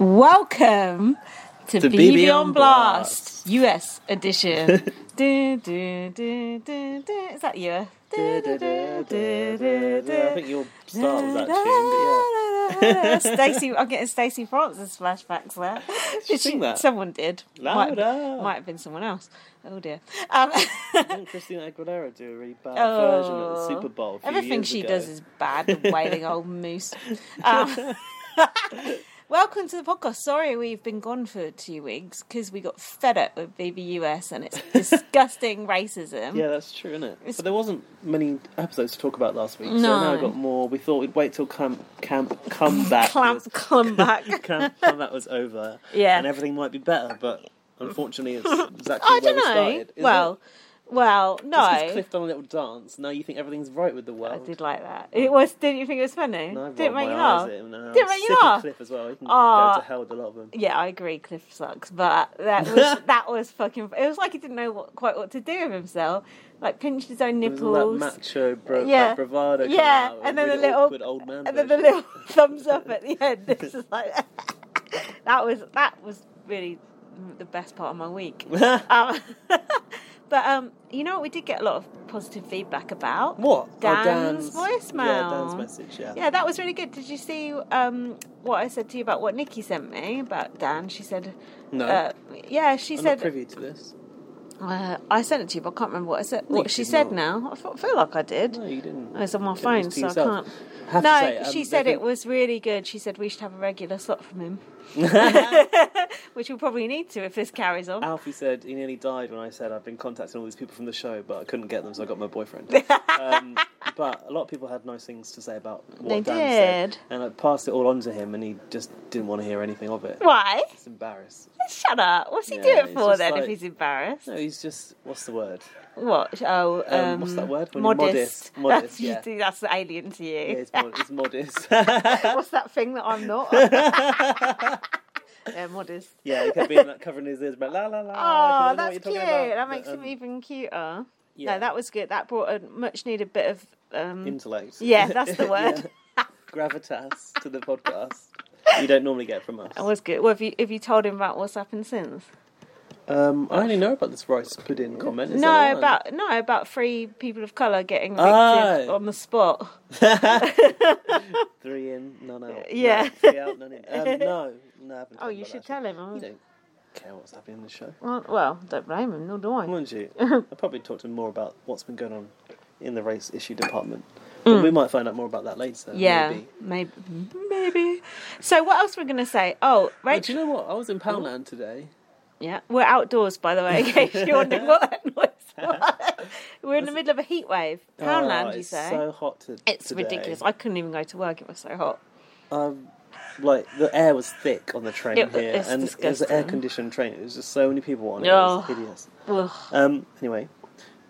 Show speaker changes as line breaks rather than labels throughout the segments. Welcome to,
To
BB,
BB
on
on
Blast, US edition. do, do, do, do, do. Is that you? Do, do, do, do, do,
Yeah, I
do.
think your style was that tune, but
Stacey, I'm getting Stacey Francis flashbacks there.
She sing that?
Someone did.
Louder.
Might, might have been someone else. Oh dear. Um,
yeah. Didn't Christina Aguilera do a really bad version at the
oh,
Super Bowl. a few
everything
years
she
ago?
does is bad. The wailing old moose. Um, welcome to the podcast. Sorry, we've been gone for two weeks because we got fed up with BBUS and its disgusting racism.
Yeah, that's true, isn't it? But there wasn't many episodes to talk about last week, so now
No.
we've got more. We thought we'd wait till camp, camp, comeback.
Clamp, come back.
was, camp, comeback was over.
Yeah.
and everything might be better, but unfortunately, it's exactly
I
where
don't
we
know.
started.
Well, well,
no.
no.
Cliff done a little dance. Now you think everything's right with the world.
I did like that. It was. Didn't you think it was funny?
No, I
didn't
rolled
make
my
you
eyes
laugh.
at him, no,
Didn't
I'm
make Ah. you
sick of
laugh.
Cliff as well. He can
Aw.
go to hell with a lot of them.
Yeah, I agree. Cliff sucks, but that was that was fucking. It was like he didn't know what, quite what to do with himself. Like pinched his own
There's all that
nipples.
macho bro-
Yeah.
that bravado. coming
Yeah,
out,
and then
really
the little-
awkward old man.
and then the
version.
little thumbs up at the end. It's just like that was that was really the best part of my week. Um, but um, you know what? We did get a lot of positive feedback about
what? Oh,
Dan's,
Yeah,
voicemail.
Dan's message. Yeah.
Yeah, that was really good. Did you see um, what I said to you about what Nikki sent me about Dan? She said,
No.
uh, yeah, she
I'm not
said
privy to this.
uh, I sent it to you, but I can't remember what I said.
No,
What
you
she
did
said
not.
now, I fe- feel like I did.
No, you didn't.
Oh, It's on my
Kept
phone,
this to
so I
yourself.
can't.
I have to
no,
say, um,
she
they
said it
think-
was really good. She said we should have a regular slot from him, which we'll probably need to if this carries on.
Alfie said he nearly died when I said I've been contacting all these people from the show, but I couldn't get them, so I got my boyfriend. um, but a lot of people had nice things to say about what
They
Dan
did.
said, and I passed it all on to him, and he just didn't want to hear anything of it.
Why?
It's embarrassed.
Shut up! What's he
Yeah,
do it
it's
for
just
then? If
like-
he's embarrassed,
No, he's just what's the word?
what? Oh, um,
Um, what's that word? When you're
Modest.
modest. Modest,
that's, you
yeah.
do- that's alien to you.
Yeah, he's, mod- he's modest.
What's that thing that I'm not? yeah, modest.
Yeah, he kept being like covering his ears, but la la la.
Oh,
I don't know what
that's
you're
cute.
talking about.
That makes
But,
him
um,
even cuter. No,
yeah.
that was good. That brought a much needed bit of. Um,
intellect.
yeah, that's the word.
Gravitas to the podcast. You don't normally get from us.
That was good. Well, have you have you told him about what's happened since?
Um, I only know about this rice pudding comment. Is that
no,
the one?
about no about three people of color getting evicted
Oh.
on the spot.
three in, none out.
Yeah.
No, three out, none in. Um, no, no. I haven't
Oh,
told
you
about
should
that
tell him.
shit.
I-
You don't care what's happening in the show,
Well, well, don't blame him, nor do I.
wouldn't you? I probably talk to him more about what's been going on in the race issue department. But we might find out more about that later.
Mm. yeah,
Maybe.
maybe. maybe. So what else we're gonna say? Oh,
But do
Rachel.
you know what? I was in Poundland today.
Yeah, we're outdoors, by the way. In case you're wondering what that noise was. we're in the middle of a heat wave. Poundland,
Oh,
you
it's
say?
so hot to,
it's
today.
ridiculous. I couldn't even go to work. It was so hot.
Um, like the air was thick on the train
It-
here,
it's
and it was an
disgusting.
air conditioned train. It was just so many people on it.
Oh.
It was hideous.
Ugh.
Um, anyway,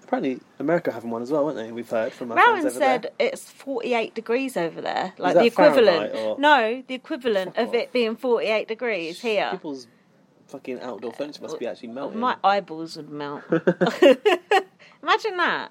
apparently America having one as well, weren't they? We've heard from our friends
Rowan
over
said it's 48 degrees over there, like
that
the equivalent.
Fahrenheit or-
No, the equivalent
Fuck
of it
off.
being 48 degrees
there.
here.
People's fucking outdoor furniture must be actually melting.
uh, My eyeballs would melt. Imagine that.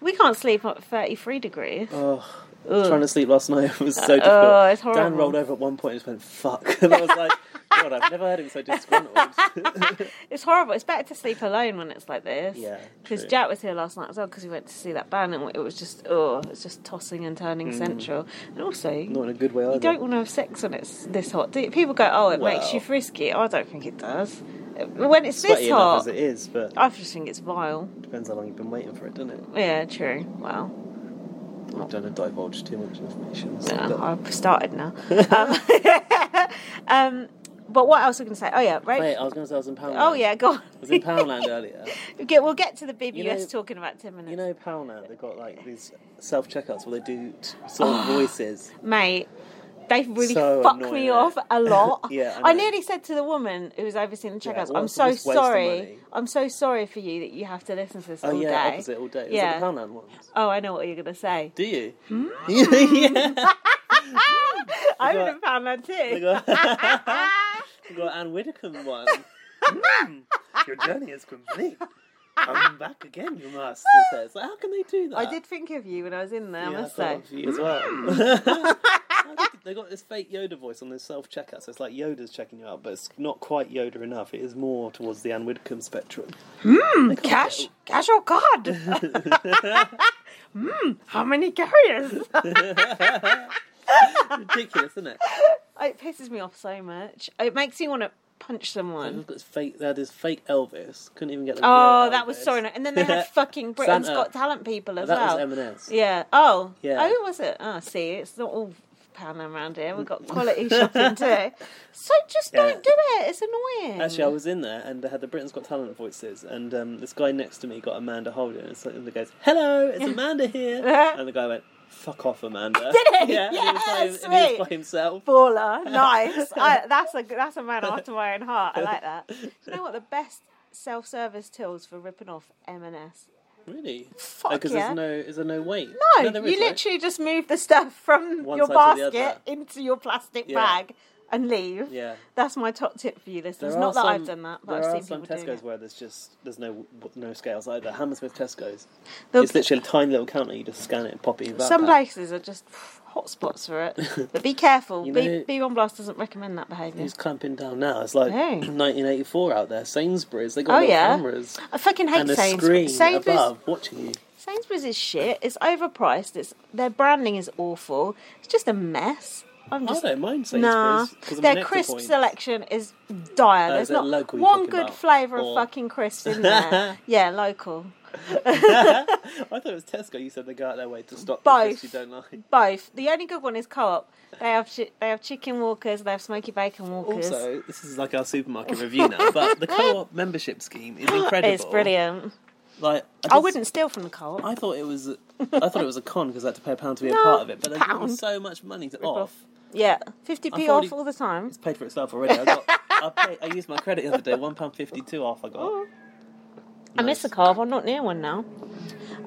We can't sleep at 33 degrees.
Oh, trying to sleep last night was so difficult.
oh, it's
Dan
horrible.
rolled over at one point and just went fuck, and I was like, God, I've never heard him so disgruntled.
It's horrible. It's better to sleep alone when it's like this.
Yeah,
Because
true.
Jack was here last night as well because we went to see that band and it was just, oh, it's just tossing and turning
Mm.
central. And also,
Not in a good way either.
You don't want to have sex when it's this hot. Do you? People go, oh, it makes you
Well.
frisky. I don't think it does. When it's
Sweaty
this
enough as
hot,
it is, but
I just think it's vile.
depends how long you've been waiting for it, doesn't it?
Yeah, true. Well,
I don't want to divulge too much information. So
yeah,
but-
I've started now. um, um, but what else are we going to say? Oh, yeah, right?
Wait, I was going to say I was in Poundland.
oh, yeah, go on.
I was in Poundland earlier.
We'll get- we'll get to the BBS
know-
talking about 10 minutes.
You know
Oh.
Poundland, they've got like these self checkouts where they do t- sort of voices.
Mate, they really
So
fuck
annoying,
me
yeah.
off a lot.
Yeah, I
I,
know.
nearly said to the woman who was overseeing the
Yeah,
checkouts,
well,
"I'm
it's
so
just waste of
sorry.
money."
I'm so sorry for you that you have to listen to this
Oh
all
yeah,
day."
opposite all day. Is
Yeah.
it the Poundland ones?
Oh, I know what you're gonna say.
Do you?
Hmm.
yeah.
I
got-
would have found that
They
too.
got, they got Anne Widdecombe one. Mm, your journey is complete. Come back again, you must. It says. Like, how can they do that?
I did think of you when I was in there.
"Ah." Yeah,
I
I
must
thought
say.
of you as well. I think they got this fake Yoda voice on this self checkout, so it's like Yoda's checking you out, but it's not quite Yoda enough. It is more towards the Anne Widdecombe spectrum.
Cash, cash or card? Hmm, how many carriers?
Ridiculous, isn't it?
it pisses me off so much. It makes me want to punch someone.
Look at this fake. That is fake Elvis. Couldn't even get. The
Oh,
real
that was
Elvis.
so annoying. And then they had fucking Britain's
Santa.
Got Talent people as
That
well.
was Eminem's.
Yeah. Oh.
Yeah.
Oh, who was it? Oh, see, it's not all pounding around here. We've got quality shopping too. So just
Yeah.
don't do it. It's annoying.
Actually, I was in there and they had the Britain's Got Talent voices, and um, this guy next to me got Amanda Holden, and so- and he goes, "Hello, it's Amanda here," and the guy went, "Fuck off, Amanda."
Did he?
Yeah, and he
Yeah,
was by, him- and he was
sweet.
by himself.
baller. Nice. I, that's a that's a man after my own heart. I like that. Do you know what the best self-service tools for ripping off M&S?
Really?
Fuck
Because
yeah.
there's no, is there no weight?
No,
there
you
is, right?
literally just move the stuff from
One
your
side to the
basket
other.
into your plastic
Yeah.
bag and leave.
Yeah.
That's my top tip for you listeners.
There
Not
are
that I've
some-
done that,
there
but I've
are
seen
some
people doing
Tesco's
it.
where there's just there's no no scales either. Hammersmith Tesco's.
There'll
It's literally a tiny little counter. You just scan it and pop it. in your
Some
backpack.
places are just hotspots for it. But be careful.
You
B-
know-
B1 Blast doesn't recommend that behaviour.
Who's clamping down now? It's like
Hey.
1984 out there. Sainsbury's. They got
Oh,
little
yeah.
cameras
I fucking hate
and a screen
Sainsbury's. Sainsbury's,
above watching you.
Sainsbury's is shit. It's overpriced. It's their branding is awful. It's just a mess. I'm
I
just
don't mind Sainsbury's.
nah.
'cause I'm
Their
an
crisp
ectopoint.
selection is dire.
Oh,
There's
is that
not
local you're
one
talking
good
about?
flavour of
Or-
fucking crisps in there. yeah, local.
I thought it was Tesco. You said they go out their way to stop
Both.
because you don't like.
Both. The only good one is Co-op. They have chi- they have chicken walkers. They have smoky bacon walkers.
Also, this is like our supermarket review now, but the co-op membership scheme is incredible.
it's brilliant.
Like
I
just-
wouldn't steal from the co-op.
I thought it was. I thought it was a con because I had to pay a pound to be a
No,
part of it. But they give you
pound.
so much money to off.
off. Yeah, fifty p
I've
off
already-
all the time.
It's paid for itself already. I got. I, paid, I used my credit the other day. One pound fifty-two off. I
Oh,
got.
I miss the carb. I'm not near one now.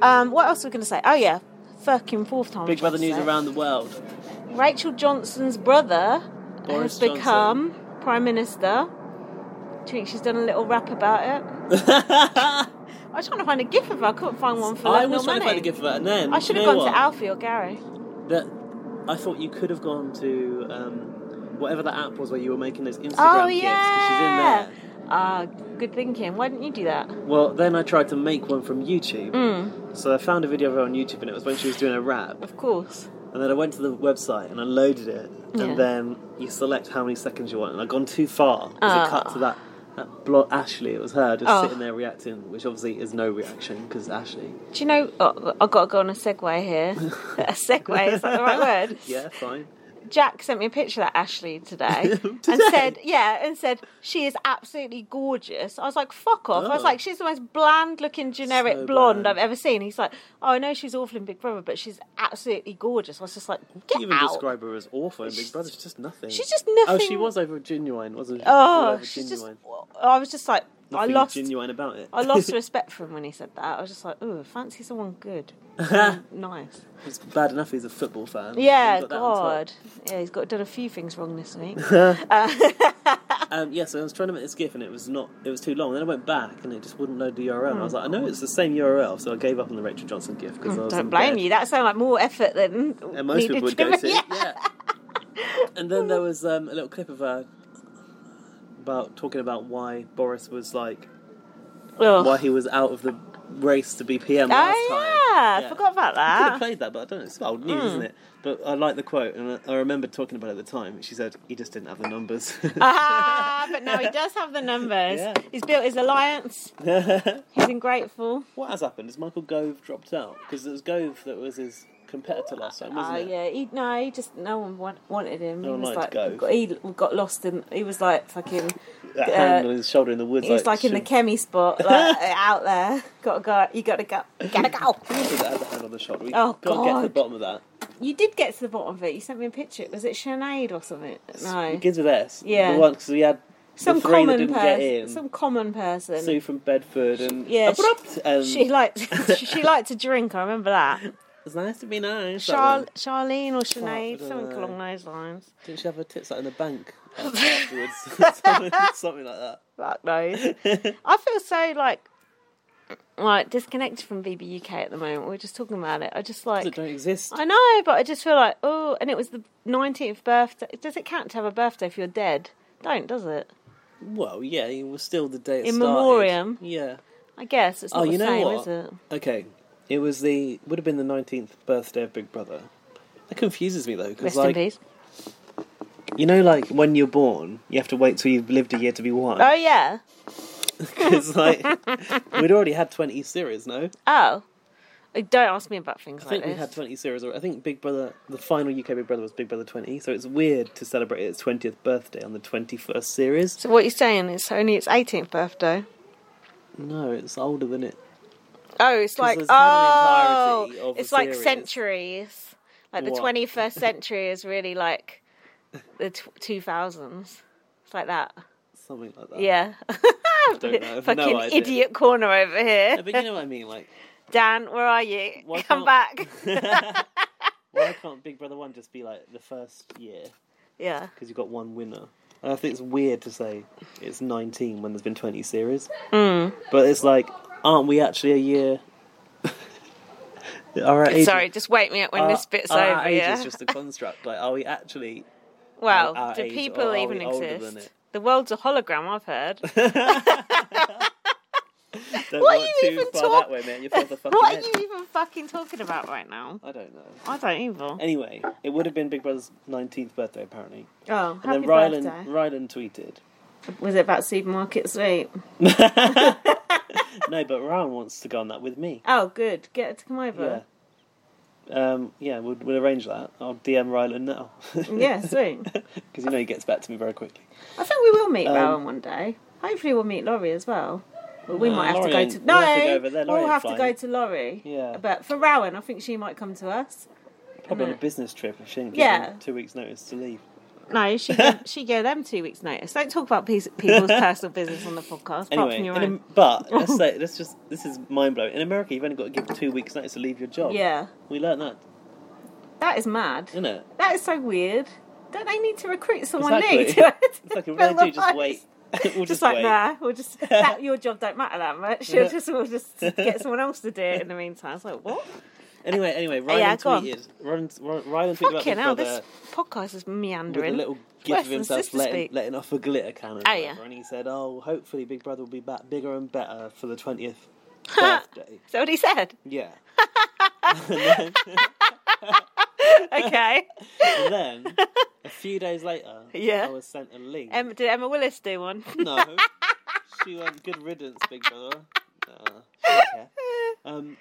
Um, what else are we going to say? Oh yeah, fucking fourth time.
Big Brother
I've
news
said.
around the world.
Rachel Johnson's brother
Boris
has
Johnson.
become prime minister. Do you think she's done a little rap about it?
I
I was trying to find a gif of her. I couldn't find one for Love Nor
was trying to
Money.
find a gift for that, and then
I should
you
have
know
gone
what?
to Alfie or Gary.
that I thought you could have gone to um, whatever that app was where you were making those Instagram
Oh
gifts
yeah.
because she's in
Ah, good thinking. Why didn't you do that?
there. Well, then I tried to make one from YouTube.
Mm.
So I found a video of her on YouTube and it was when she was doing a rap.
Of course.
And then I went to the website and I loaded it.
Yeah.
And then you select how many seconds you want. And I'd gone too far
Ah.
because it cut to that. That blot Ashley, it was her just
Oh.
sitting there reacting, which obviously is no reaction because Ashley.
Do you know? Oh, I've got to go on a segue here. a segue is that the right word?
Yeah, fine.
Jack sent me a picture of that Ashley today, and
Today?
said, "Yeah," and said she is absolutely gorgeous. I was like, "Fuck off!" I was
Oh.
like, "She's the most bland-looking generic
So
blonde
bland.
I've ever seen." He's like, "Oh, I know she's awful in Big Brother, but she's absolutely gorgeous." I was just like, "Get
even
out!"
describe her as awful in Big
She's-
Brother. She's just nothing.
she's just
Oh,
nothing.
she was over genuine, wasn't she? All
oh,
over
she's just.
genuine.
I was just like,
Nothing
I lost.
genuine about it.
I lost respect for him when he said that. I was just like, "Ooh, fancy someone good, Mm, nice."
it's bad enough he's a football fan.
Yeah,
You've got that on top.
God. Yeah, he's got done a few things wrong this week.
Um, yeah, so I was trying to make this GIF and it was not. It was too long. Then I went back and it just wouldn't load the URL. And I
Hmm.
was like, I know it's the same URL, so I gave up on the Rachel Johnson GIF because I was
Don't
in
blame
bed.
you. That sounded like more effort than
And most
needed
people would
to
go
be-
to. Yeah. and then there was um, a little clip of her about talking about why Boris was like
Ugh.
why he was out of the race to be PM last time.
Oh yeah, Ah. Hmm.
Yeah.
forgot about
I could have
that.
played that, but I don't know. It's old news, isn't it? But I like the quote, and I, I remember talking about it at the time. She said he just didn't have the numbers.
Ah, but now he does have the numbers.
Yeah.
He's built his alliance. He's ungrateful.
what has happened? Is Michael Gove dropped out? Because it was Gove that was his competitor last time,
Oh
wasn't it?
yeah, he, no, he just no one want, wanted him.
No
he
one
was like
liked to go.
got, he got lost in. He was like fucking.
That
uh,
hand on his shoulder in the woods.
he was like in the chemi spot, like out there. Got to go. You got to go. You gotta go.
That had the hand on the shoulder. We
Oh,
gotta get to the
God.
bottom of that.
You did get to the bottom of it. You sent me a picture. Was it Sinead or something? No.
Begins with S.
Yeah.
The one because we had
Some
the three that
common
didn't get
person.
in.
Some common person.
Sue from Bedford and
Yeah, she-
abrupt. and
she liked she liked to drink. I remember that.
it's nice to be nice. that
Char-
one.
Charlene or Sinead,
don't
something
know.
along those lines.
Didn't she have her tits out in the bank afterwards? something, something like
Fuck knows.
that.
I feel so like like disconnected from BB UK at the moment. We were just talking about it. I just
that
like
don't exist.
I know, but I just feel like oh, and it was the nineteenth birthday. Does it count to have a birthday if you're dead? Don't does it?
Well, yeah, it was still the day it
In
started.
memoriam?
Yeah.
I guess it's not
Oh,
the
you know
same,
what?
is it?
Okay, it was the would have been the nineteenth birthday of Big Brother. That confuses me though, because
Rest
like
in peace.
you know, like when you're born, you have to wait till you've lived a year to be one.
Oh yeah.
It's like we'd already had twenty series, no?
Oh, Uh, don't ask me about things
I
like
think we
this.
had twenty series. Or I think Big Brother, the final UK Big Brother was Big Brother twenty, so it's weird to celebrate its twentieth birthday on the twenty-first series.
So what you're saying is only its 18th birthday.
No, it's older than it.
Oh, it's like
there's not
oh,
an entirety of the
it's like
series.
centuries. Like the
What?
21st century is really like the t- 2000s. It's like that.
Something like that.
Yeah.
don't know. I've no
Fucking
idea.
idiot corner over here.
No, but you know what I mean. Like,
Dan, where are you?
Why
Come back.
why can't Big Brother one just be like the first year?
yeah.
because you've got one winner. And I think it's weird to say it's 19 when there's been 20 series.
Hmm.
But it's like, aren't we actually a year? All right.
Sorry, just wake me up when this bit's
our
over.
age
Yeah.
is just a construct. Like, are we actually?
well,
our
do
age, or
people
are
even
we older than
exist?
it?
The world's a hologram. I've heard.
Don't
What are
walk
you
too
even
far
talk-
that way, man. You're far the fucking
what are
edge.
you even fucking talking about right now?
I don't know.
I don't even.
Anyway, it would have been Big Brother's 19th birthday apparently,
Oh, happy
and then
birthday.
Ryland Ryland tweeted.
Was it about supermarket sweep?
No, but Ryan wants to go on that with me.
Oh, good. Get her to come over.
Yeah. Um, yeah, we'll, we'll arrange that. I'll DM Ryland now. Because
Yeah, sweet.
you know he gets back to me very quickly.
I think we will
Um,
meet Rowan one day. Hopefully, we'll meet Laurie as well. But we
No,
might have
Laurie
to
ain't-
go to
we'll
no.
have to go over there. Laurie
we'll
ain't
have to go
flying.
to Laurie.
Yeah.
But for Rowan, I think she might come to us.
Probably on a
No.
business trip if she didn't give
Yeah.
him two weeks' notice to leave.
No, she gave, she gave them two weeks' notice. Don't talk about piece, people's personal business on the podcast. apart
Anyway,
from your
in
own.
Am- but let's say let's just this is mind blowing. In America, you've only got to give two weeks' notice to leave your job.
Yeah,
we learned that,
that is mad.
didn't it?
That is so weird. Don't they need to recruit someone new?
Exactly.
To,
It's like
to
if they
fill the
do, just
post?
wait. we'll
just
just,
like
wait.
nah, we'll just that your job don't matter that much. We'll
Yeah.
just we'll just get someone else to do it in the meantime. It's like what?
Anyway, anyway, Ryland
yeah, go on.
tweeted. Ryland, Ryland tweeted about Big
Fucking hell,
Brother
this podcast is
with a
meandering.
little
worse
gift of
than
himself
Sister
letting,
Speak.
letting off a glitter cannon.
Oh,
or
yeah.
whatever, And he said, oh, hopefully Big Brother will be back bigger and better for the 20th birthday.
Is that what he said?
Yeah.
Okay.
And then, a few days later,
Yeah.
I was sent a link.
Emma, did Emma Willis do one?
no. She went, good riddance, Big Brother. Nah, she didn't care. Um,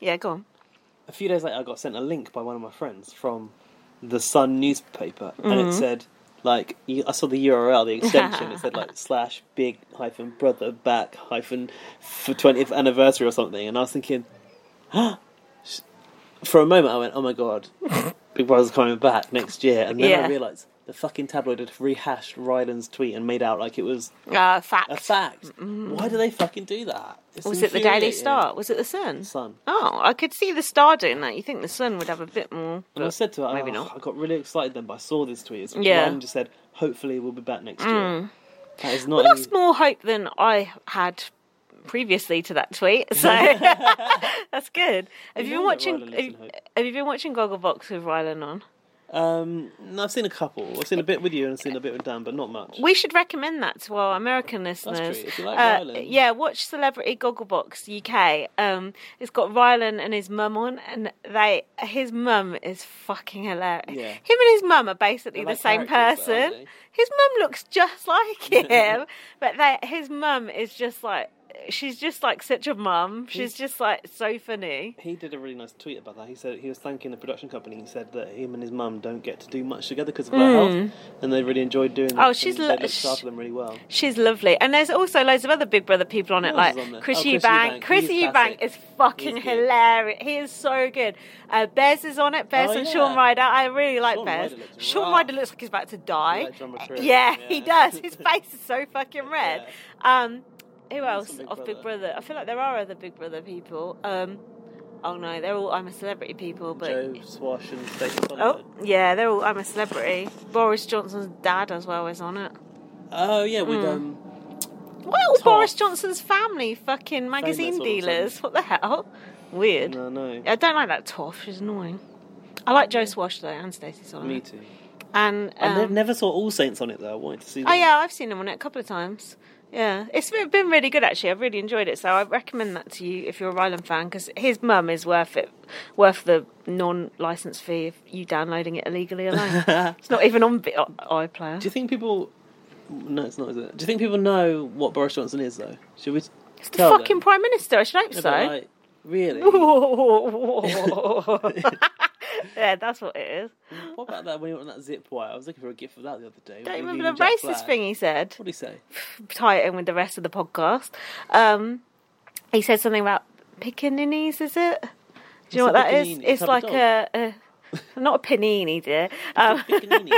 yeah, go on.
a few days later, I got sent a link by one of my friends from the Sun newspaper, and
Mm-hmm.
it said, like, you- I saw the URL, the extension. it said like slash big hyphen brother back hyphen for twentieth anniversary or something, and I was thinking, for a moment, I went, oh my god, Big Brother's coming back next year, and then
Yeah.
I realised the fucking tabloid had rehashed Ryland's tweet and made out like it was
Uh, fact.
a fact. Why do they fucking do that? It's
Was it the Daily
infuriating.
Star? Was it the Sun?
Sun.
Oh, I could see the Star doing that. You think the Sun would have a bit more?
And I said to her,
maybe
"Oh,
not.
I got really excited then, but I saw this tweet. It's
Yeah. Mm.
yeah. just said, hopefully we'll be back next year. That is not.
That's
any-
more hope than I had previously to that tweet. So that's good. Have you, been
You know that
watching?
Rylan lives in
Have,
hope.
have you been watching Gogglebox with Rylan on?
um, no, I've seen a couple. I've seen a bit with you and I've seen a bit with Dan, but not much.
We should recommend that to our American listeners.
true. If you like
Uh,
Rylan.
yeah, watch Celebrity Gogglebox UK. Um, it's got Rylan and his mum on, and they his mum is fucking hilarious.
Yeah.
Him and his mum are basically
They're
the
like
same
characters, though,
person.
aren't they?
His mum looks just like him, but they, his mum is just like she's just like such a mum. She's just like so funny.
He did a really nice tweet about that. He said he was thanking the production company. He said that him and his mum don't get to do much together because of their health, and they really enjoyed doing that.
Mm. Oh, she's
and
lo-
they looked
sh-
after them really well.
She's lovely. And there's also loads of other Big Brother people on it,
Who
like
else is on there?
Chris
Oh,
Eubank.
Chris Eubank.
Chris
He's
Eubank
classic.
is fucking
He's good.
hilarious. He is so good. Uh, Bez is on it. Bez
Oh,
and
yeah.
Sean Ryder. I really like
Sean
Bez.
Ryder looks
Sean
rough.
Ryder looks like he's about to die.
Like John McCrea.
yeah,
Yeah.
he does. His face is so fucking red. Um, who else
Big
of Big
Brother.
Brother? I feel like there are other Big Brother people. Um, oh no, they're all I'm a Celebrity people, but
Joe Swash and David
Oh,
Solomon. Oh,
yeah, they're all I'm a celebrity. Boris Johnson's dad as well is on it.
yeah, with
Mm.
um,
Well,
Top.
Boris Johnson's family fucking magazine
all of a
dealers. What the hell? Weird.
no, no,
I don't like that Toff, she's annoying. I like Joe Swash though, and Stacey Solomon.
me too.
And
I ne-
um,
never saw All Saints on it though. I wanted to see. Them.
oh yeah, I've seen him on it a couple of times. Yeah, it's been been really good actually. I've really enjoyed it, so I recommend that to you if you're a Ryland fan because his mum is worth it, worth the non-license fee of you downloading it illegally alone. it's not even on Vi- i- iPlayer.
Do you think people? No, it's not. Is it? Do you think people know what Boris Johnson is though? Should we?
It's the fucking prime minister. I should hope so.
really?
yeah, that's what it is.
what about that when you went on that zip wire? I was looking for a gift for that the other day.
Don't you
With you
remember
and
the
Jack
racist
Black.
thing he said.
What did he say?
Tie it in with the rest of the podcast. Um, he said something about pickaninnies. Is it? Do you know what
What's a
that is?
piccanini?
It's
It's like a
like
dog.
a, a not a panini, dear. Um,
Piccanini.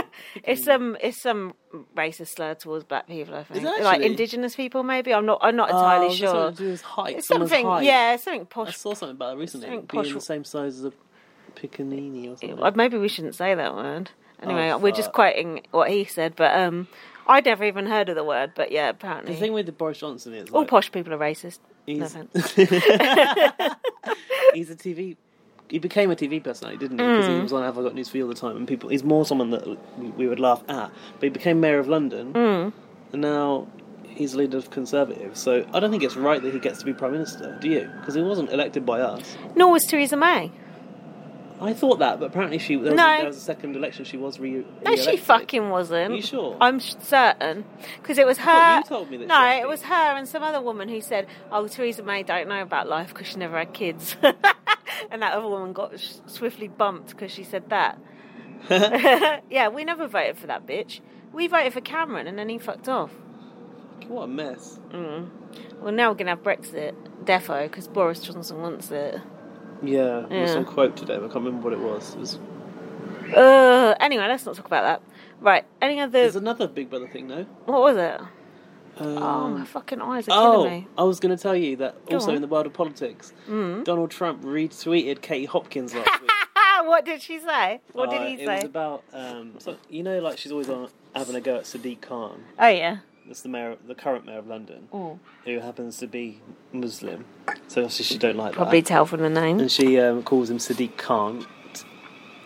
It's some it's some racist slur towards black people. I think,
it
like
actually?
indigenous people. Maybe I'm not. I'm not entirely
Oh, that's
sure.
Something to do with height.
It's
someone's
something.
height.
Yeah, something
I
posh.
saw something about it recently.
Something
being
posh-
the same size as a piccanini or something.
Uh, Maybe we shouldn't say that word. Anyway,
Oh,
we're just
fuck.
quoting what he said, but um, I'd never even heard of the word, but yeah, apparently.
the thing with the Boris Johnson is
All
like,
posh people are racist. No
he's,
offense.
he's a TV. He became a TV personality, didn't he? Because
Mm.
he was on Have I Got News for You all the time, and people. He's more someone that we- we would laugh at. But he became mayor of London,
Mm.
and now he's leader of Conservatives. So I don't think it's right that he gets to be prime minister. Do you? Because he wasn't elected by us.
Nor was Theresa May.
I thought that, but apparently she there was,
No.
there was a second election. She was re.
No, she
re-elected.
fucking wasn't.
Are you sure?
I'm sh- certain because it was her.
thought you told me that
no,
she had
it was
kids.
her and some other woman who said, "Oh, Theresa May don't know about life because she never had kids," and that other woman got sh- swiftly bumped because she said that. yeah, we never voted for that bitch. We voted for Cameron, and then he fucked off.
What a mess.
Mm. Well, now we're gonna have Brexit, defo, because Boris Johnson wants it.
Yeah, there was
Yeah.
some quote today, but I can't remember what it was. It was
Uh, anyway, let's not talk about that. Right? Any other?
there's another Big Brother thing, though.
What was it?
Um,
oh, my fucking eyes are killing
Oh,
me.
I was going to tell you that
Go
also
on. Mm.
in the world of politics, Donald Trump retweeted Katie Hopkins last week.
Ah, what did she say? What
Uh,
did he
It was
say?
about, um, so, you know, like she's always on having a go at Sadiq Khan.
Oh yeah.
That's the mayor, the current mayor of London,
Mm.
who happens to be Muslim. So obviously she don't like
Probably
that.
tell from the name.
And she um, calls him Sadiq Khan.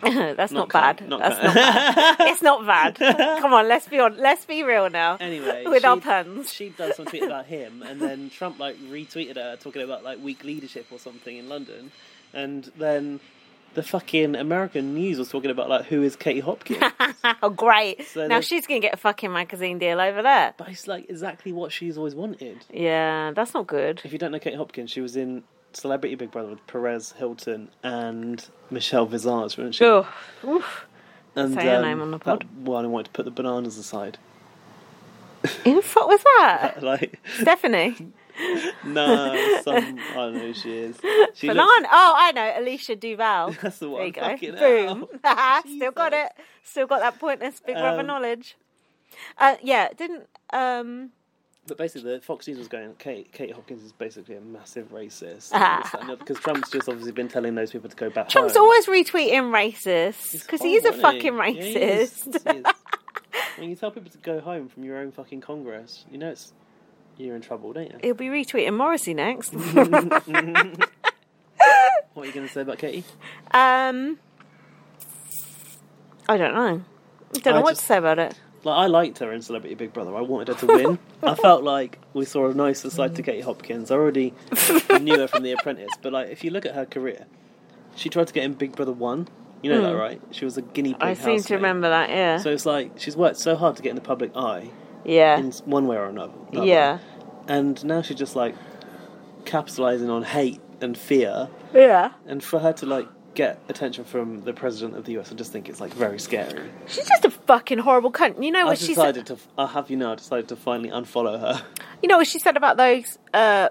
That's not,
Khan,
bad.
not
That's
Khan.
not bad. It's not bad. Come on, let's be on. Let's be real now.
Anyway,
with our
she'd-
puns.
she'd done some tweet about him, and then Trump like retweeted her talking about like weak leadership or something in London, and then the fucking American news was talking about like who is Katie Hopkins,
oh great!
So
now
there's-
she's gonna get a fucking magazine deal over there.
but it's like exactly what she's always wanted.
Yeah, that's not good.
If you don't know Katie Hopkins, she was in Celebrity Big Brother with Perez Hilton and Michelle Visage, wasn't she?
Oh, oof.
and um,
say her name on the pod.
That one who wanted to put the bananas aside,
who the fuck was that?
like
Stephanie.
no, some I don't know who she is. She
Banan.
looks-
Oh, I know. Alicia Duval.
That's the one.
There you go.
Fucking
Boom. Still
Jesus.
got it. Still got that pointless big brother
Um,
knowledge. Uh, yeah, didn't. Um,
But basically, the Fox News was going, Kate, Kate Hopkins is basically a massive racist. and this, that, and the other," Because Trump's just obviously been telling those people to go back
Ah. Trump's
home.
always retweeting racist because he's a
horrible,
fucking
isn't he? Yeah, he is.
racist.
Yes, he is. when you tell people to go home from your own fucking Congress, you know it's you're in trouble, don't you?
He'll be retweeting Morrissey next.
What are you going to say about Katie?
um, I don't know. Don't know
I
what
just-
to say about it.
Like, I liked her in Celebrity Big Brother. I wanted her to win. I felt like we saw a nicer side to Katie Hopkins. I already knew her from The Apprentice, but like if you look at her career, she tried to get in Big Brother One. You know that, right? She was a guinea pig.
Hmm. I seem to
housemate.
remember that. Yeah.
So it's like she's worked so hard to get in the public eye
yeah.
in s- one way or another.
yeah.
And now she's just like, capitalizing on hate and fear,
Yeah.
and for her to like get attention from the president of the US, I just think it's like very scary.
She's just a fucking horrible cunt. You know
I've
what she
decided
said?
to. I'll have you know. I decided to finally unfollow her.
You know what she said about those uh,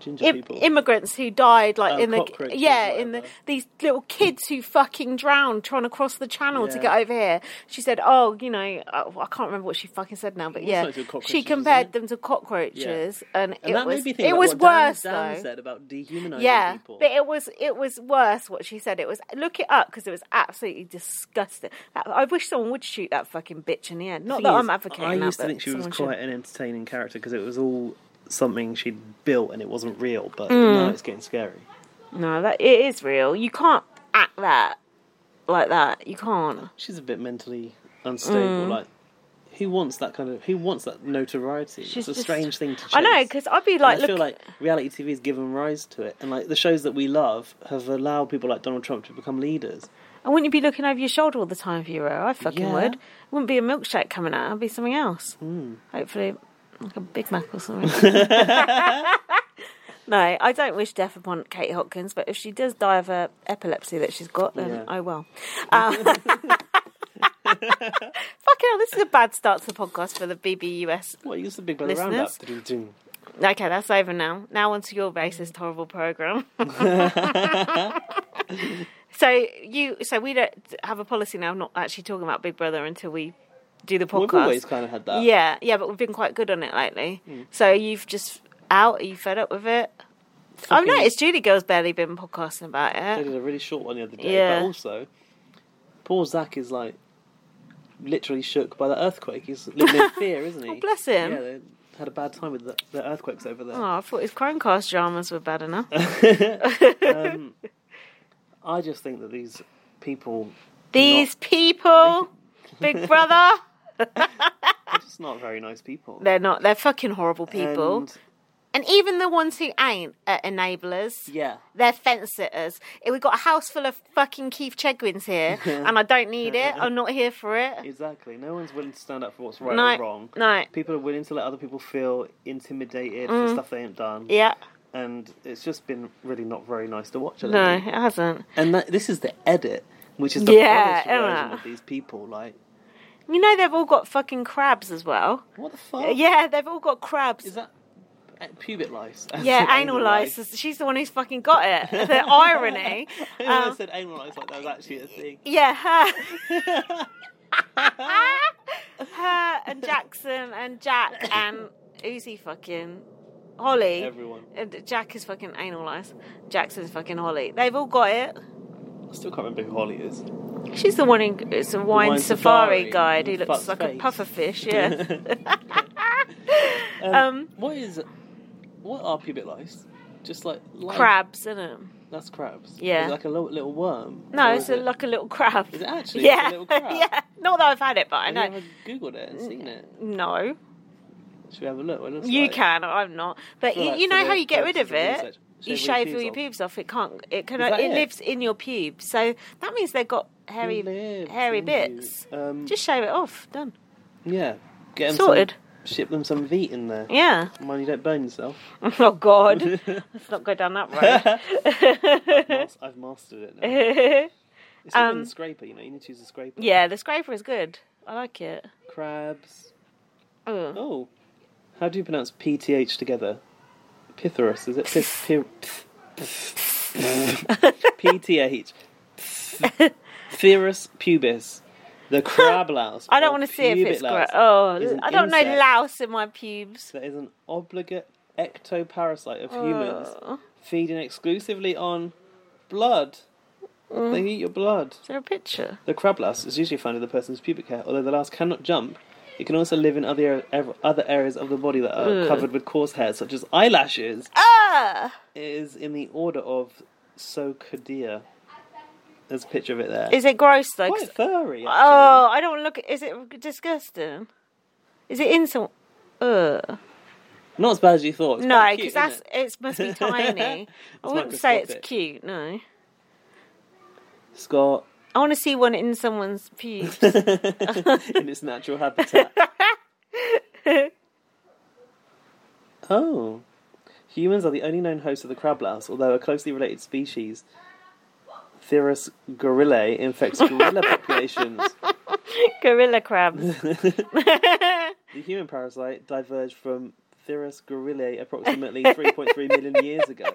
Ginger
Im-
people.
immigrants who died, like
Oh,
in the
cockroaches,
yeah, in the
whatever.
these little kids who fucking drowned trying to cross the channel to
Yeah.
get over here. She said, "Oh, you know, oh, I can't remember what she fucking said now, but
It's
yeah,
like to cockroaches,
she
isn't
compared
it?
them to cockroaches, and,
and
it
that
was
made me think
it
like,
was
what Dan-
worse
Dan,
though."
said about dehumanizing
Yeah,
people.
but it was it was worse what she said. It was look it up because it was absolutely disgusting. That- I wish someone would shoot that fucking bitch in the end. Not
thing
that
is,
I'm advocating.
I
that,
used to
but
think she was
someone should.
quite an entertaining character because it was all something she'd built and it wasn't real. But
Mm.
now it's getting scary.
No, that it is real. You can't act that like that. You can't.
She's a bit mentally unstable.
Mm.
Like, who wants that kind of? Who wants that notoriety?
She's
it's a
just-
strange thing to. Chase.
I know because I'd be like,
And I feel
look,
like reality TV has given rise to it, and like the shows that we love have allowed people like Donald Trump to become leaders.
and wouldn't you be looking over your shoulder all the time if you were? I fucking
Yeah.
would. It wouldn't be a milkshake coming out. It'd be something else.
Hmm.
Hopefully, like a Big Mac or something. no, I don't wish death upon Kate Hopkins, but if she does die of a epilepsy that she's got, then
Yeah.
I will. Uh, fucking hell, this is a bad start to the podcast for the BBUS
What used the Big Brother
Listeners?
Roundup?
Okay, that's over now. Now onto your racist, horrible program. so you, so we don't have a policy now of not actually talking about Big Brother until we do the podcast.
We've always kind of had that. Hmm.
yeah, yeah, but we've been quite good on it lately. So you've just out. Are you fed up with it? I've
Fucking-
noticed Judy Girl's barely been podcasting about
They
it.
did a really short one the other day,
Yeah.
but also, poor Zach is like literally shook by the earthquake. He's living in fear, isn't he?
Oh, bless him.
Yeah, they had a bad time with the, the earthquakes over there.
Oh, I thought his Chromecast dramas were bad enough.
Um, I just think that these people
These people, Big Brother,
are just not very nice people.
they're not. They're fucking horrible people.
And,
And even the ones who ain't are enablers.
yeah.
They're fence sitters. Eh, We've got a house full of fucking Keith Chegwins here, and I don't need it. I'm not here for it.
Exactly. No one's willing to stand up for what's right
No,
or wrong.
no.
People are willing to let other people feel intimidated for stuff they ain't done.
Mm. Yeah.
And it's just been really not very nice to watch. I don't
No,
think.
it hasn't.
And that, this is the edit, which is the
Yeah,
polished
Emma.
version of these people. Like,
You know they've all got fucking crabs as well.
what the fuck?
Yeah, they've all got crabs.
Is that uh, pubic lice?
yeah, anal lice. She's the one who's fucking got it. The irony.
When I
Um,
said anal lice, like that was actually a thing.
yeah, her. her and Jackson and Jack and who's he fucking? Holly.
Everyone.
And Uh, Jack is fucking anal lice. Jackson's fucking Holly. They've all got it.
I still can't remember who Holly is.
She's the one who it's a wine,
wine
safari,
safari
guide who
with
looks
Buck's
like a
face.
puffer fish. Yeah.
Um,
Um,
what is. What are pubic lice? Just like. lice-
crabs, isn't it?
That's crabs.
Yeah.
Is it like a little, little worm.
No,
Or
it's
is
a,
it-
like a little crab.
Is it actually? It's
yeah,
a little crab.
yeah. Not that I've had it, but I
Have
know.
you ever googled it and seen it?
No,
Should we have a look? What it looks
you
like?
can. I'm not. But
For
you,
like-
you
for
know
the
how you get rid
purposes
of it.
research,
you shave all your pubes off. It can't. It can.
Is that
It
it?
lives in your pubes. So that means they've got hairy,
Lives
hairy
in
bits.
you. Um,
Just shave it off. Done.
Yeah. Get 'em
Sorted.
Some, ship them some Veet in there.
Yeah.
Mind you don't burn yourself.
Oh God, let's not go down that road.
Mas- I've mastered it now. It's not even a scraper, you know. You need to use a scraper.
Um, yeah, the scraper is good. I like it.
Crabs.
Oh,
Oh. How do you pronounce PTH together? Pithorus, is it? Pith- pith- PTH. Pithorus pubis. The crab louse.
I don't
or
want to see if
pubic
it's gra-
louse
oh,
is an
I don't know
insect
louse in my pubes.
That is an obligate ectoparasite of humans,
Oh.
feeding exclusively on blood. They
Mm.
eat your blood.
Is there a picture?
The crab louse is usually found in the person's pubic hair, although the louse cannot jump. It can also live in other er- other areas of the body that are covered with coarse hair, such as eyelashes.
Ah,
It is in the order of Socodia. There's a picture of it there.
is it gross though? 'Cause-
quite furry. Actually.
oh, I don't look. Is it disgusting? Is it in some? Ugh.
not as bad as you thought. It's
No,
quite cute,
because
isn't
that's
it?
it? must be tiny. I
It's
wouldn't say it's
microscopic.
cute. No,
it's got
I want to see one in someone's pubes.
in its natural habitat. oh. Humans are the only known hosts of the crab louse, although a closely related species, Therus gorillae, infects gorilla populations.
Gorilla crabs.
The human parasite diverged from Therus gorillae approximately 3.3 million years ago.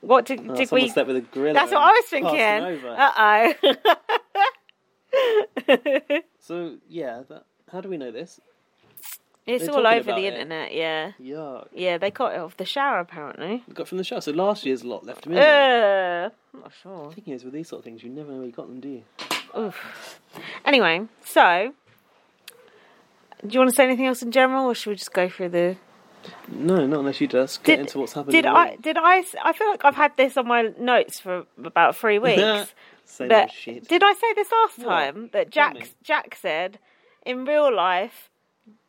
What did,
Oh,
did
someone
we?
slept with a gorilla.
That's what
and
I was
passed
thinking.
them over.
Uh oh.
So yeah, that, how do we know this?
It's
They're
all
talking
over
about
the
it.
internet, yeah.
Yuck.
Yeah, they got it off the shower apparently.
We got from the show. So last year's lot left them in. there.
Uh, I'm not sure.
The thing is, with these sort of things, you never know where you got them, do you?
Oof. Anyway, so do you want to say anything else in general, or should we just go through the?
No, not unless you just get into what's happened.
Did
in the
I?
week.
Did I? s- I feel like I've had this on my notes for about three weeks.
Same
that
old shit.
did I say this last
What?
time that
Tell
Jack
me.
Jack said in real life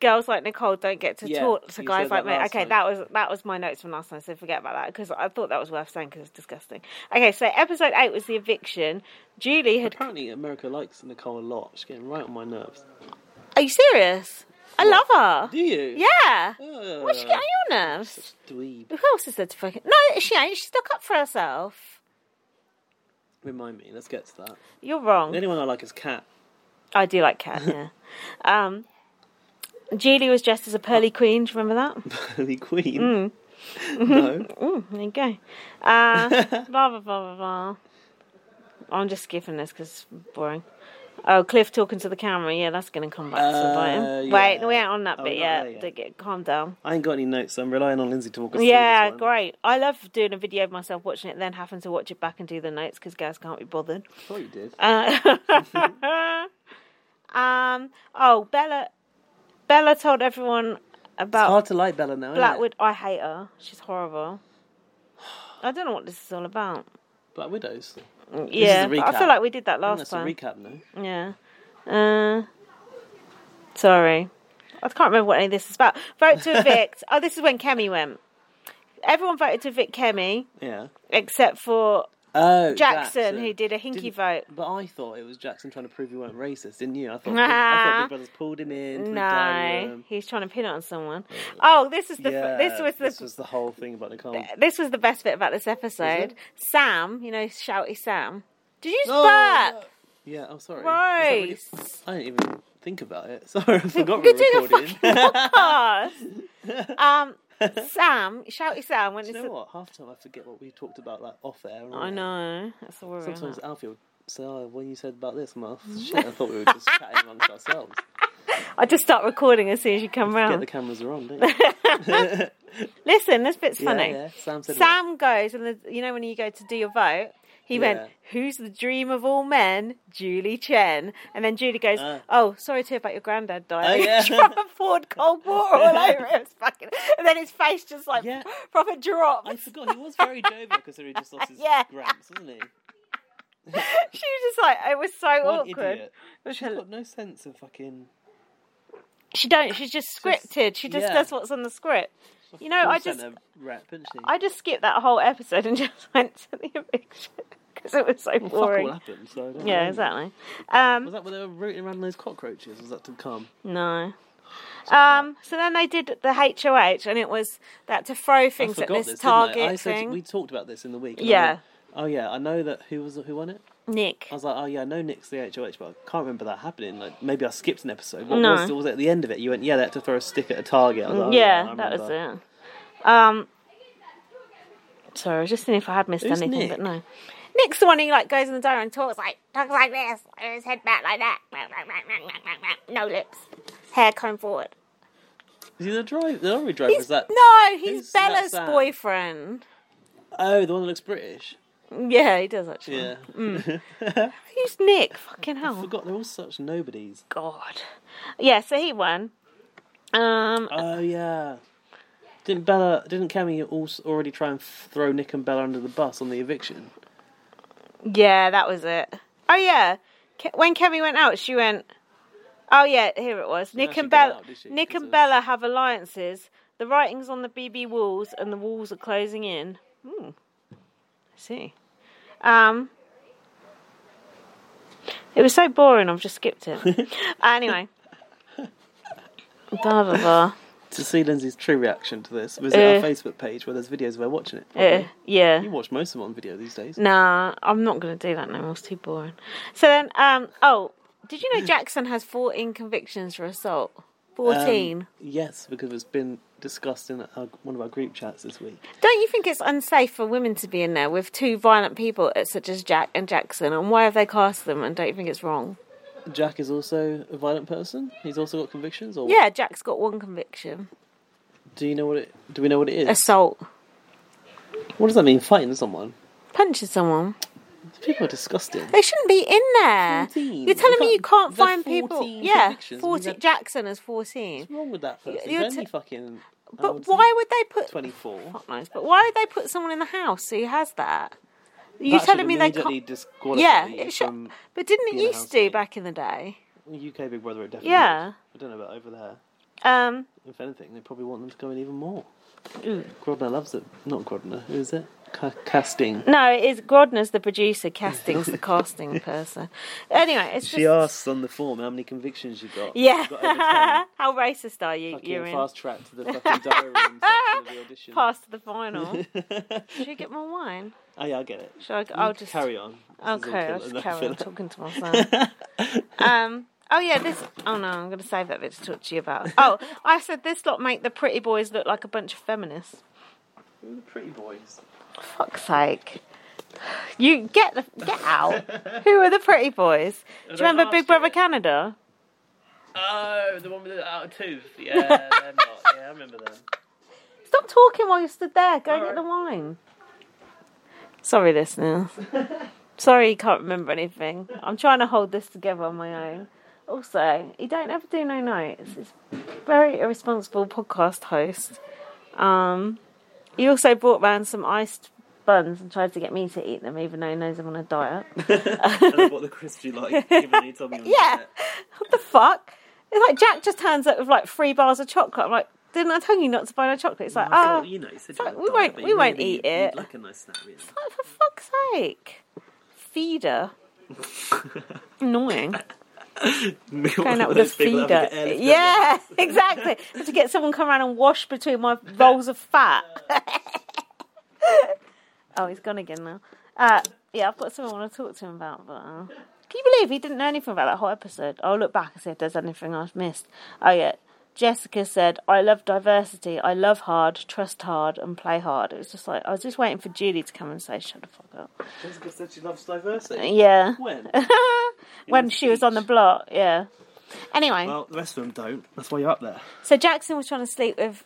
girls like Nicole don't get to
Yeah,
talk to
you
guys
said
like
that
me.
last
Okay,
time.
that was that was my notes from last time, so forget about that because I thought that was worth saying because it's disgusting. Okay, so episode eight was the eviction. Julie had.
Apparently, America likes Nicole a lot. She's getting right on my nerves.
Are you serious? I love
Do
her.
you? Uh,
Yeah.
Ugh.
What's she getting on your nerves?
Dweeb.
Who else is there to fucking? No, she ain't. She stuck up for herself.
Remind me. Let's get to that.
You're wrong.
The only one I like is Cat.
I do like Cat, yeah. um, Julie was dressed as a pearly queen. Do you remember that?
the
Mm.
Queen. no.
There you go. Uh, blah, blah, blah, blah, blah. I'm just skipping this because it's boring. Oh, Cliff talking to the camera. Yeah, that's going to come back to
Uh,
bite him.
yeah.
Wait, we ain't on that
Oh,
bit
not
yet.
there yet.
Dig it, Calm down.
I ain't got any notes, so I'm relying on Lindsay to walk us
yeah,
through this one.
great. I love doing a video of myself watching it, then having to watch it back and do the notes because guys can't be bothered.
thought you did.
Uh, um. Oh, Bella. Bella told everyone
it's
about
hard to like Bella now, isn't it?
Blackwood. I hate her. She's horrible. I don't know what this is all about.
Black Widows.
yeah,
a
but I
recap.
feel like we did that
I think
last
that's
time.
a recap, no?
yeah. Uh. Sorry, I can't remember what any of this is about. Vote to evict. oh, this is when Kemi went. Everyone voted to evict Kemi
Yeah.
except for
Oh,
Jackson, who did a hinky
Didn't-
vote.
But I thought it was Jackson trying to prove he weren't racist, didn't you? I thought, I thought Big Brother's pulled him in. to the dining
No,
room.
he's trying to pin it on someone. Oh, this is the
Yeah,
this was the
this was the whole thing about Nicole.
this was the best bit about this episode. Sam, you know, shouty Sam. Did you
Oh,
burp?
Yeah, I'm sorry. Was that really-
Christ!
I didn't even think about it. Sorry, I forgot we
You're
were
doing a
recording.
Us. um, Sam, shouty Sam. When
you
it's
know what? Half the time I forget what we talked about like off air. and on
I
air.
know that's the worry. isn't
Sometimes
it?
Alfie would say, "Oh, what you said about this, Marth? Shit, I thought we were just chatting amongst ourselves."
I just start recording as soon as you come
Get
round.
the cameras are on, don't you?
Listen, this bit's
Yeah,
funny.
yeah. Sam said. what?
Sam goes, and the, you know when you go to do your vote, he went,
Yeah.
"Who's the dream of all men?" Julie Chen, and then Julie goes,
Ah.
"Oh, sorry to hear about your granddad dying."
Oh, yeah.
Trying to poured cold water all over his fucking, and then his face just like
Yeah.
proper drops.
I forgot he was very jovial because he just lost his
Yeah.
gramps, wasn't he?
she was just like, it was so
What an
awkward.
idiot! She's got no sense of fucking.
She don't. She's just scripted. she just
yeah.
does what's on the script. You know,
call
I just
centre rep, isn't she?
I just skipped that whole episode and just went to the eviction because it was so
Fuck all
boring.
happened. So I don't
Yeah,
know.
exactly. Um,
Was that when they were rooting around those cockroaches? Was that to come?
No. Um, so then they did the HOH, and it was that to throw things
I
at
forgot
this,
this,
target
didn't I? I said
thing.
we talked about this in the week. and I
Yeah.
went, oh yeah, I know that. Who was who won it?
Nick.
I was like, oh yeah, I know Nick's the HOH, but I can't remember that happening. Like maybe I skipped an episode. What
No. Mm,
was, was it at the end of it? You went, yeah, they had to throw a stick at a target. I was like, oh,
yeah,
I
that was
remember.
it. Um, sorry, I was just seeing if I had missed
Who's
anything,
Nick?
but no. Nick's the one who like goes in the door and talks like talks like this, with his head back like that, no lips, hair comb forward.
Is he the drive? The lorry driver? Is that?
no, he's
who's that
Bella's
Sam?
boyfriend.
Oh, the one that looks British.
Yeah, he does actually.
Yeah.
Who's Nick? Fucking hell.
Forgot they're all such nobodies.
God. Yeah, so he won. Um,
Oh yeah. Didn't Bella? Didn't Cammy also already try and throw Nick and Bella under the bus on the eviction?
yeah, that was it. Oh yeah, Ke- when Kemi went out, she went. Oh yeah, here it was. Nick
she
and
got
Bella.
out, did she?
Nick
'Cause
and
of-
Bella have alliances. The writing's on the BB walls, and the walls are closing in. Hmm. I see. Um. It was so boring. I've just skipped it. anyway. Blah blah blah.
to see Lindsay's true reaction to this, visit
Uh.
our Facebook page where there's videos of her watching it.
Uh,
probably.
yeah.
You watch most of them on video these days.
Nah, I'm not gonna do that no more. It's too boring. So then, um, oh, did you know Jackson has 14 convictions for assault? 14.
Um, yes, because it's been discussed in our, one of our group chats this week.
Don't you think it's unsafe for women to be in there with two violent people uh, such as Jack and Jackson? And why have they cast them? And don't you think it's wrong?
Jack is also a violent person. He's also got convictions. Or
Yeah, Jack's got one conviction:
Do you know what it? Do we know what it is?
assault,
What does that mean? Fighting someone?
punching someone.
People are disgusting.
They shouldn't be in there.
14.
You're telling
You
me you can't
can't- they're
find people?
14
Yeah,
convictions. I mean,
40.
they're-
Jackson is 14.
What's wrong with that person?
You're
He's
t-
only fucking. how old
But
is
why would they put
he? 24.
Fuck knows, But why would they put someone in the house who has that? You're
That
telling
should
me they
immediately
can't?
disqualify
Yeah,
you
it should.
from
But didn't it
being a
used to
housemate.
back in the day?
UK Big Brother. It definitely
Yeah.
is. I don't know about over there.
Um,
If anything, they probably want them to go in even more. Grodner loves it. Not Grodner. Who is it? Ca casting.
no, it is Grodner's the producer, casting's the casting person. Anyway, it's
She
just
asks on the form how many convictions you got.
yeah.
You got over 10.
How racist are you?
Fucking
You're in
fast track to the fucking diary room section of the audition.
past to the final. Should I get more wine?
Oh yeah, I get it.
Shall I? g- I'll just
Carry on.
Okay, I'll
This is
just
all
carry
killer-
on talking to myself. um, oh yeah, this. Oh no, I'm going to save that bit to talk to you about. Oh, I said this lot make the pretty boys look like a bunch of feminists.
Who are the pretty boys?
Fuck's sake! You get the get out. Who are the pretty boys? Do you
they
remember Big
last
Brother
year?
Canada?
Oh, the one with the out of tooth. Yeah, they're not. Yeah, I remember them.
Stop talking while you stood there. Go get
right.
the wine. Sorry, listeners. Sorry, you can't remember anything. I'm trying to hold this together on my own. Also, you don't ever do no notes. It's very irresponsible podcast host. Um, he also brought round some iced buns and tried to get me to eat them, even though he knows I'm on a diet.
and what the crispy like? Given he told me. on
Yeah.
set.
What the fuck? It's like Jack just turns up with like three bars of chocolate. I'm like, didn't I tell you not to buy no chocolate? It's like,
I
oh,
thought, you know, you said
fuck,
you had a
we
diet,
won't-
but
we
you
won't
really-
eat it.
You'd like a nice snack, really.
Oh, for fuck's sake. Feeder. Annoying. Going out with a feeder. Yeah, exactly. Have to get someone come around and wash between my rolls of fat. oh, he's gone again now. Uh, yeah, I've got something I want to talk to him about, but. Uh, can you believe he didn't know anything about that whole episode? I'll look back and see if there's anything I've missed. Oh, yeah. Jessica said, I love diversity. I love hard, trust hard, and play hard. It was just like, I was just waiting for Julie to come and say, shut the fuck up.
Jessica said she loves diversity.
Yeah.
When?
when she was on the block, yeah. Anyway,
Well, the rest of them don't. That's why you're up there.
so Jackson was trying to sleep with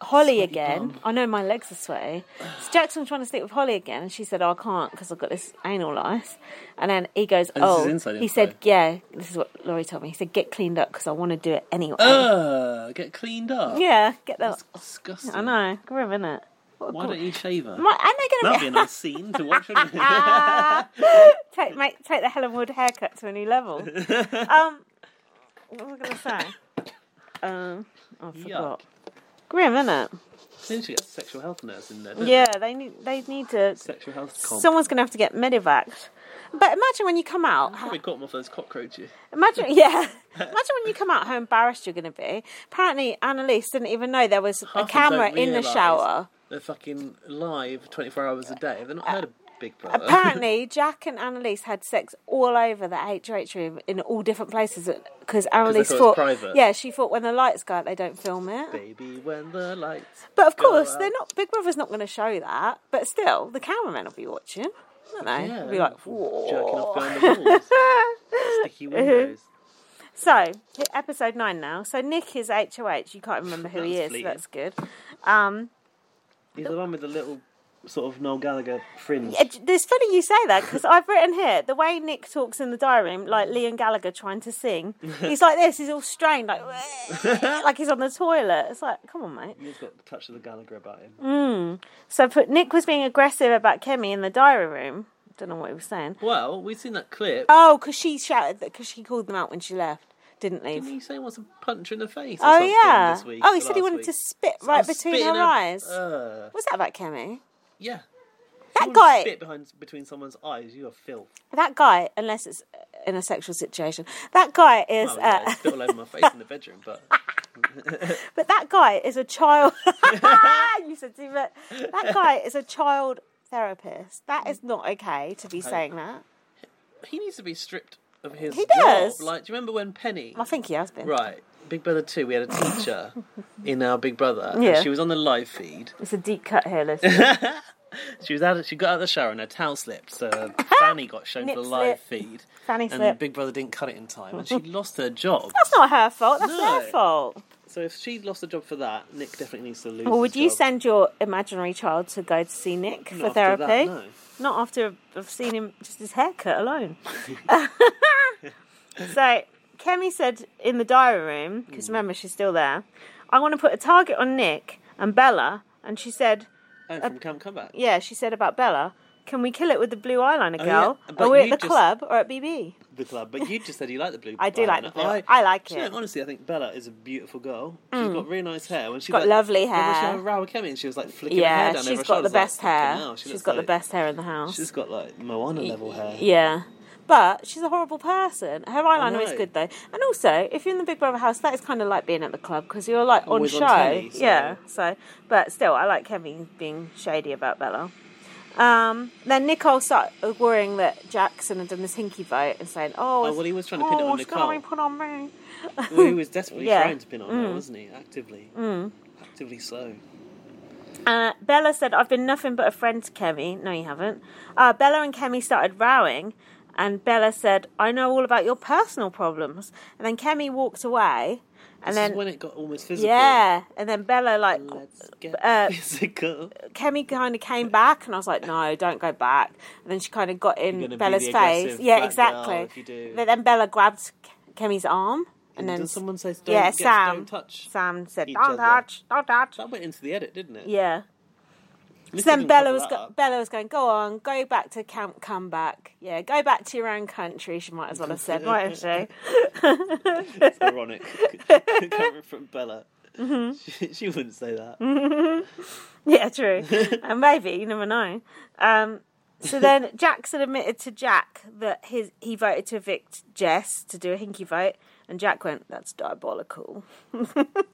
Holly
sweaty
again. I know my legs are sweaty. So Jackson was trying to sleep with Holly again, and she said, oh, "I can't because I've got this anal lice." And then he goes,
this
"Oh,"
is inside
he
info.
said, "Yeah, this is what Laurie told me." He said, "Get cleaned up because I want to do it anyway."
Uh, get cleaned up.
yeah, get that.
That's disgusting.
I know, grim, isn't it?
Why don't you shave her?
Am I, am
That'd
I
be a
gonna
nice scene to watch. wouldn't it?
take make, take the Helen Wood haircut to a new level? um, what was I gonna say? Um, I forgot. Grim, isn't it?
Soon she gets a sexual health nurse in there. don't
Yeah, they need they need to.
they? Sexual health comp.
Someone's gonna have to get medevaced. But imagine when you come out.
Probably caught them off those cockroaches.
Imagine, yeah. Imagine when you come out how embarrassed you're going to be. Apparently, Annalise didn't even know there was
Half
a
of them
camera
don't
in the
realise
shower.
They're fucking live 24 hours a day. They've not heard of Big Brother.
Apparently, Jack and Annalise had sex all over the HH room in all different places because Annalise
thought it was
thought,
private.
yeah, she thought when the lights go out they don't film it.
Baby, when the lights.
But of
go
course,
out.
they're not. Big Brother's not going to show that. But still, the cameramen will be watching, won't they?
Yeah,
They'll be like,
jerking off behind the walls. Sticky windows.
So, hit episode nine now. So, Nick is HOH. You can't remember who he
That's
is, so
fleeting.
that's good. Um,
He's the one with the little sort of Noel Gallagher fringe.
it- it's funny you say that because I've written here the way Nick talks in the diary room, like Liam Gallagher trying to sing. He's like this, he's all strained, like, like he's on the toilet. It's like, come on, mate.
He's got a touch of the Gallagher about him.
Mm. So, I put Nick was being aggressive about Kemi in the diary room. Don't know what he was saying.
Well, we've seen that clip.
Oh, because she shouted that because she called them out when she left, didn't leave.
Didn't he say he wants to punch her in the face? or
Oh
something
yeah.
This week,
oh, he
or
said he
last
wanted
week?
to spit right
I'm
between
spitting
her
a-
eyes.
Uh,
What's that about Kemi?
yeah.
That
You
guy-
Spit behind between someone's eyes. You are filth.
That guy, unless it's in a sexual situation, that guy is.
Well, Oh, yeah,
uh,
it's spit all over my face in the bedroom, but
But that guy is a child. you said too much. That guy is a child therapist. That is not okay to be saying that.
He needs to be stripped of his
He does.
job. Like, do you remember when Penny?
I think he has been.
Right, Big Brother Two. We had a teacher in our Big Brother. and
Yeah.
she was on the live feed.
It's a deep cut here, listen.
She was out. She got out of the shower and her towel slipped, so her fanny got shown for
Nip
the live
slip.
feed.
Fanny
and
slip.
Big Brother didn't cut it in time, and she lost her job.
That's not her fault. That's their
No.
fault.
So if she lost her job for that, Nick definitely needs to lose.
Well, would
his
you
job.
send your imaginary child to go to see Nick for
Not after
therapy?
that, no.
Not after I've seen him just his haircut alone. so Kemi said in the diary room,
Hmm.
because remember she's still there, I want to put a target on Nick and Bella. And she said,
And from Camp Comeback.
Uh, yeah, she said about Bella, can we kill it with the blue eyeliner
Oh, yeah,
girl?
but
Are we at
you
the
just-
club or at BB?
the club. But you just said you like the blue.
I do like
eyeliner.
the blue. I like
you know,
it. Mm.
honestly, I think Bella is a beautiful girl. She's got really nice hair. When she
got
like,
lovely
When she
hair.
had a row with Kemi and she was like flicking her hair
Yeah,
down
she's
over
got the best hair.
she
she's
looks
got the
like-
best hair in the house.
She's got like Moana level hair.
Yeah. But she's a horrible person. Her eyeliner is
know.
good though. And also, if you're in the Big Brother house, that is kind of like being at the club because you're like on
Always on
show.
telly, so-
Yeah. So, but still, I like Kevin being shady about Bella. Um, then Nicole started worrying that Jackson had done this hinky vote and saying, "Oh,
Oh,
it's-
well, he was trying to pin it
oh,
on
it's gonna be
Nicole.
put on me."
Well, he was desperately
Yeah. Mm.
trying to pin on her, wasn't he? Actively, actively so.
Uh, Bella said, I've been nothing but a friend to Kemi. No, you haven't. Uh, Bella and Kemi started rowing, and Bella said, I know all about your personal problems. And then Kemi walked away, and
This
then.
is when it got almost physical.
yeah, and then Bella, like,
Let's get
uh,
physical.
Kemi kind of came back, and I was like, "No, don't go back." And then she kind of got
You're
in
gonna be
Bella's
the
face.
aggressive
Yeah,
black
exactly.
girl if you do.
But then Bella grabbed Ke- Kemi's arm, and, then
Did someone say don't,
yeah,
get,
Sam.
don't touch?
Sam said,
each
"Don't
other.
touch, don't touch."
That went into the edit, didn't it?
Yeah.
At least
So
they
then
didn't
Bella
cover
was
that
go-
up.
Bella was going, go on, go back to camp, come back. Yeah, go back to your own country. She might as well have said, mightn't she?
It's ironic. Coming from Bella.
Mm-hmm.
She, she wouldn't say that.
Mm. Yeah, true. and maybe you never know. Um, so then Jackson admitted to Jack that his he voted to evict Jess to do a hinky vote, and Jack went, "That's diabolical."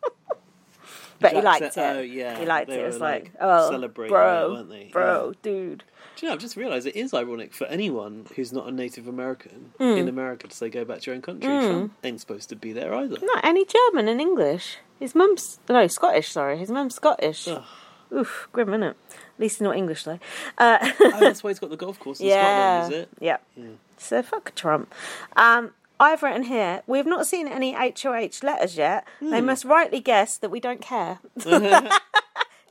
but he
Jack
liked
said-
it.
oh, yeah,
he liked
they
it. It was
were,
like,
like,
oh,
celebrating
bro,
it, weren't they?
bro, dude.
Do you know, I've just realised it is ironic for anyone who's not a Native American
Mm.
in America to say go back to your own country. Trump ain't supposed to be there either.
Not any German and English. His mum's no Scottish. Sorry, his mum's Scottish. Oof, grim, innit? At least he's not English though. Uh,
Oh, that's why he's got the golf course in Scotland, is it? Hmm.
Yeah. So fuck Trump. Um, I've written here, we've not seen any HOH letters yet. They
Hmm.
must rightly guess that we don't care. True, isn't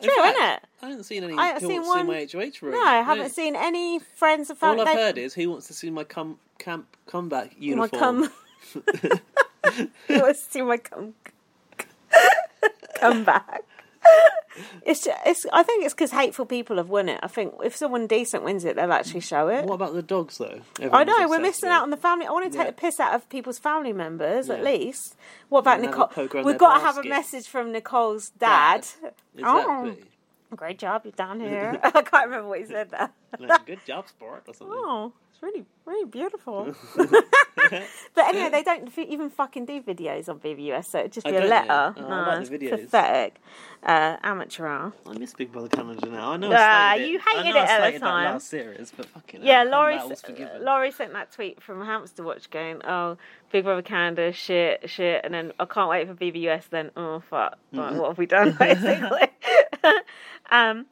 it?
I haven't seen any.
I haven't
who
seen
wants to see
one-
my HOH room.
No, I haven't seen any friends of
All
family.
I've heard is who wants to see my com- camp comeback
my
uniform.
cum. I want to see my cum. Come back. It's, it's. I think it's because hateful people have won it. I think if someone decent wins it, they'll actually show it.
What about the dogs though?
I
Everyone's
know we're
obsessed
missing
with.
out on the family. I want to take
Yeah.
the piss out of people's family members at
Yeah.
least. What about
And have a
Nicole?
poke around
We've
their
got to have a
basket.
message from Nicole's dad.
Exactly.
Great job, you're down here. I can't remember what he said there.
Like, good job, sport, or something.
Oh, it's really, really beautiful. but anyway, they don't f- even fucking do videos on BBUS, so it'd just
Oh,
be a
don't they?
letter.
Oh, I
no,
like the
it's
videos.
pathetic. Uh, amateur hour.
I miss Big Brother Canada now. I know.
Ah,
I slated
you
it. I
hated
know
it
I
at the
slated that
time.
Last series, but fucking
Yeah, uh,
hell,
Laurie,
that was
s-
forgiven.
Laurie sent that tweet from Hamster Watch going, oh, Big Brother Canada, shit, shit, and then I can't wait for BBUS, then, oh, fuck,
Mm-hmm.
like, what have we done, basically? um,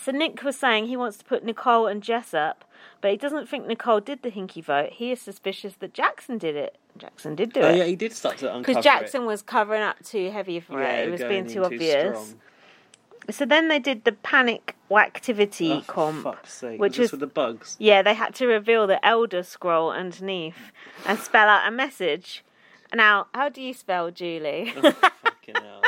so Nick was saying he wants to put Nicole and Jess up, but he doesn't think Nicole did the hinky vote. He is suspicious that Jackson did it. Jackson did do
Oh
it.
yeah, he did start to uncover
Because
it.
Jackson was covering up too heavy for
Yeah,
it. It was
going
being
in
too obvious.
strong.
So then they did the panic activity
Oh, for
comp,
fuck's sake.
which
was this
was
with the bugs.
yeah, they had to reveal the Elder Scroll underneath and spell out a message. Now, how do you spell Julie?
Fucking hell.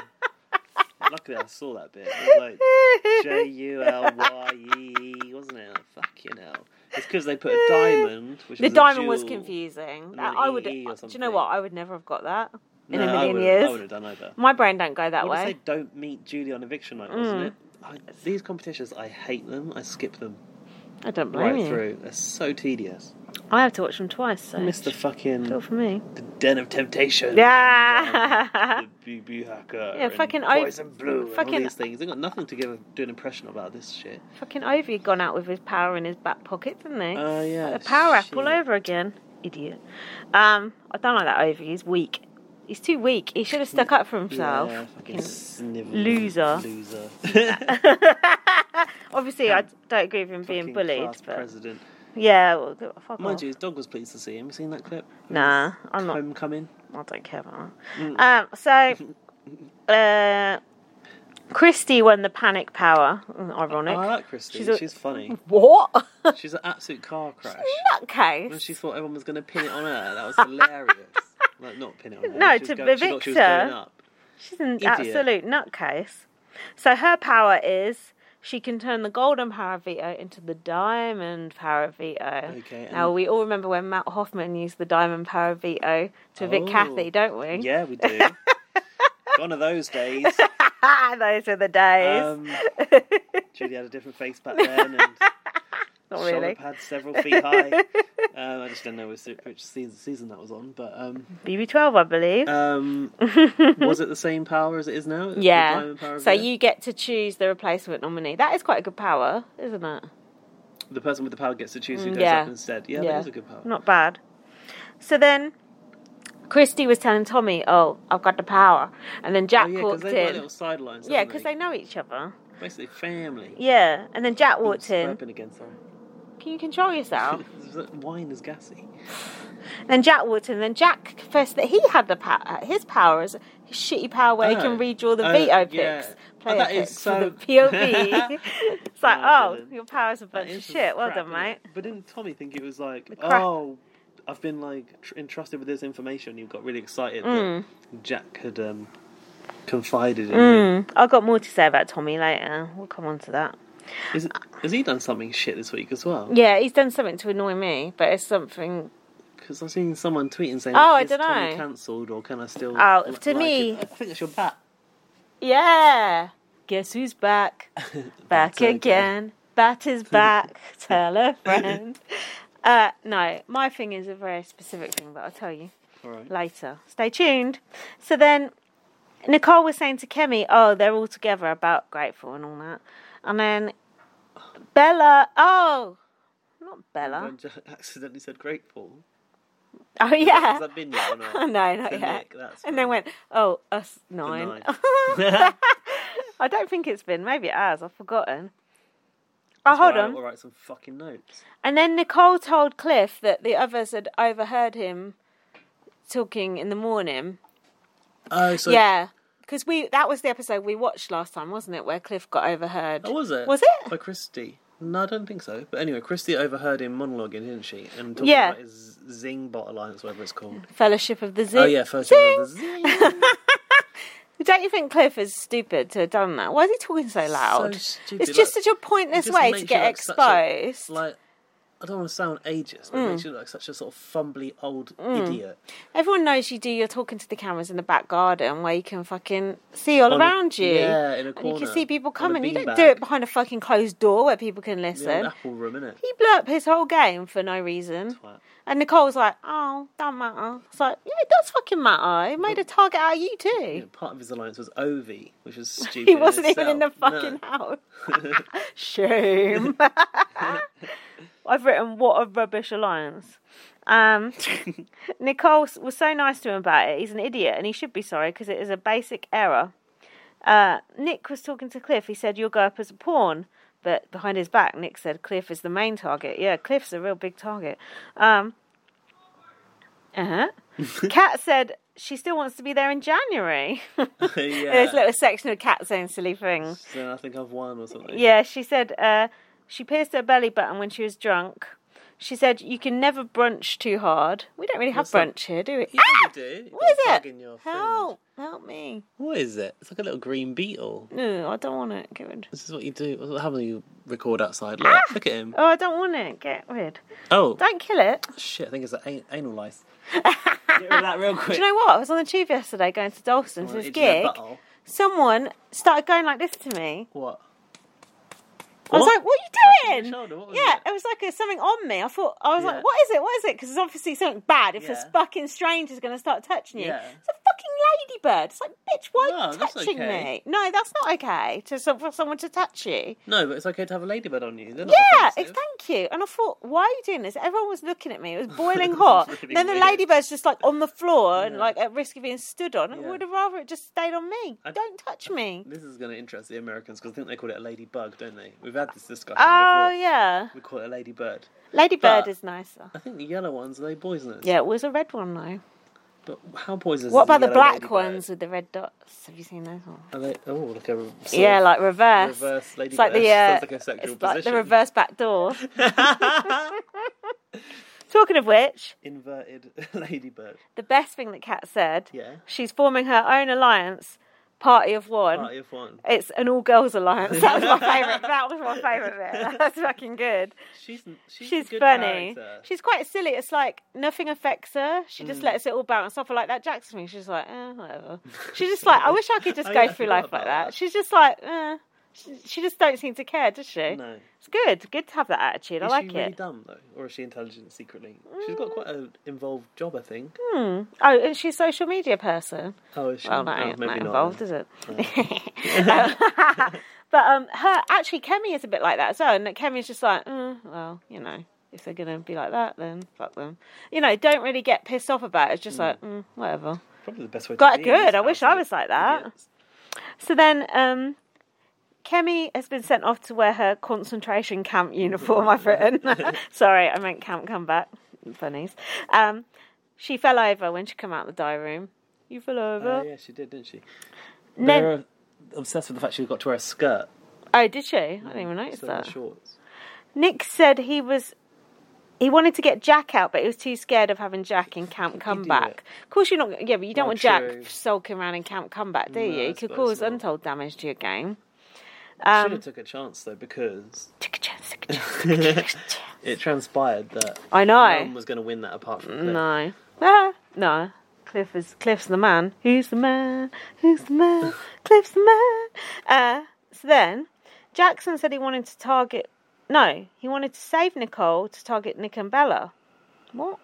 Luckily, I saw that bit. It was like J U L Y E, wasn't it? Like, fucking hell. It's because they put a diamond, which
the
a
diamond was
jewel.
confusing.
then
I would.
EE E
Do you know
or something.
what? I would never have got that in
No,
a
I
million
would've- I would
years.
have done either.
My brain don't go that
I would say
way. Mm.
don't meet Julie on eviction night, wasn't it? I, these competitions, I hate them. I skip them
I don't blame
right
you.
through. They're so tedious.
I have to watch them twice. So
I miss the
it's all
fucking
for me.
the den of temptation.
Yeah.
The Boo Boo Hacker.
Yeah,
and
fucking I-
Poison Blue. and
fucking-
all these things. They got nothing to give a, do an impression about this shit.
Fucking Ovi gone out with his power in his back pocket, didn't he?
Oh yeah,
a power
shit.
app all over again. Idiot. Um, I don't like that Ovi. He's weak. He's too weak. He should have stuck up for himself.
Yeah, fucking snivel.
loser.
Loser.
Obviously, I don't agree with him being
Fucking
bullied,
class
but
president.
yeah, well, go- fuck
Mind
off.
you, his dog was pleased to see him. You seen that clip?
Nah, I'm not.
Homecoming.
I don't care about that. Um,
Mm.
so, uh, Christy won the panic power. Mm,
Oh, I
Ironic.
like Christy.
She's
She's,
a-
funny.
What?
She's an absolute car crash. And
Nutcase.
she thought everyone was going to pin it on her. That was hilarious. like, not pin it on her.
No,
she was
to
going, she thought she was
evict her.
going up.
She's an
Idiot.
absolute nutcase. So her power is she can turn the golden Paravito into the diamond Paravito.
Okay,
Now
and-
we all remember when Matt Hoffman used the diamond Paravito to evict
Oh.
Kathy, don't we?
Yeah, we do. One of those days.
Ah, Those are the days.
Um, Julie had a different face back then and
Not
shoulder
really.
pads several feet high. Um, I just don't know which, se- which season, season that was on, but um,
BB12, I believe.
um, was it the same power as it is now? The
yeah.
diamond power of
So
it?
you get to choose the replacement nominee. That is quite a good power, isn't it?
the person with the power gets to choose who goes
Mm, yeah.
up instead. Yeah, that is a good power.
Not bad. So then Christy was telling Tommy, "Oh, I've got the power," and then Jack
Oh, yeah, because
walked
they've got
in.
little sidelines.
Yeah,
haven't
because they know each other.
basically family.
Yeah, and then Jack walked in.
Burping again, sorry.
Can you control yourself?
Wine is gassy.
then Jack walked in. And then Jack confessed that he had the power. His power is his shitty power where he can
Oh,
redraw the
oh,
veto
yeah.
picks.
Oh,
Player
that is
picks for
so-
the POV. it's like,
Oh,
oh,
brilliant.
your power's a
That
bunch of
is
shit. Well
crap,
done,
isn't
mate.
it? But didn't Tommy think it was like,
crap.
oh, I've been like tr- entrusted with this information? You got really excited
Mm.
that Jack had um, confided in you.
Mm, I've got more to say about Tommy later. We'll come on to that.
Is, has he done something shit this week as well?
Yeah, he's done something to annoy me, but it's something
Because I've seen someone tweeting saying,
Oh, I
is
dunno.
Tommy cancelled or can I still?
Oh,
li-
to
like
me-
him?" I think it's your bat.
Yeah. Guess who's back? Back
again.
again. Bat is back. Tell a friend. Uh, no, my thing is a very specific thing, but I'll tell you
All right.
later. Stay tuned. So then Nicole was saying to Kemi, oh, they're all together about grateful and all that. And then Bella, oh, not Bella.
When Jack accidentally said grateful.
Oh, yeah.
Has that been yet or
No,
not?
not
To
yet.
Nick, that's
And then
fine.
went, oh, us
To
nine.
nine.
I don't think it's been. Maybe it has. I've forgotten. Oh, hold
Right,
on.
I'll write some fucking notes.
And then Nicole told Cliff that the others had overheard him talking in the morning.
Oh, so
yeah, because we that was the episode we watched last time, wasn't it? Where Cliff got overheard.
Oh, was it?
Was it?
By Christy. No, I don't think so. But anyway, Christy overheard him monologuing, didn't she? And talking
Yeah.
about his Zing Bot Alliance, whatever it's called.
Fellowship of the Zoo.
Oh, yeah, first of all, the Zing.
Don't you think Cliff is stupid to have done that? Why is he talking so loud?
stupid,
It's just
like,
such a pointless
Just
way
makes
to
you
get
look such a-
exposed. Mm.
like, I don't want to sound ageist, but it makes you look like such a sort of fumbly old idiot.
Everyone knows you do your talking to the cameras in the back garden where you can fucking see all
On a-
around you.
yeah, in
And
a
you
corner,
can see people
on a
coming. You don't
beanbag.
do it behind a fucking closed door where people can
The old
listen.
apple room, innit?
He blew up his whole game for no reason.
Twat.
And Nicole was like, oh, don't matter. It's like, yeah, it does fucking matter. It made a target out of you
You know,
too.
part of his alliance was Ovi, which was stupid.
He
in
wasn't even in the
itself. No.
fucking house. Shame. I've written, what a rubbish alliance. Um, Nicole s- was so nice to him about it. He's an idiot and he should be sorry because it is a basic error. Uh, Nick was talking to Cliff. He said, You'll go up as a pawn. But behind his back, Nick said, Cliff is the main target. Yeah, Cliff's a real big target. Um, uh huh. Kat said she still wants to be there in January. There's
yeah.
a little section of Kat saying silly things.
So I think I've won or something.
Yeah, she said uh, she pierced her belly button when she was drunk. She said you can never brunch too hard. We don't really have
What's that?
brunch here, do we?
Yeah, you do.
Ah!
You've got
What is
a bug
it?
in your fringe.
Help! Help me!
What is it? It's like a little green beetle.
No, I don't want it. Get rid.
This is what you do. What happens when you record outside? Look, look at him.
Oh, I don't want it. Get rid.
Oh,
Don't kill it.
shit, I think it's an an- anal lice. Get rid of that real quick.
Do you know what? I was on the tube yesterday going to Dalston
Well,
for this
it's in a
gig.
bottle.
Someone started going like this to me.
What?
I was
What?
like, "What
Touching
are
your
you doing?"
shoulder, what was
yeah,
it?
it was like a, something on me. I thought I was
Yeah.
like, "What is it? What is it?" Because it's obviously something bad. If this
Yeah.
fucking stranger's going to start touching you,
Yeah.
it's a fucking ladybird. It's like, bitch, why are
No,
you
that's
touching
okay.
me? No, that's not okay to, so- for someone to touch you.
No, but it's okay to have a ladybird on you. They're not
Yeah, it's,
offensive.
thank you. And I thought, why are you doing this? Everyone was looking at me. It was boiling hot.
Really
then the
weird.
ladybird's just like on the floor and
Yeah.
like at risk of being stood on.
Yeah.
I would have rather it just stayed on me.
I-
Don't touch me.
This is going to interest the Americans because I think they call it a ladybug, don't they? We've had this discussion
Oh
before.
yeah,
We call it a ladybird.
ladybird
But-
is nicer.
I think the yellow ones are they poisonous?
Yeah, it was a red one though.
But how poisonous?
What
is
about the
yellow
black
ladybird?
ones with the red dots? Have you seen those ones?
Are they? Oh, like a sort
yeah,
of
like reverse.
reverse ladybird.
it's like the uh,
Sounds like a sexual
it's like the
position.
reverse back door. Talking of which,
Inverted ladybird.
the best thing that Kat said.
Yeah.
She's forming her own alliance, party of one.
Party of one.
It's an all girls alliance. That was my favourite. That was my favourite bit. That's fucking good.
She's she's,
She's,
a good
funny.
character. Mm.
She's quite silly. It's like nothing affects her. She just lets it all bounce off her like that Jackson thing. She's like, eh, whatever. She's just like, I wish I could just
Oh,
go
yeah, I
through
forgot
life like
about
that.
that.
She's just like, eh. She, she just don't seem to care, does she?
No.
It's good. Good to have that attitude. I
is
like
she really
it.
dumb though, or is she intelligent secretly? She's got quite an involved job, I think.
Oh, and she's a social media person.
Oh, is she?
Well,
Oh,
that ain't
maybe
that
not.
involved, is it? Um, but um, her actually, Kemi is a bit like that as well. And Kemi's just like, mm, well, you know, if they're gonna be like that, then fuck them. You know, don't really get pissed off about it. It's just like, mm, whatever.
Probably the best way.
Quite
to be in
good.
this
I wish
house,
I was like that.
idiots.
So then, um, Kemi has been sent off to wear her concentration camp uniform, I've written. Sorry, I meant camp comeback. Funnies. Um, she fell over when she came out of the dye room. You fell over.
Oh, yeah, she did, didn't she?
Then-
They're uh, obsessed with the fact she got to wear a skirt.
Oh, did she? I didn't even notice
instead of
that.
Shorts.
Nick said he was. He wanted to get Jack out, but he was too scared of having Jack in Camp Comeback. Of course, you're not. Yeah, but you don't
Well,
want Jack
true.
sulking around in Camp Comeback, do
No,
you?
I
You could
suppose
cause
not.
untold damage to your game.
Should
Um,
have took a chance though, because
take a chance, take a chance, take a chance, take a chance.
it transpired that
I know.
no one was going to win that apart from Cliff.
No. Ah, no. Cliff is Cliff's the man. Who's the man? Who's the man? Cliff's the man. Uh, so then, Jackson said he wanted to target. No, he wanted to save Nicole to target Nick and Bella. What?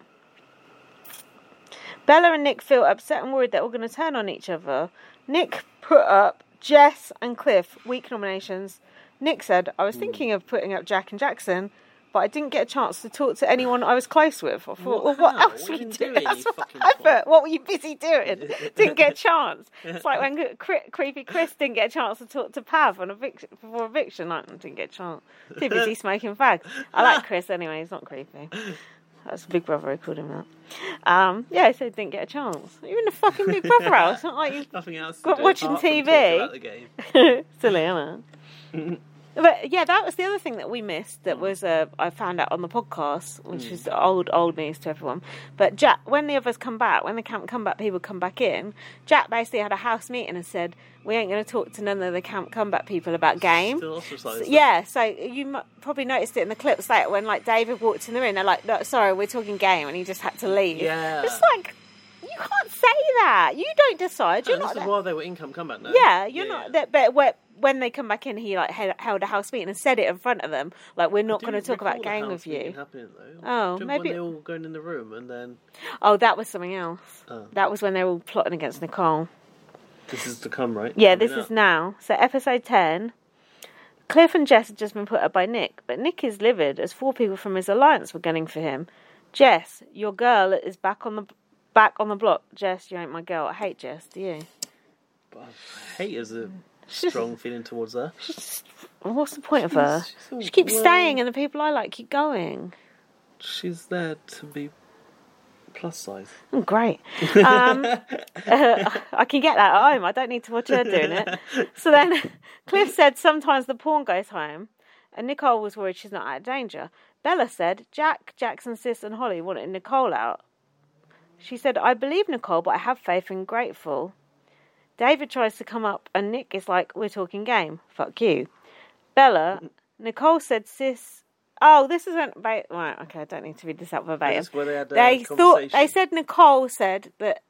Bella and Nick feel upset and worried they're all going to turn on each other. Nick put up Jess and Cliff weak nominations. Nick said,
Hmm.
"I was thinking of putting up Jack and Jackson." But I didn't get a chance to talk to anyone I was close with. I thought, well,
What-
what
how?
else
What
were
are
you
you
doing?
doing,
That's
you
what
fucking
I
twat?
thought. What were you busy doing? didn't get a chance. It's like when Cre- creepy Chris didn't get a chance to talk to Pav on eviction, before eviction. Like, didn't get a chance. Too busy smoking fags. I like Chris anyway. He's not creepy. That's Big Brother who called him that. Um, yeah, so he didn't get a chance. You're in the fucking Big Brother house. It's not like you
Nothing else. to
Got
do
watching
apart from talk
TV.
about the game.
Silly, isn't
Mm-hmm.
it? but yeah, that was the other thing that we missed. That was uh, I found out on the podcast, which
Mm.
is old old news to everyone. But Jack, when the others come back, when the camp come back, people come back in. Jack basically had a house meeting and said, "We ain't going to talk to none of the camp comeback people about game."
Still ostracised.
So-
though.
yeah, so you mu- probably noticed it in the clips later when like David walked in the room. They're like, "No, sorry, we're talking game," and he just had to leave.
Yeah.
it's like you can't say that. You don't decide. You're
And
not.
this is
the-
why they were income comeback. No?
yeah, you're
yeah.
not. That, but where, when they come back in, he like held, held a house meeting and said it in front of them. Like we're not
Do
going to
you
talk about
recall the
gang
house
with you.
meeting Happening, though?
Oh,
Do you remember
maybe-
when they all going in the room and then
Oh, that was something else.
Oh.
That was when they were all plotting against Nicole.
this is to come, right?
Yeah,
Coming
this is
up.
now. So episode ten. Cliff and Jess had just been put up by Nick, but Nick is livid as four people from his alliance were gunning for him. Jess, your girl is back on the back on the block. Jess, you ain't my girl. I hate Jess. Do you?
Hate is a strong feeling towards her.
What's the point of her?
She's- she's all
She keeps
well-
staying, and the people I like keep going.
She's there to be plus size.
Oh, great. Um, I can get that at home. I don't need to watch her doing it. So then Cliff said sometimes the pawn goes home, and Nicole was worried she's not out of danger. Bella said Jack, Jackson's sis, and Holly wanted Nicole out. She said, I believe Nicole, but I have faith and grateful. David tries to come up, and Nick is like, We're talking game. Fuck you. Bella, Nicole said, Sis. Oh, this isn't. Right, okay, I don't need to read this out verbatim.
That's where they had a
They thought they
conversation.
said Nicole said that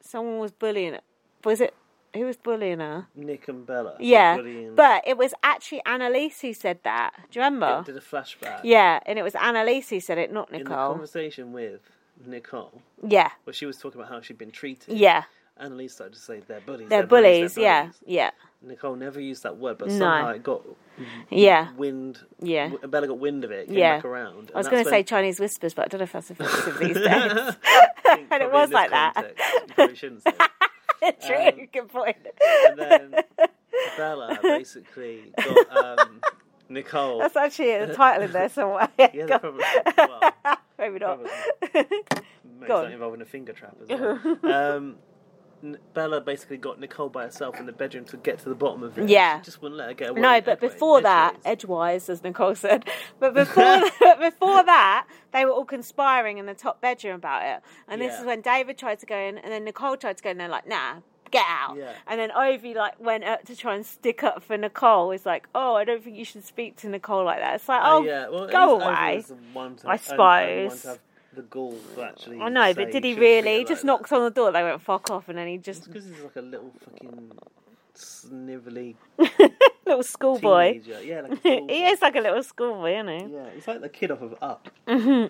someone was bullying. her. Was it who was bullying her?
Nick and Bella.
Yeah,
Buddy and-
but it was actually Annalise who said that. Do you remember?
did a flashback.
Yeah, and it was Annalise who said it, not
In the
Nicole.
conversation with Nicole,
Yeah,
where she was talking about how she'd been treated.
yeah,
Annalise started to say they're bullies.
They're bullies, yeah, yeah,
Nicole never used that word, but
No.
somehow it got
yeah.
wind.
Yeah.
w- Bella got wind of it. Came
Yeah.
back around.
I was going
and that's
to
when- Um,
say Chinese whispers, but I don't know if that's offensive these days.
and
And it was like that.
You probably shouldn't say.
True, good point.
And then Bella basically got um, Nicole.
That's actually a title in there somewhere.
yeah, they
God,
probably. Well,
Maybe not.
probably. Maybe
Go
something
on.
involving a finger trap as well. um, N- Bella basically got Nicole by herself in the bedroom to get to the bottom of it.
Yeah.
She just wouldn't let her get away.
No, but
anyway,
before
edgeways.
that, edgewise, as Nicole said, but before before that, they were all conspiring in the top bedroom about it. And this
Yeah.
is when David tried to go in, and then Nicole tried to go in. They're like, "Nah, get out."
Yeah.
And then Ovi like went up to try and stick up for Nicole. He's like, "Oh, I don't think you should speak to Nicole like that." It's like,
Uh,
"Oh,
yeah, well, at
go
least Ovi
away."
was the one to-
I
only- only one
suppose.
to have the gall to actually.
I know, but
say
did
shouldn't
he
treat her
really? He
like
just
that.
knocked on the door. They went fuck off, and then he just
Because he's like a little fucking snivelly
little schoolboy.
teenager. Yeah, like a tall
he is like a little schoolboy, isn't he?
Yeah, he's like the kid off of Up. Pardon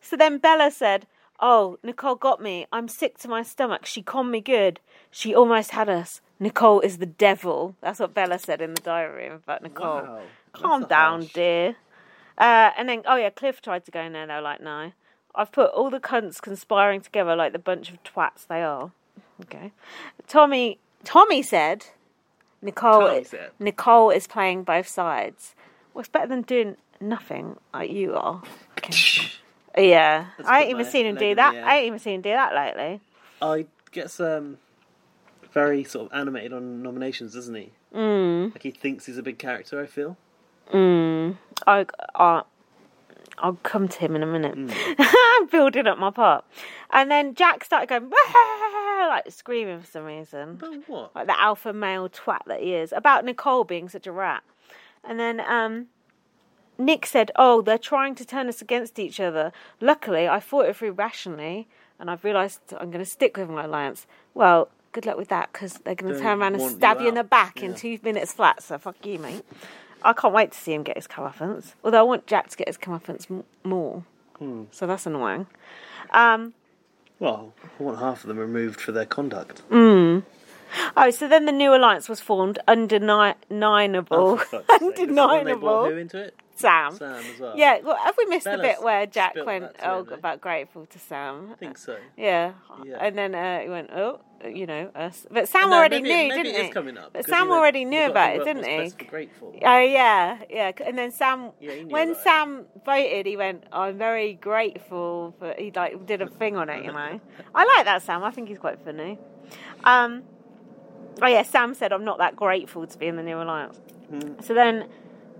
So then Bella said, "Oh, Nicole got me. I'm sick to my stomach. She conned me good. She almost had us. Nicole is the devil." That's what Bella said in the diary room about
me.
Nicole.
Wow.
Calm
That's
down,
harsh.
dear. Uh, and then, oh yeah, Cliff tried to go in there. They were like, no. I've put all the cunts conspiring together like the bunch of twats they are. Okay. Tommy Tommy said Nicole
Tommy said.
Nicole is playing both sides. Well, it's better than doing nothing like you are. Okay. yeah. I ain't
put
even
my
seen him
leg
do
in
that.
the air.
I ain't even seen him do that lately.
I gets um very sort of animated on nominations, doesn't he?
Hmm.
Mm. Like he thinks he's a big character. I feel.
I, I, I'll come to him in a minute. I'm building up my part. And then Jack started going, like screaming for some reason.
But what?
Like the alpha male twat that he is, about Nicole being such a rat. And then um, Nick said, Oh, they're trying to turn us against each other. Luckily, I thought it through rationally and I've realised I'm going to stick with my alliance. Well, good luck with that because they're going to
They
turn around and
want you
stab you, in the
out.
back in
Yeah.
two minutes flat, so fuck you, mate. I can't wait to see him get his comeuppance. Although I want Jack to get his comeuppance m- more.
Hmm.
So that's annoying. Um,
Well, I want half of them removed for their conduct.
oh, so then the new alliance was formed,
Oh,
undeniable.
for fuck's sake. Is that when they
undeniable.
brought Who into it?
Sam.
Sam as well.
Yeah, well, have we missed the
Bella's
bit where Jack
spilt
went,
that to
oh,
him, eh?
about grateful to Sam?
I think so.
Yeah.
Yeah.
And then uh, he went, oh, you know, us. But Sam
No,
already
maybe
knew,
it- maybe
didn't
it is
he?
coming up,
But
'cause he
Sam
went,
already
"We've
knew
got to
about
think
it,
about
didn't
what's
he?
best for Grateful.
Oh yeah, yeah. C- And then Sam,
Yeah, he knew
when
about it.
Sam voted, he went, "I'm very grateful." for he like did a thing on it, you know. I like that Sam. I think he's quite funny. Um, oh yeah, Sam said, "I'm not that grateful to be in the new alliance."
Hmm.
So then,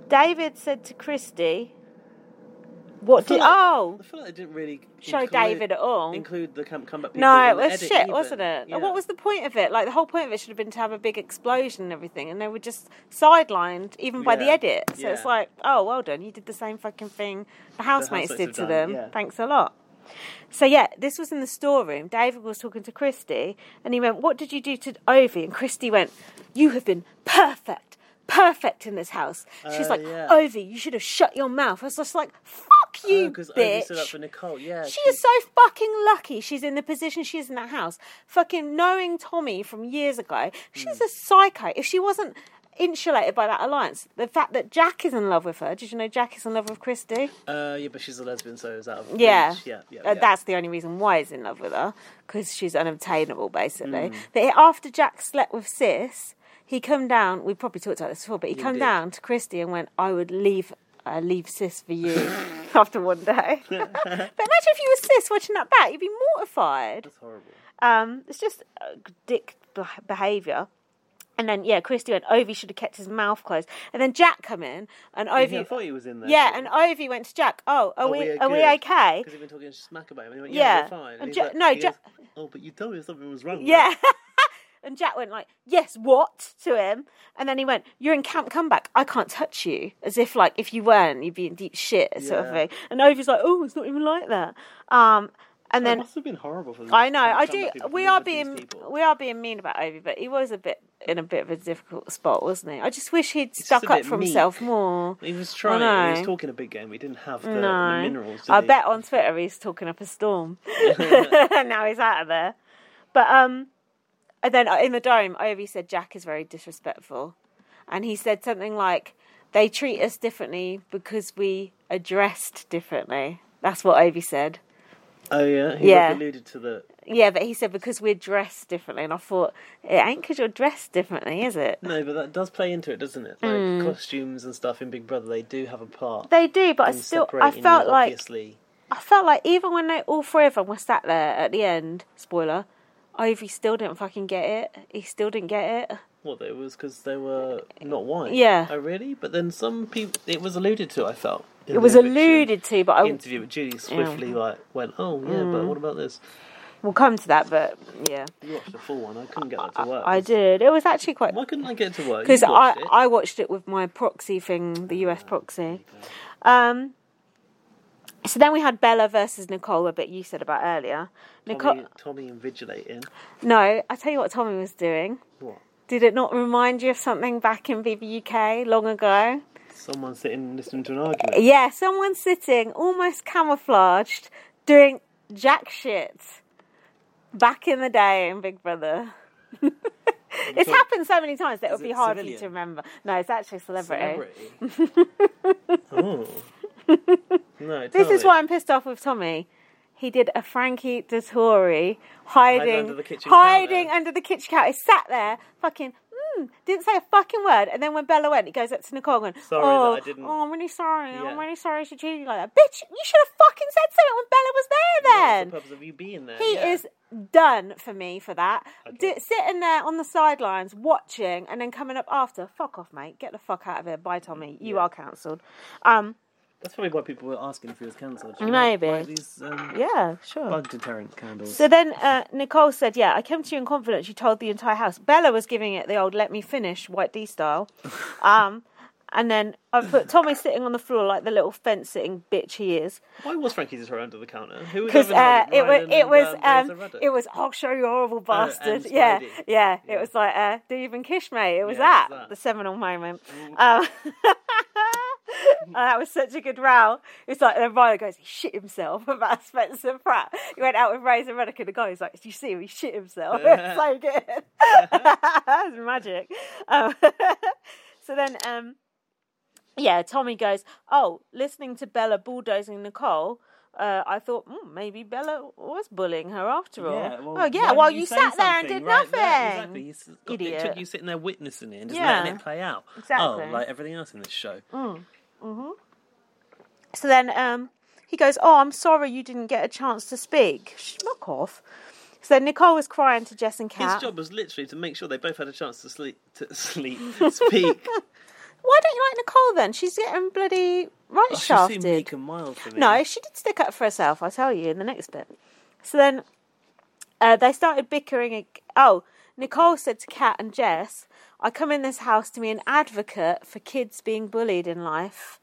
David said to Christy, "What
feel
did?
like-
Oh,
I feel like they didn't really
show
include-
David at all."
Include the come comeback. people
No,
in
it
the
was
edit
shit,
even.
wasn't it?
Yeah.
What was the point of it? Like the whole point of it should have been to have a big explosion and everything, and they were just sidelined even by the
Yeah.
edit. So it's
Yeah.
like, oh, well done, you did the same fucking thing the housemates did
housemates
to
have
them.
done, yeah.
Thanks a lot. So yeah, this was in the storeroom. David was talking to Christy, and he went, "What did you do to Ovi?" And Christy went, "You have been perfect." Perfect in this house. She's
Oh,
like,
yeah. Uh,
Ovi, you should have shut your mouth. I was just like, fuck you,
Because
bitch.
oh, stood up for Nicole. Yeah,
She is so fucking lucky she's in the position she is in that house. Fucking knowing Tommy from years ago, she's a psycho. If she wasn't insulated by that alliance, the fact that Jack is in love with her, did you know Jack is in love with Christy?
Uh, yeah, but she's a lesbian, so it's out of
Yeah.
reach. yeah, yeah,
Uh,
yeah.
That's the only reason why he's in love with her, because she's unobtainable,
Mm.
basically. But after Jack slept with Sis, he come down, we probably talked about this before, but he come
did.
down to Christy and went, I would leave, I leave Sis for you after one day. but imagine if you were Sis watching that back, you'd be mortified.
That's horrible.
Um, it's just uh, dick behaviour. And then, yeah, Christy went, Ovi should have kept his mouth closed. And then Jack come in, and Ovi...
Yeah, I thought he was in there.
Yeah, and Ovi went to Jack. Oh, are, we, are we okay?
Because he'd been talking smack about him. And he went,
Yeah.
yeah, we're fine.
And
he's
Ja- no,
he
Ja-
goes, oh, but you told me something was wrong.
Yeah. and Jack went like, "Yes, what?" to him, and then he went, "You're in camp comeback. I can't touch you." As if like if you weren't, you'd be in deep shit sort of
Yeah.
thing. And Ovi's like, "Oh, it's not even like that." Um, and
It
then
must have been horrible for them.
I know
to
I
come
do.
back people,
We
live
are
with these
being
people.
we are being mean about Ovi, but he was a bit in a bit of a difficult spot, wasn't he? I just wish he'd
just
stuck
a
up
bit
for
meek.
himself more.
He was trying. He
know.
was talking a big game. He didn't have the, the
No.
minerals. did
I
he?
bet on Twitter he's talking up a storm. now he's out of there. But um, and then in the dome, Ovi said Jack is very disrespectful, and he said something like, "They treat us differently because we are dressed differently." That's what Ovi said.
Oh yeah, he
Yeah.
alluded to the.
Yeah, but he said because we're dressed differently, and I thought it ain't because you're dressed differently, is it?
No, but that does play into it, doesn't it? Like costumes and stuff in Big Brother, they do have a part.
They do, Hmm. but I
in
still I
separating you,
felt like
obviously.
I felt like even when they all three of them were sat there at the end, spoiler, Ivy still didn't fucking get it. He still didn't get it.
Well, it was because they were not white.
Yeah.
Oh, really? But then some people, it was alluded to. I felt in
It was
the eviction
alluded to, Hmm. but I
Interview with Judy swiftly like went, oh yeah, but what about this?
will come to that. But yeah,
You watched the full one. I couldn't get that to work.
I did. It was actually quite
Why couldn't I get it to work? You
because I
watched it.
I watched it with my proxy thing, the US proxy. Um, so then we had Bella versus Nicola, but you said about earlier. Nicole,
Tommy, Tommy invigilating.
no, I tell you what Tommy was doing.
What?
Did it not remind you of something back in BBUK long ago?
Someone sitting and listening to an argument.
Yeah, someone sitting almost camouflaged doing jack shit back in the day in Big Brother. it's
talking-
happened so many times that it would be
it
hard for you
civilian?
to remember. No, it's actually a celebrity.
Celebrity. oh. No,
This
tell
is
me.
why I'm pissed off with Tommy. He did a Frankie Dettori hiding
under the kitchen
hiding
counter.
under the kitchen counter. He sat there fucking mm, didn't say a fucking word, and then when Bella went, he goes up to Nicole and
Sorry that
oh,
I didn't-
oh, I'm really sorry. I'm
Yeah.
really sorry she treated you like that. Bitch, you should have fucking said something when Bella was there then.
What's the purpose of you being there?
He
Yeah.
is done for me for that.
Okay.
D- sitting there on the sidelines watching and then coming up after. Fuck off, mate. Get the fuck out of here. Bye, Tommy. You
Yeah.
are cancelled. Um,
That's probably why people were asking if he was cancelled. You
Maybe.
Know, why are these um,
yeah, sure.
bug deterrent candles.
So then uh, Nicole said, Yeah, I came to you in confidence. You told the entire house. Bella was giving it the old let me finish, White D style. Um, and then I put Tommy sitting on the floor like the little fence sitting bitch he is.
why was Frankie Detero under the counter? Who was
Because
over there
uh, it was,
with Ryland
it
and,
was,
um,
um,
Daisy Ruddock?
it was, I'll show you horrible bastard.
Oh, and
yeah,
Spidey.
yeah, It
Yeah.
was like, uh, do you even kiss me? It was
Yeah,
that,
it was that.
the seminal moment. Um, and that was such a good row. It's like, then Ryder goes, he shit himself about Spencer Pratt. He went out with Razor Reddick and the guy was like, you see him, he shit himself. it's so good. That's magic. Um, so then, um, yeah, Tommy goes, oh, listening to Bella bulldozing Nicole. Uh, I thought mm, maybe Bella was bullying her after all.
Yeah, well,
oh
why
yeah,
didn't
while you,
say
sat there and
something
did
right
nothing.
there? Exactly. You s- got- It
Idiot.
took you sitting there witnessing it and just
Yeah.
letting it play out.
Exactly. Mm.
Oh, like everything else in this show.
So then um, he goes, Oh, I'm sorry you didn't get a chance to speak. Schmuck off. So then Nicole was crying to Jess and
His
Kat.
job was literally to make sure they both had a chance to sleep, to sleep, speak.
Why don't you like Nicole then? She's getting bloody right
oh, she seemed meek
shafted.
and mild to me.
No, she did stick up for herself, I tell you, in the next bit. So then uh, they started bickering. ag- Oh, Nicole said to Kat and Jess, I come in this house to be an advocate for kids being bullied in life.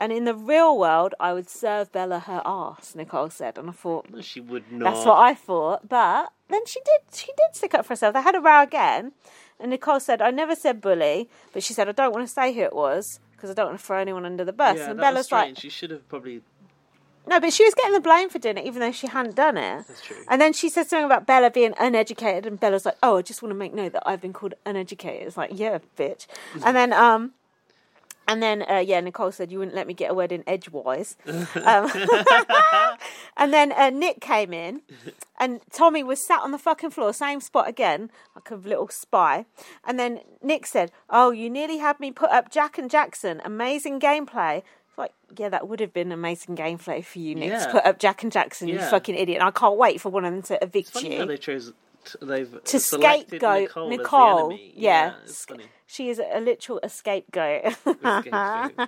And in the real world, I would serve Bella her ass, Nicole said. And I thought,
No, she would not.
That's what I thought. But then she did she did stick up for herself. They had a row again, and Nicole said, "I never said bully," but she said, "I don't want to say who it was because I don't want to throw anyone under the bus."
Yeah,
and
that was
Bella's like,
strange. She should have probably
"No," but she was getting the blame for doing it, even though she hadn't done it.
That's true.
And then she said something about Bella being uneducated, and Bella's like, "Oh, I just want to make note that I've been called uneducated." It's like, "Yeah, bitch."
Mm-hmm.
and then um. And then, uh, yeah, Nicole said you wouldn't let me get a word in edgewise. Um, and then uh, Nick came in, and Tommy was sat on the fucking floor, same spot again, like a little spy. And then Nick said, "Oh, you nearly had me put up Jack and Jackson. Amazing gameplay." It's Like, yeah, that would have been amazing gameplay for you, Nick, to
Yeah.
put up Jack and Jackson. You
Yeah.
fucking idiot! And I can't wait for one of them to evict
Funny
you
how they chose. t- They've
to
selected
scapegoat
Nicole.
Nicole.
as the enemy.
Yeah,
it's
sc-
funny.
she is a literal a scapegoat.
Scapegoat.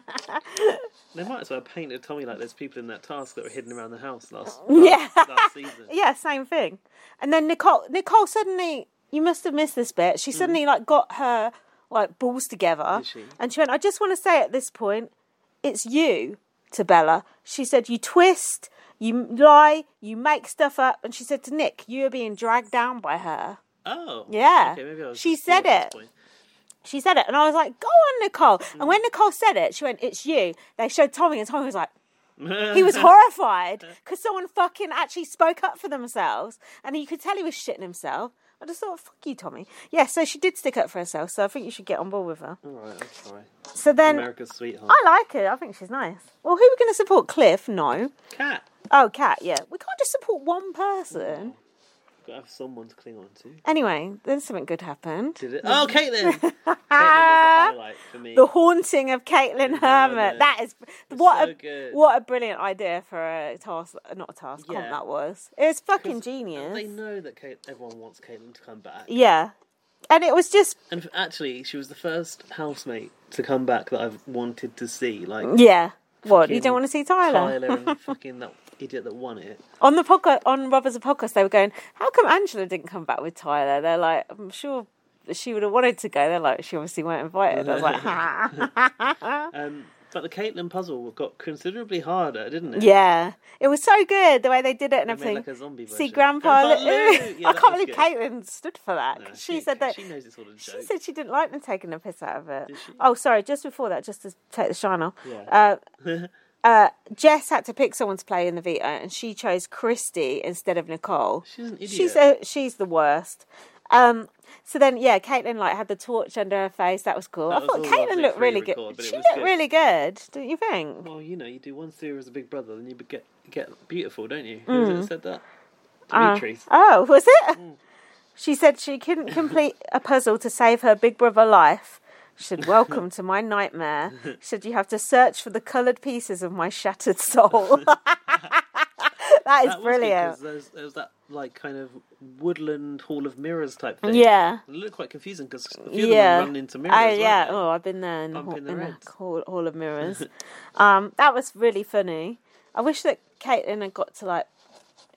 they might as well have painted Tommy like there's people in that task that were hidden around the house last
Yeah.
last, last season.
yeah, same thing. And then Nicole, Nicole suddenly, you must have missed this bit. She suddenly like got her like balls together,
Mm. Did she?
and she went, "I just want to say at this point, it's you to Bella." She said, "You twist, you lie, you make stuff up," and she said to Nick, "You are being dragged down by her."
Oh,
Yeah.
Okay, maybe I was
She
just bored
said
at
it.
this point. Mm.
She said it, and I was like, "Go on, Nicole." And when Nicole said it, she went, "It's you." They showed Tommy, and Tommy was like, he was horrified because someone fucking actually spoke up for themselves, and you could tell he was shitting himself. I just thought, fuck you, Tommy. Yeah, so she did stick up for herself, so I think you should get on board with her.
All right, I'm sorry.
So then,
America's sweetheart.
I like her. I think she's nice. Well, who are we going to support? Cliff? No.
Cat.
Oh, Cat, yeah. We can't just support one person.
Gotta have someone to cling on to.
Anyway, then something good happened.
Did it? Oh, Caitlin! Caitlin was the highlight for me.
The haunting of Caitlin Hermit. That is what
so
a
good.
what a brilliant idea for a task, not a task comp
Yeah.
that was. It was fucking
'Cause They
genius.
know that Kate, everyone wants Caitlin to come back.
Yeah, and it was just
And f- actually, she was the first housemate to come back that I've wanted to see. Like,
yeah. What you
Fucking
don't want to see Tyler,
Tyler and fucking that idiot that won it.
on the podcast on Robbers of Podcast? They were going, how come Angela didn't come back with Tyler? They're like, I'm sure she would have wanted to go. They're like, she obviously weren't invited. I was like, ha.
Um, but the Caitlin puzzle got considerably harder, didn't it?
Yeah, it was so good the way they did it and
They made,
everything.
like, a zombie
See,
version.
Grandpa,
Grandpa
Lou.
Lou! Yeah,
I
that
can't
was
believe
good.
Caitlin stood for that.
No,
'cause she, said that
she knows it's all a joke.
she said she didn't like them taking the piss out of it.
she?
Oh, sorry, just before that, just to take the shine off.
Yeah.
Uh, uh, Jess had to pick someone to play in the Vita, and she chose Christy instead of Nicole.
She's an idiot.
She's a, she's the worst. Um, so then, yeah, Caitlin like had the torch under her face. That was cool.
That
I
was
thought
all
Caitlin
lovely
looked really good.
pre-record, but it
She
was
looked
good.
really good, don't you think?
Well, you know, you do one series of Big Brother, then you be- get get beautiful, don't you? Who was
Hmm.
it that said that? Demetrius.
Oh, was it?
Mm.
She said she couldn't complete a puzzle to save her Big Brother life. She said, Welcome to my nightmare. She said, You have to search for the coloured pieces of my shattered soul. that is
that was
brilliant.
because there's, there's that like kind of woodland Hall of Mirrors type thing.
Yeah.
it looked quite confusing because a few
yeah.
of them run into mirrors.
Oh, yeah.
weren't
Oh, I've been there in, the hall,
Bumping the
in that
reds.
hall, hall of mirrors. um, that was really funny. I wish that Caitlin had got to like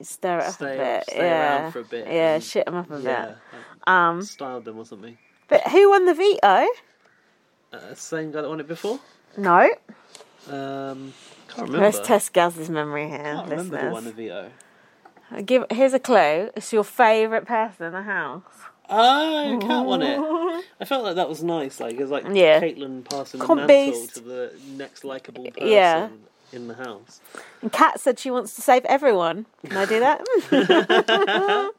stir it up
Stay-
a bit.
stay
yeah.
around for a bit
Yeah,
and-
shit them up a
they? yeah,
bit.
um, styled them or something.
But who won the veto?
Uh, same guy that won it before.
No.
Um, can't remember.
Let's test Gaz's memory here,
Can't remember the one
listeners.
the oh. veto.
I Give here's a clue. It's your favourite person in the house.
Oh, cat won it. I felt like that was nice. Like it was like
Yeah.
Caitlin passing the
Can't
mantle
beast.
to the next likable person
Yeah.
in the house.
And Kat said she wants to save everyone. Can I do that?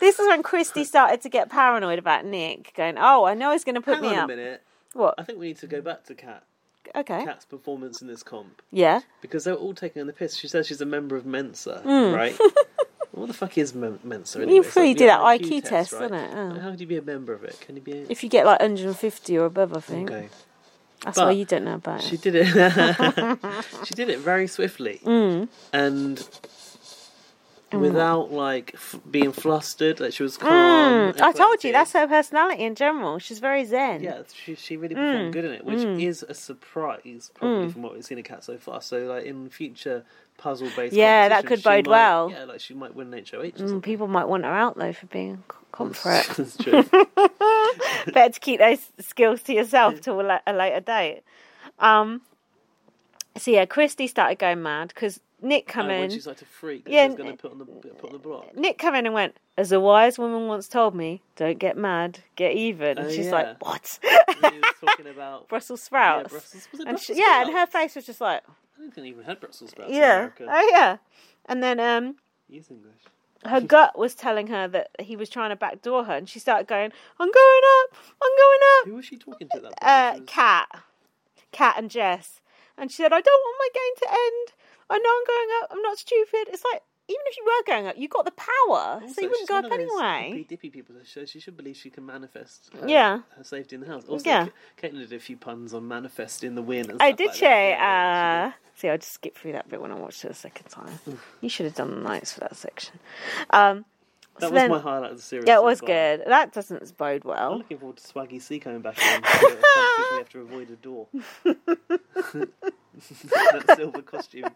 this is when Christy started to get paranoid about Nick, going, "Oh, I know he's going to put
Hang
me
on
up."
a minute. I
What?
think we need to go back to Cat.
Okay.
Cat's performance in this comp.
Yeah.
because they were all taking on the piss. She says she's a member of Mensa, right? what the fuck is Mem- Mensa? Anyway? It's
fully Hmm.
like
do
the
that IQ test,
right?
don't it? Oh.
How could you be a member of it? Can you be? A...
If you get like 150 or above, I think
Okay,
that's
but
why you don't know about Hmm.
she
it.
did it. she did it very swiftly
Mm.
and without like f- being flustered. Like she was calm.
Mm. I told you
collected.
that's her personality in general. She's very zen.
Yeah, she she really
Mm.
performed good in it, which is a surprise probably from what we've seen of Cat so far. So like in future puzzle based,
Yeah, that could bode well.
Yeah, like she might win an HOH. Or
Mm,
something.
People might want her out though for being c- comfort.
That's true.
better to keep those skills to yourself till a, la- a later date. Um, so yeah, Christy started going mad because Nick come
And when
in.
she's like a freak,
Yeah,
yeah, she's
n-
going to put on the put on the block.
Nick come in and went, as a wise woman once told me, don't get mad, get even. And
Oh,
she's
yeah.
like, what?
And he was talking about
Brussels
yeah,
sprouts.
Brussels. Was it
and
Brussels?
she, yeah, and
sprouts?
her face was just like,
I don't think they even had Brussels sprouts.
yeah,
in America.
oh yeah. And then um,
Use English.
her gut was telling her that he was trying to backdoor her, and she started going, I'm going up, I'm going up.
Who was she talking to? at That point?
uh,
She was-
Kat, Cat and Jess, and she said, "I don't want my game to end. I know I'm going up. I'm not stupid." It's like even if you were going up, you got the power, so you
she's
wouldn't go
one
up
of those
anyway.
hippy-dippy people, so she should believe she can manifest. uh,
Yeah.
her safety in the house. Also,
Yeah.
yeah. Caitlin did a few puns on manifesting the win. And
Oh,
stuff
did
like
she?
that. Yeah, Mm.
Uh, see, I just skipped through that bit when I watched it the second time. you should have done the notes for that section. Um,
she did. That
so
was
then-
my highlight of the series.
yeah, it
so
was
far.
good. That doesn't bode
I'm
well.
looking forward to Swaggy C coming back in. we have to avoid a door. that silver costume.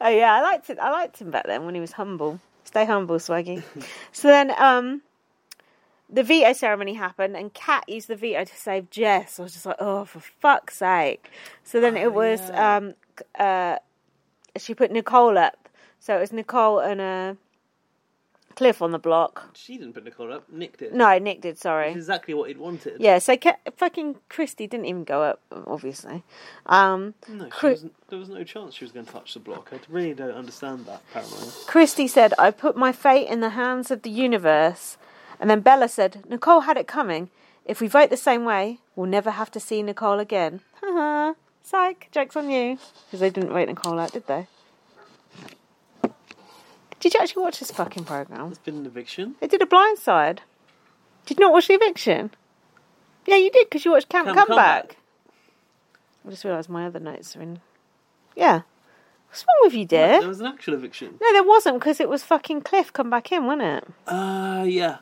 Oh yeah, I liked it. I liked him back then when he was humble. Stay humble, Swaggy. so then, um, the veto ceremony happened, and Kat used the veto to save Jess. I was just like, oh, for fuck's sake! So then it was,
Oh, yeah.
um, c- uh, she put Nicole up. So it was Nicole and uh, Cliff on the block.
She didn't put Nicole up. Nick did.
No, Nick did. Sorry.
It's exactly what he'd wanted.
Yeah, so ca- fucking Christy didn't even go up, obviously. Um,
No, she
Chri-
wasn't, there was no chance she was going to touch the block. I really don't understand that paranoia.
Christy said, I put my fate in the hands of the universe. And then Bella said, Nicole had it coming. If we vote the same way, we'll never have to see Nicole again. Haha, psych, joke's on you. Because they didn't vote Nicole out, did they? Did you actually watch this fucking programme?
It's been an eviction.
They did a blind side. Did you not watch The Eviction? Yeah, you did because you watched Camp,
Camp
Comeback.
Comeback.
I just realised my other notes are in. Yeah. What's wrong with you, dear?
There was an actual eviction.
No, there wasn't because it was fucking Cliff come back in, wasn't it?
Ah, yeah.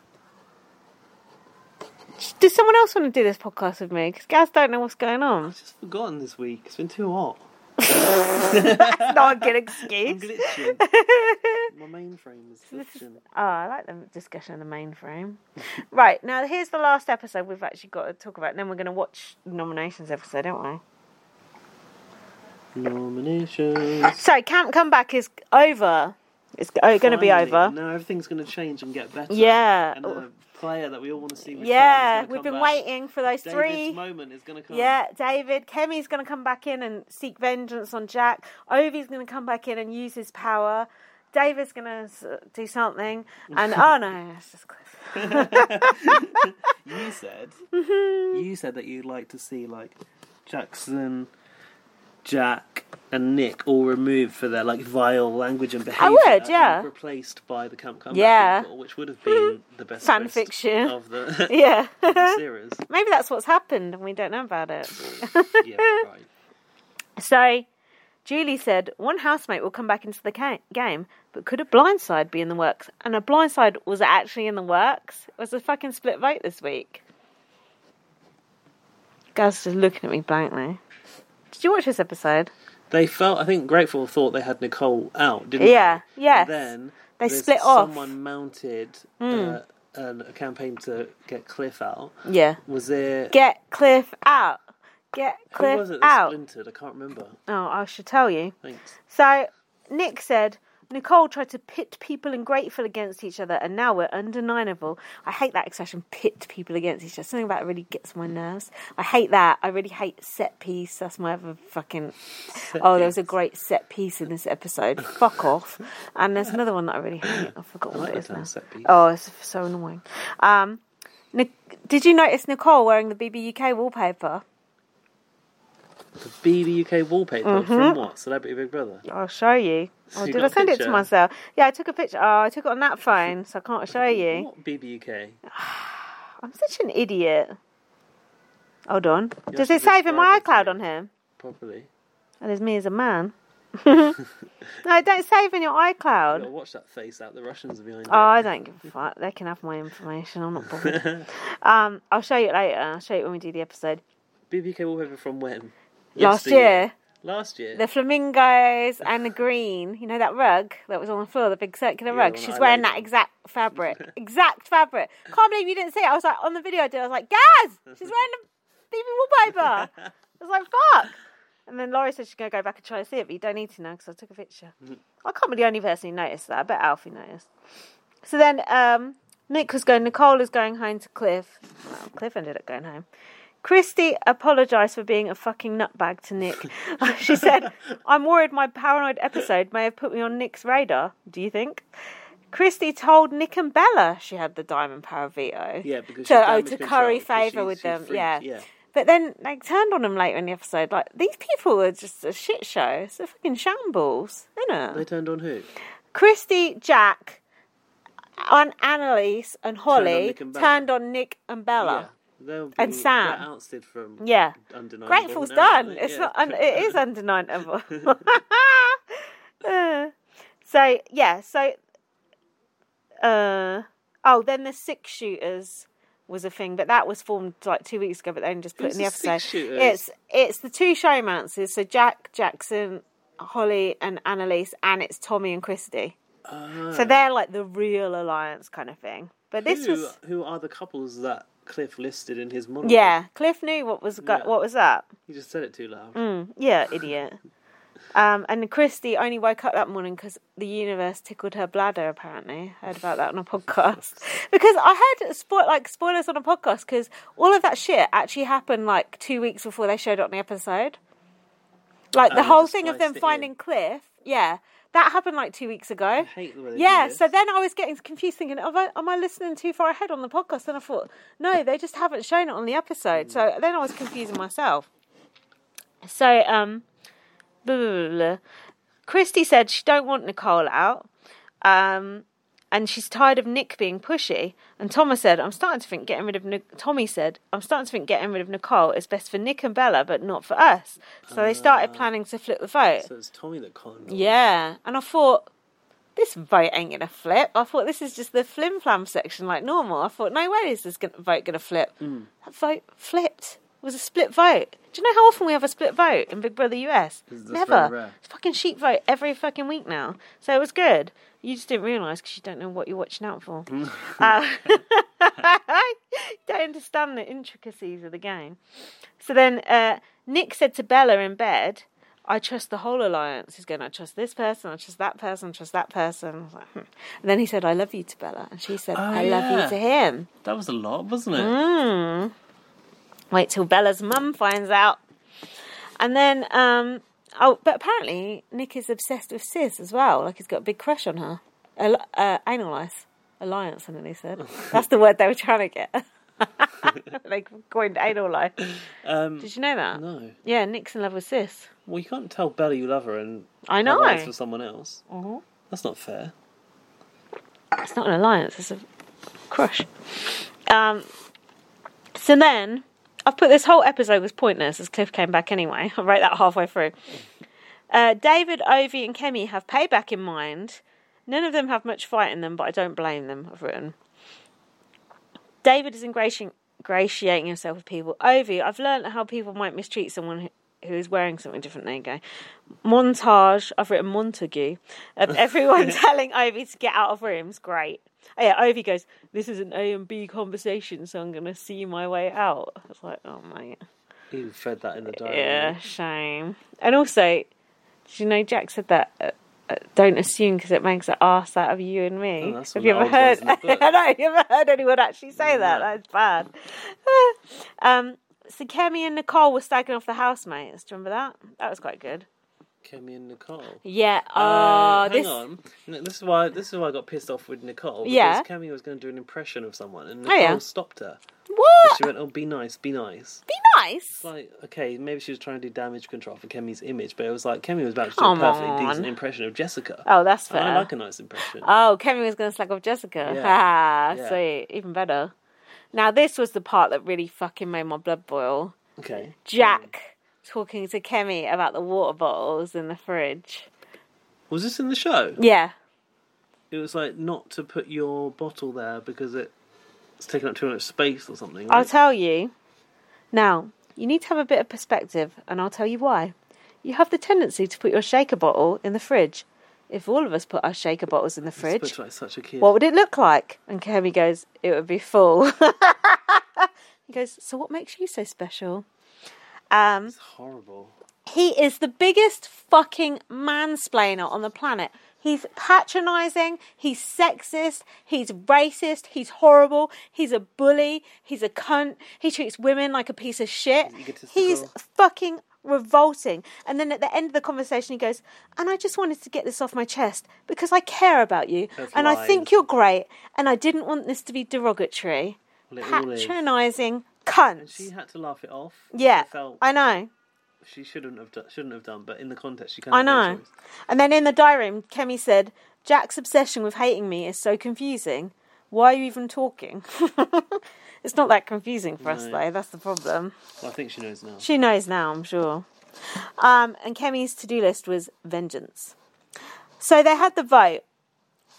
Does someone else want to do this podcast with me? Because Gaz don't know what's going on.
I've just forgotten this week. It's been too hot.
That's not a good
I'm
excuse.
glitching. My mainframe is glitching.
Oh, I like the discussion of the mainframe. right, now here's the last episode we've actually got to talk about. And then we're going to watch the nominations episode, aren't we?
Nominations.
So Camp Comeback is over. It's going to be
Finally.
over.
Now everything's going to change and get better.
Yeah.
And the player that we all want to see. return is
Yeah,
gonna
we've
come
been
back.
waiting for those
David's
three.
moment is going to come.
Yeah, David. Kemi's going to come back in and seek vengeance on Jack. Ovi's going to come back in and use his power. David's going to do something. And oh no, it's just Cliff.
You said.
Mm-hmm.
You said that you'd like to see like Jackson, Jack, and Nick all removed for their like vile language and behaviour.
would,
and
yeah.
Replaced by the Camp Comeback
Yeah.
people, which would have been the best
Fan
twist
fiction.
of the,
Yeah.
of the series.
Maybe that's what's happened and we don't know about it.
Yeah, right.
So, Julie said one housemate will come back into the ca- game, but could a blindside be in the works? And a blindside was actually in the works. It was a fucking split vote this week. Gaz is looking at me blankly. Did you watch this episode?
They felt, I think, grateful thought they had Nicole out, didn't
Yeah,
they?
yes.
And then
They
there's
split off. Mm.
Someone mounted uh, an, a campaign to get Cliff out.
Yeah.
Was it?
Mm. Get Cliff out. Get Cliff
who was it that
out.
splintered? I can't remember.
Oh, I should tell you.
Thanks.
So Nick said, Nicole tried to pit people ungrateful against each other, and now we're undeniable. I hate that expression, pit people against each other. Something about it really gets my nerves. I hate that. I really hate set piece. That's my other fucking. oh, there was a great set piece in this episode. Fuck off. And there's another one that I really hate. I forgot what
like
it
the
is
term
now.
set piece.
Oh, it's so annoying. Um, Nic- did you notice Nicole wearing the BBUK wallpaper?
The BBUK wallpaper
Mm-hmm.
from what? Celebrity Big Brother.
I'll show you. Oh,
you
did
got
I
a
send it to
picture?
myself? Yeah, I took a picture. Oh, I took it on that phone, so I can't show you.
What BBUK?
I'm such an idiot. Hold on. Does
have
it
to
save in my
describe
iCloud
it to
on here?
Properly.
That is me as a man. no, don't save in your iCloud.
Gotta watch that face out. The Russians are behind
Oh,
it.
I don't give a fuck. They can have my information. I'm not bothered. um, I'll show you it later. I'll show you when we do the episode.
BBUK wallpaper from when?
Last
Yesteryear.
year,
Last year.
the flamingos and the green. You know that rug that was on the floor, the big circular
Yeah,
rug.
the one
She's
I
wearing
laid
that
on.
exact fabric, exact fabric. Can't believe you didn't see it. I was like on the video I did. I was like, Gaz, she's wearing the BB wallpaper. I was like, fuck. And then Laurie said she's gonna go back and try to see it, but you don't need to know because I took a picture. I can't be the only person who noticed that. I bet Alfie noticed. So then um, Nick was going. Nicole is going home to Cliff. Well, Cliff ended up going home. Christy apologised for being a fucking nutbag to Nick. she said, I'm worried my paranoid episode may have put me on Nick's radar, do you think? Christy told Nick and Bella she had the diamond power veto.
Yeah, because
to,
she's
oh,
damage
to
control,
curry
'cause
favour
she's-
with
she's
them.
freaked,
yeah.
yeah.
But then they turned on him later in the episode. Like, these people are just a shit show. It's a fucking shambles, isn't
They
it?
turned on who?
Christy, Jack, and Annalise and Holly
Nick and Bella.
turned on Nick and Bella.
Yeah. They'll be,
And Sam.
They're ousted from
Yeah.
undeniable.
Grateful's
now,
done.
aren't they?
It's
Yeah.
not. uh, Un- it is undeniable. Uh, so yeah. So. Uh, oh, then the six shooters was a thing, but that was formed like two weeks ago. But they only just put
Who's
it in the
the
episode.
Six Shooters?
It's it's the two showmances. So Jack Jackson, Holly, and Annalise, and it's Tommy and Christy.
Ah.
So they're like the real alliance kind of thing. But this
who,
was
who are the couples that Cliff listed in his monologue?
yeah. Cliff knew what was go-
Yeah.
what was up.
He just said it too loud.
Yeah, idiot. Um, and Christy only woke up that morning because the universe tickled her bladder. Apparently, I heard about that on a podcast. because I heard spo- like spoilers on a podcast because all of that shit actually happened like two weeks before they showed it on the episode. Like the
And they
whole
just
thing of
sliced
them
it in.
finding Cliff, yeah, that happened like two weeks ago.
hate the way they do
yeah,
this.
so then I was getting confused, thinking, am I, am I listening too far ahead on the podcast? And I thought, no, they just haven't shown it on the episode.
Hmm.
So then I was confusing myself. So, um, blah, blah, blah, blah. Christy said she don't want Nicole out, um, and she's tired of Nick being pushy. And Thomas said, "I'm starting to think getting rid of Nic-. Tommy said, "I'm starting to think getting rid of Nicole is best for Nick and Bella, but not for us." So they started
Ah.
planning to flip the vote.
So it's Tommy that conned. her.
Yeah, and I thought this vote ain't gonna flip. I thought this is just the flim flam section like normal. I thought no way is this gonna, vote gonna flip.
Mm.
That vote flipped. It was a split vote. Do you know how often we have a split vote in Big Brother US?
This is- that's
Never.
very rare.
It's fucking sheep vote every fucking week now. So it was good. You just didn't realise because you don't know what you're watching out for. uh, don't understand the intricacies of the game. So then uh, Nick said to Bella in bed, I trust the whole alliance. He's going, I trust this person, I trust that person, I trust that person. I was like, hmm. And then he said, I love you to Bella. And she said,
Oh,
I
yeah.
love you to him.
That was a lot, wasn't it?
Mm. Wait till Bella's mum finds out. And then, um, oh, but apparently Nick is obsessed with Sis as well. Like he's got a big crush on her. Al- uh, anal lice. Alliance, I know they said. That's the word they were trying to get. they coined anal lice.
Um,
Did you know that?
No.
Yeah, Nick's in love with Sis.
Well, you can't tell Bella you love her and
I
have
know. Mm-hmm.
eyes for someone else. That's not fair.
It's not an alliance, it's a crush. Um, so then, I've put this whole episode was pointless as Cliff came back anyway. I wrote that halfway through. Uh, David, Ovi, and Kemi have payback in mind. None of them have much fight in them, but I don't blame them, I've written. David is ingratiating, ingratiating himself with people. Ovi, I've learned how people might mistreat someone who, who is wearing something different. There you go. Montage, I've written Montague, of everyone telling Ovi to get out of rooms. Great. Oh, yeah, Ovi goes, This is an A and B conversation, so I'm going to see my way out. I was like, Oh, mate.
You fed that in the diary.
Yeah, shame. And also, did you know Jack said that? Uh, uh, don't assume because it makes an arse out of you and me.
Oh, that's
Have
one
you
of
ever
the
heard?
old ones in the book.
I know, you ever heard anyone actually say that? That's bad. um, so Kemi and Nicole were slagging off the housemates. Do you remember that? That was quite good.
Kemi and Nicole.
Yeah. Oh,
Uh, hang
this.
on. No, This is why this is why I got pissed off with Nicole. Because
Yeah.
Cammy was going to do an impression of someone, and
Oh,
Nicole
yeah.
stopped her.
What?
She went, "Oh, be nice, be nice."
Be nice.
Like, okay, maybe she was trying to do damage control for Kemi's image, but it was like Kemi was about to do
Come
a perfectly
on.
decent impression of Jessica.
Oh, that's fair.
and I like a nice impression.
Oh, Kemi was going to slag off Jessica.
Yeah.
Ah,
Yeah.
sweet. Even better. Now, this was the part that really fucking made my blood boil.
okay,
Jack Mm. talking to Kemi about the water bottles in the fridge.
was this in the show?
Yeah.
It was like not to put your bottle there because it. It's taking up too much space or something.
I'll
right?
tell you. Now, you need to have a bit of perspective, and I'll tell you why. You have the tendency to put your shaker bottle in the fridge. If all of us put our shaker bottles in the
This
fridge,
looks like such a kid.
what would it look like? And Kemi goes, It would be full. he goes, So what makes you so special? Um,
It's horrible.
He is the biggest fucking mansplainer on the planet. He's patronizing, he's sexist, he's racist, he's horrible, he's a bully, he's a cunt, he treats women like a piece of shit.
egotistical.
He's fucking revolting. And then at the end of the conversation, he goes, And I just wanted to get this off my chest because I care about you
That's
and I
lies.
think you're great and I didn't want this to be derogatory.
Well, it all is.
Patronizing cunts.
She had to laugh it off.
yeah,
She felt
I know.
she shouldn't have done, shouldn't have done, but in the context, she kind of
I know. And then in the diary room, Kemi said, Jack's obsession with hating me is so confusing. Why are you even talking? it's not that confusing for us,
No.
though. That's the problem.
Well, I think she knows now.
She knows now, I'm sure. Um, and Kemi's to do list was vengeance. So they had the vote,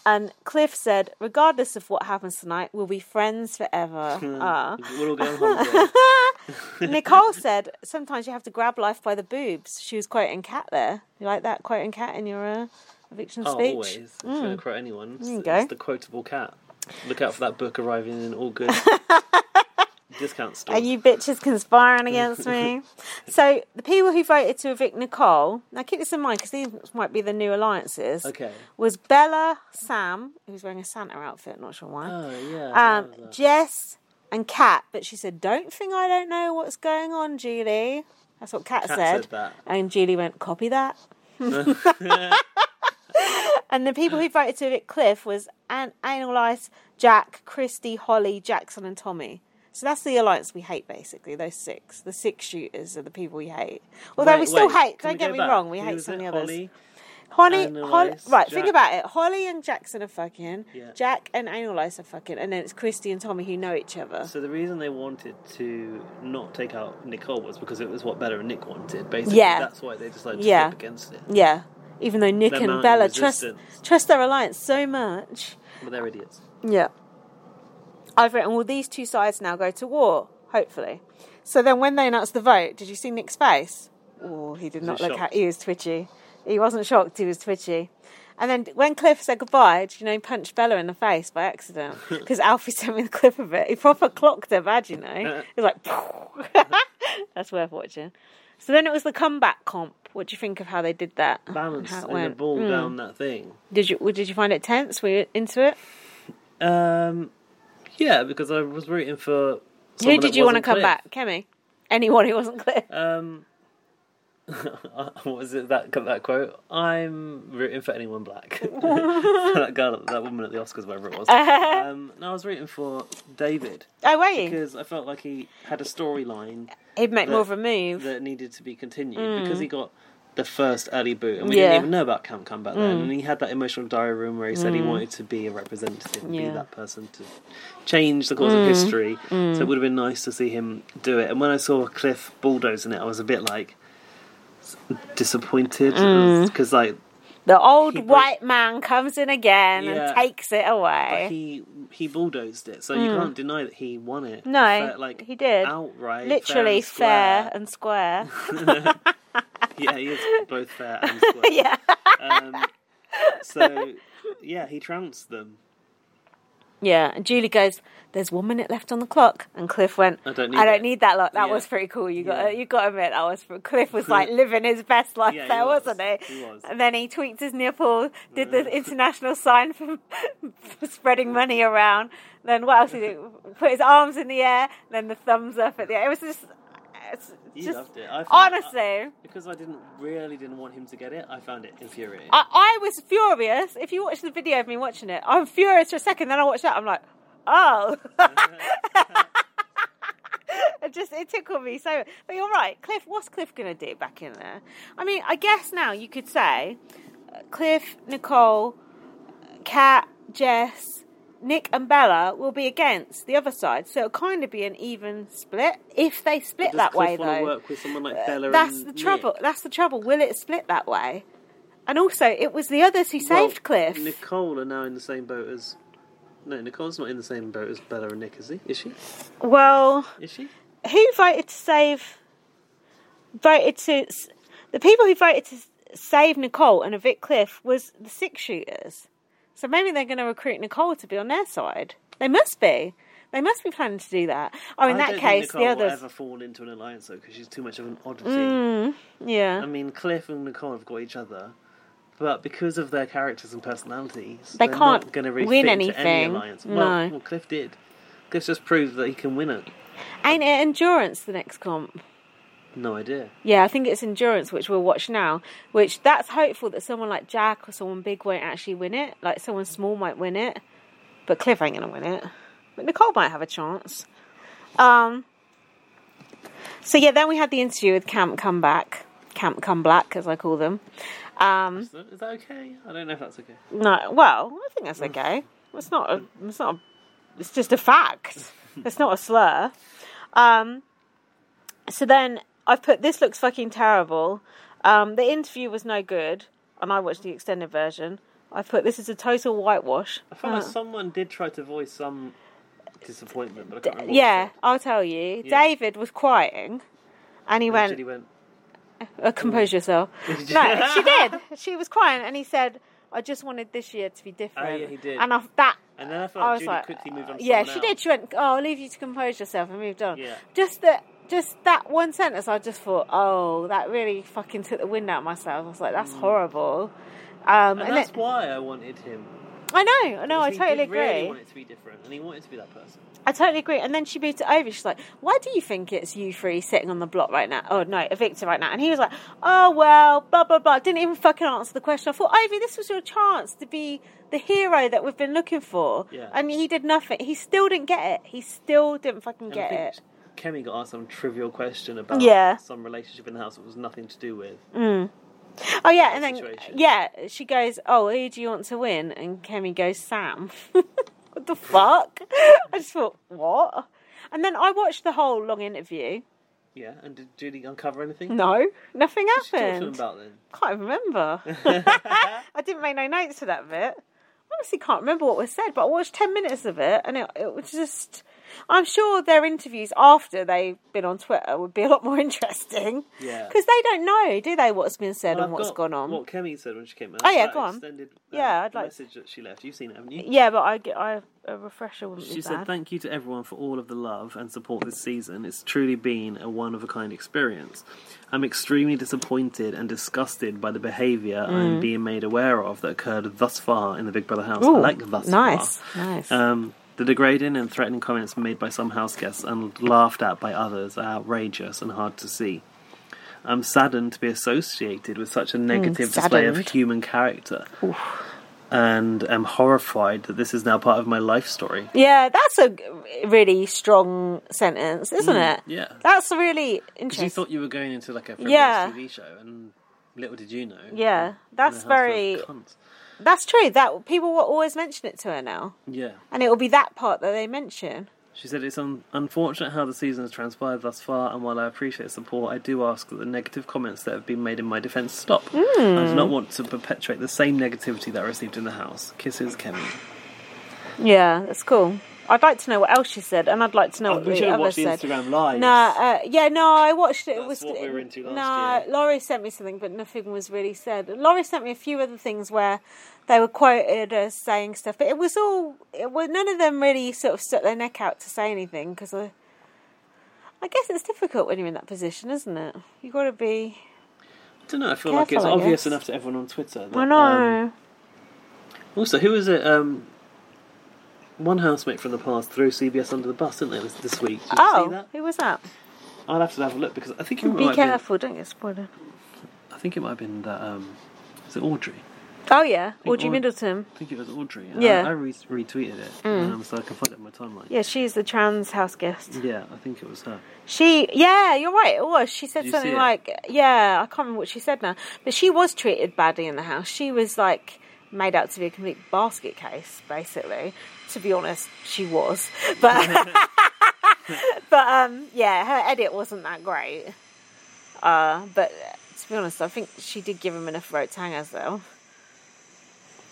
and Cliff said, regardless of what happens tonight, we'll be friends forever. Ah.
We're all going home.
Nicole said, "Sometimes you have to grab life by the boobs." She was quoting Cat there. You like that quoting Cat in your uh, eviction
oh,
speech? Mm.
always. If you're going to quote anyone, it's,
you go.
it's the quotable cat. Look out for that book arriving in August. discount store.
Are you bitches conspiring against me? so the people who voted to evict Nicole, now keep this in mind because these might be the new alliances.
Okay.
Was Bella, Sam, who's wearing a Santa outfit, not sure why.
Oh yeah. I
um,
love that.
Jess and Kat, but she said, "Don't think I don't know what's going on, Julie." That's what Kat,
Kat
said.
said that.
And Julie went, "Copy that." and the people who voted to evict Cliff was An- Anal Ice, Jack, Christy, Holly, Jackson, and Tommy. So that's the alliance we hate, basically. Those six, the six shooters, are the people we hate. Although we
Wait,
still
wait,
hate.
can
Don't
we
get
go
me
back?
wrong. We
Who
hate
was
some of
it?
the others.
Holly?
Holly,
Anal
Holly
Ice,
right, think
Jack.
about it. Holly and Jackson are fucking.
Yeah.
Jack and Anal Ice are fucking. And then it's Christy and Tommy who know each other.
So the reason they wanted to not take out Nicole was because it was what Bella and Nick wanted. Basically,
Yeah.
that's why they decided to
Yeah.
step against it.
yeah. Even though Nick
They're
and
mounting
Bella trust,
resistance.
trust their alliance so much.
But they're idiots.
Yeah. I've written, will these two sides now go to war? Hopefully. So then when they announced the vote, did you see Nick's face? Oh, he did not
he
look at
shocked?
He was twitchy. He wasn't shocked, he was twitchy. And then when Cliff said goodbye, do you know, he punched Bella in the face by accident because Alfie sent me the clip of it. He proper clocked her bad, you
Uh-uh.
know. It was like, that's worth watching. So then it was the comeback comp. What do you think of how they did that? and
Balance
how it
and the
went? Mm.
ball down that thing.
Did you did you find it tense? Were you into it?
Um, yeah, because I was rooting for.
Who
someone
did
that
you want to
wasn't
come
Cliff.
back? Kemi? Anyone who wasn't clear?
Um, what was it that that quote? I'm rooting for anyone black. that girl, that woman at the Oscars, whatever it was. um, no, I was rooting for David
oh, were you?
because I felt like he had a storyline
He'd make
that-
more of a move.
that needed to be continued because he got the first early boot, and we
Mm. Yeah. Mm.
didn't even know about Camp Comeback then. And he had that emotional diary room where he said he wanted to be a representative, and
Yeah. Mm.
be that person to change the course of history. So it would have been nice to see him do it. And when I saw Cliff bulldozing it, I was a bit like s- disappointed
Mm.
because like
the old
he broke-
white man comes in again
Yeah.
and takes it away.
he he bulldozed it, so you can't deny that he won it.
Mm. No,
Fair- like
he did.
outright,
Literally fair
fair. and
and square.
square. yeah, he is both fair and square.
yeah.
Um, so yeah, he trounced them.
Yeah. And Julie goes, There's one minute left on the clock and Cliff went,
I don't need
I don't
it."
need that lot. That
Yeah.
was pretty cool. You got
Yeah.
to you gotta admit that was pre- Cliff was like living his best life
Yeah, he
there,
was.
was. not he?
He was.
And then he tweaked his nipple, did the international sign for, for spreading money around. Then what else did he do? Put his arms in the air, then the thumbs up at the air. It was just it's
You
just
loved it. I found-
honestly.
Because I didn't really didn't want him to get it, I found it infuriating.
I, I was furious. If you watch the video of me watching it, I'm furious for a second. Then I watch that. I'm like, oh. it just it tickled me so. But you're right, Cliff. What's Cliff gonna do back in there? I mean, I guess now you could say uh, Cliff, Nicole, Kat, Jess, Nick, and Bella will be against the other side. So it'll kind of be an even split if they split
Does
that
Cliff
way,
wanna
though. Uh,
work with someone like Bella
That's
and
the trouble.
Nick?
That's the trouble. Will it split that way? And also, it was the others who
Well,
saved Cliff.
Nicole are now in the same boat as. No, Nicole's not in the same boat as Bella and Nick, is he? Is she?
well,
Is she?
who voted to save? Voted to s- the people who voted to s- save Nicole and evict Cliff was the six shooters. So maybe they're going to recruit Nicole to be on their side. They must be. They must be planning to do that. Oh, in
I
that
don't
case,
think Nicole
the others. Mm.
will ever fall into an alliance though, because she's too much of an oddity.
Yeah.
I mean, Cliff and Nicole have got each other, but because of their characters and personalities,
They
they're
can't
not gonna really
win
fit into
anything.
Any alliance. Well,
No.
well, Cliff did. Cliff just proved that he can win it.
Ain't it endurance the next comp?
No idea.
Yeah, I think it's endurance, which we'll watch now. Which that's hopeful that someone like Jack or someone big won't actually win it. Like someone small might win it, but Cliff ain't gonna win it. But Nicole might have a chance. Um. So yeah, then we had the interview with Camp Comeback, Camp Come Black, as I call them. Um,
Is that, is that okay? I don't know if that's okay.
no, well, I think
Mm.
that's okay. It's not. A, it's not. A, it's just a fact. It's not a slur. Um, so then I've put this looks fucking terrible. Um, the interview was no good, and I watched the extended version. I put this is a total whitewash.
I felt like someone did try to voice some disappointment, but I can't remember. what
Yeah,
it
I'll tell you.
Yeah.
David was crying, and he
was.
went,
Judy went.
uh, "Compose yourself." no, she did. She was crying, and he said, "I just wanted this year to be different."
Oh, yeah, he did.
And I, that
And then I felt
I
like
was
Julie
like,
quickly moved on. To
yeah,
someone
she
else.
did. She went, "Oh, I'll leave you to compose yourself," and moved on.
Yeah.
Just that, just that one sentence. I just thought, "Oh, that really fucking took the wind out of myself." I was like, "That's horrible." Um, and
Mm. And that's
it-
why I wanted him.
I know, I know, I
Because he
totally
did
agree.
Really wanted to be different, and he wanted to be that person.
I totally agree. And then she moved it over. She's like, "Why do you think it's you three sitting on the block right now? Oh no, evicted right now." And he was like, "Oh well, blah blah blah." Didn't even fucking answer the question. I thought, Ivy, this was your chance to be the hero that we've been looking for,
Yeah.
and he did nothing. He still didn't get it. He still didn't fucking
And
get
I
it.
think Kemi got asked some trivial question about
Yeah. Mm.
some relationship in the house that was nothing to do with.
Oh yeah, and then
situation.
yeah, she goes, "Oh, who do you want to win?" And Kemi goes, "Sam." what the fuck? I just thought, what? And then I watched the whole long interview.
Yeah, and did Julie uncover anything?
No, nothing
What did she talk to him
happened.
about then?
Can't remember. I didn't make no notes for that bit. Honestly, can't remember what was said, but I watched ten minutes of it, and it, it was just. I'm sure their interviews after they've been on Twitter would be a lot more interesting.
Yeah.
Because they don't know, do they, what's been said
Well,
and
I've
what's
got
gone on?
What Kemi said when she came out.
Oh, yeah,
that
go on.
Extended, uh,
Yeah, I'd like-
message that she left. You've seen it, haven't you?
Yeah, but I get I, a refresher wouldn't
She
be
said,
bad.
"Thank you to everyone for all of the love and support this season. It's truly been a one of a kind experience. I'm extremely disappointed and disgusted by the behaviour I'm being made aware of that occurred thus far in the Big Brother house. I
Mm. Ooh,
like thus
nice,
far.
nice.
Um, the degrading and threatening comments made by some house guests and laughed at by others are outrageous and hard to see." I'm saddened to be associated with such a negative display of
Hmm, saddened.
human character. And am horrified that this is now part of my life story.
yeah, that's a g- really strong sentence, isn't it?
Hmm, yeah.
that's really
Because
interesting.
you thought you were going into like a frivolous
Yeah.
TV show, and little did you know.
Yeah, that's
the house full of
very-
cunts.
That's true. That people will always mention it to her now,
Yeah,
and it will be that part that they mention.
she said it's un- unfortunate how the season has transpired thus far, and while I appreciate support, I do ask that the negative comments that have been made in my defence stop. I do
Hmm.
not want to perpetuate the same negativity that I received in the house. Kisses, Kemi.
Yeah, that's cool. I'd like to know what else she said, and I'd like to know
Uh,
what the other said.
live.
No, uh, yeah, no, I watched it. it was,
That's what we were into last
no,
year.
Laurie sent me something, but nothing was really said. Laurie sent me a few other things where they were quoted as saying stuff, but it was all. It was none of them really sort of stuck their neck out to say anything because I, I guess it's difficult when you're in that position, isn't it? You got to be.
I don't know. I feel like it's
Careful, I
obvious
guess.
enough to everyone on Twitter. That,
I know.
um, also, who was it? Um, one housemate from the past threw CBS under the bus, didn't they? This, this week. Did you see
oh,
that?
who was that?
I'll have to have a look because I think it might
Be
have been-
careful! Don't get spoiled.
I think it might have been that. Um, is it Audrey?
Oh yeah,
think
Audrey
Aud-
Middleton.
I think it was Audrey. I-
Yeah. Hmm.
I, re- retweeted it, um, so I can find it on my timeline.
Yeah, she's the trans house guest.
Yeah, I think it was her.
She, yeah, you're right. It was. She said
Did you
something
see it?
like, yeah, I can't remember what she said now, but she was treated badly in the house. She was like made out to be a complete basket case, basically. To be honest, she was, but but um, yeah, her edit wasn't that great. Uh, but uh, to be honest, I think she did give him enough rope to hang us though.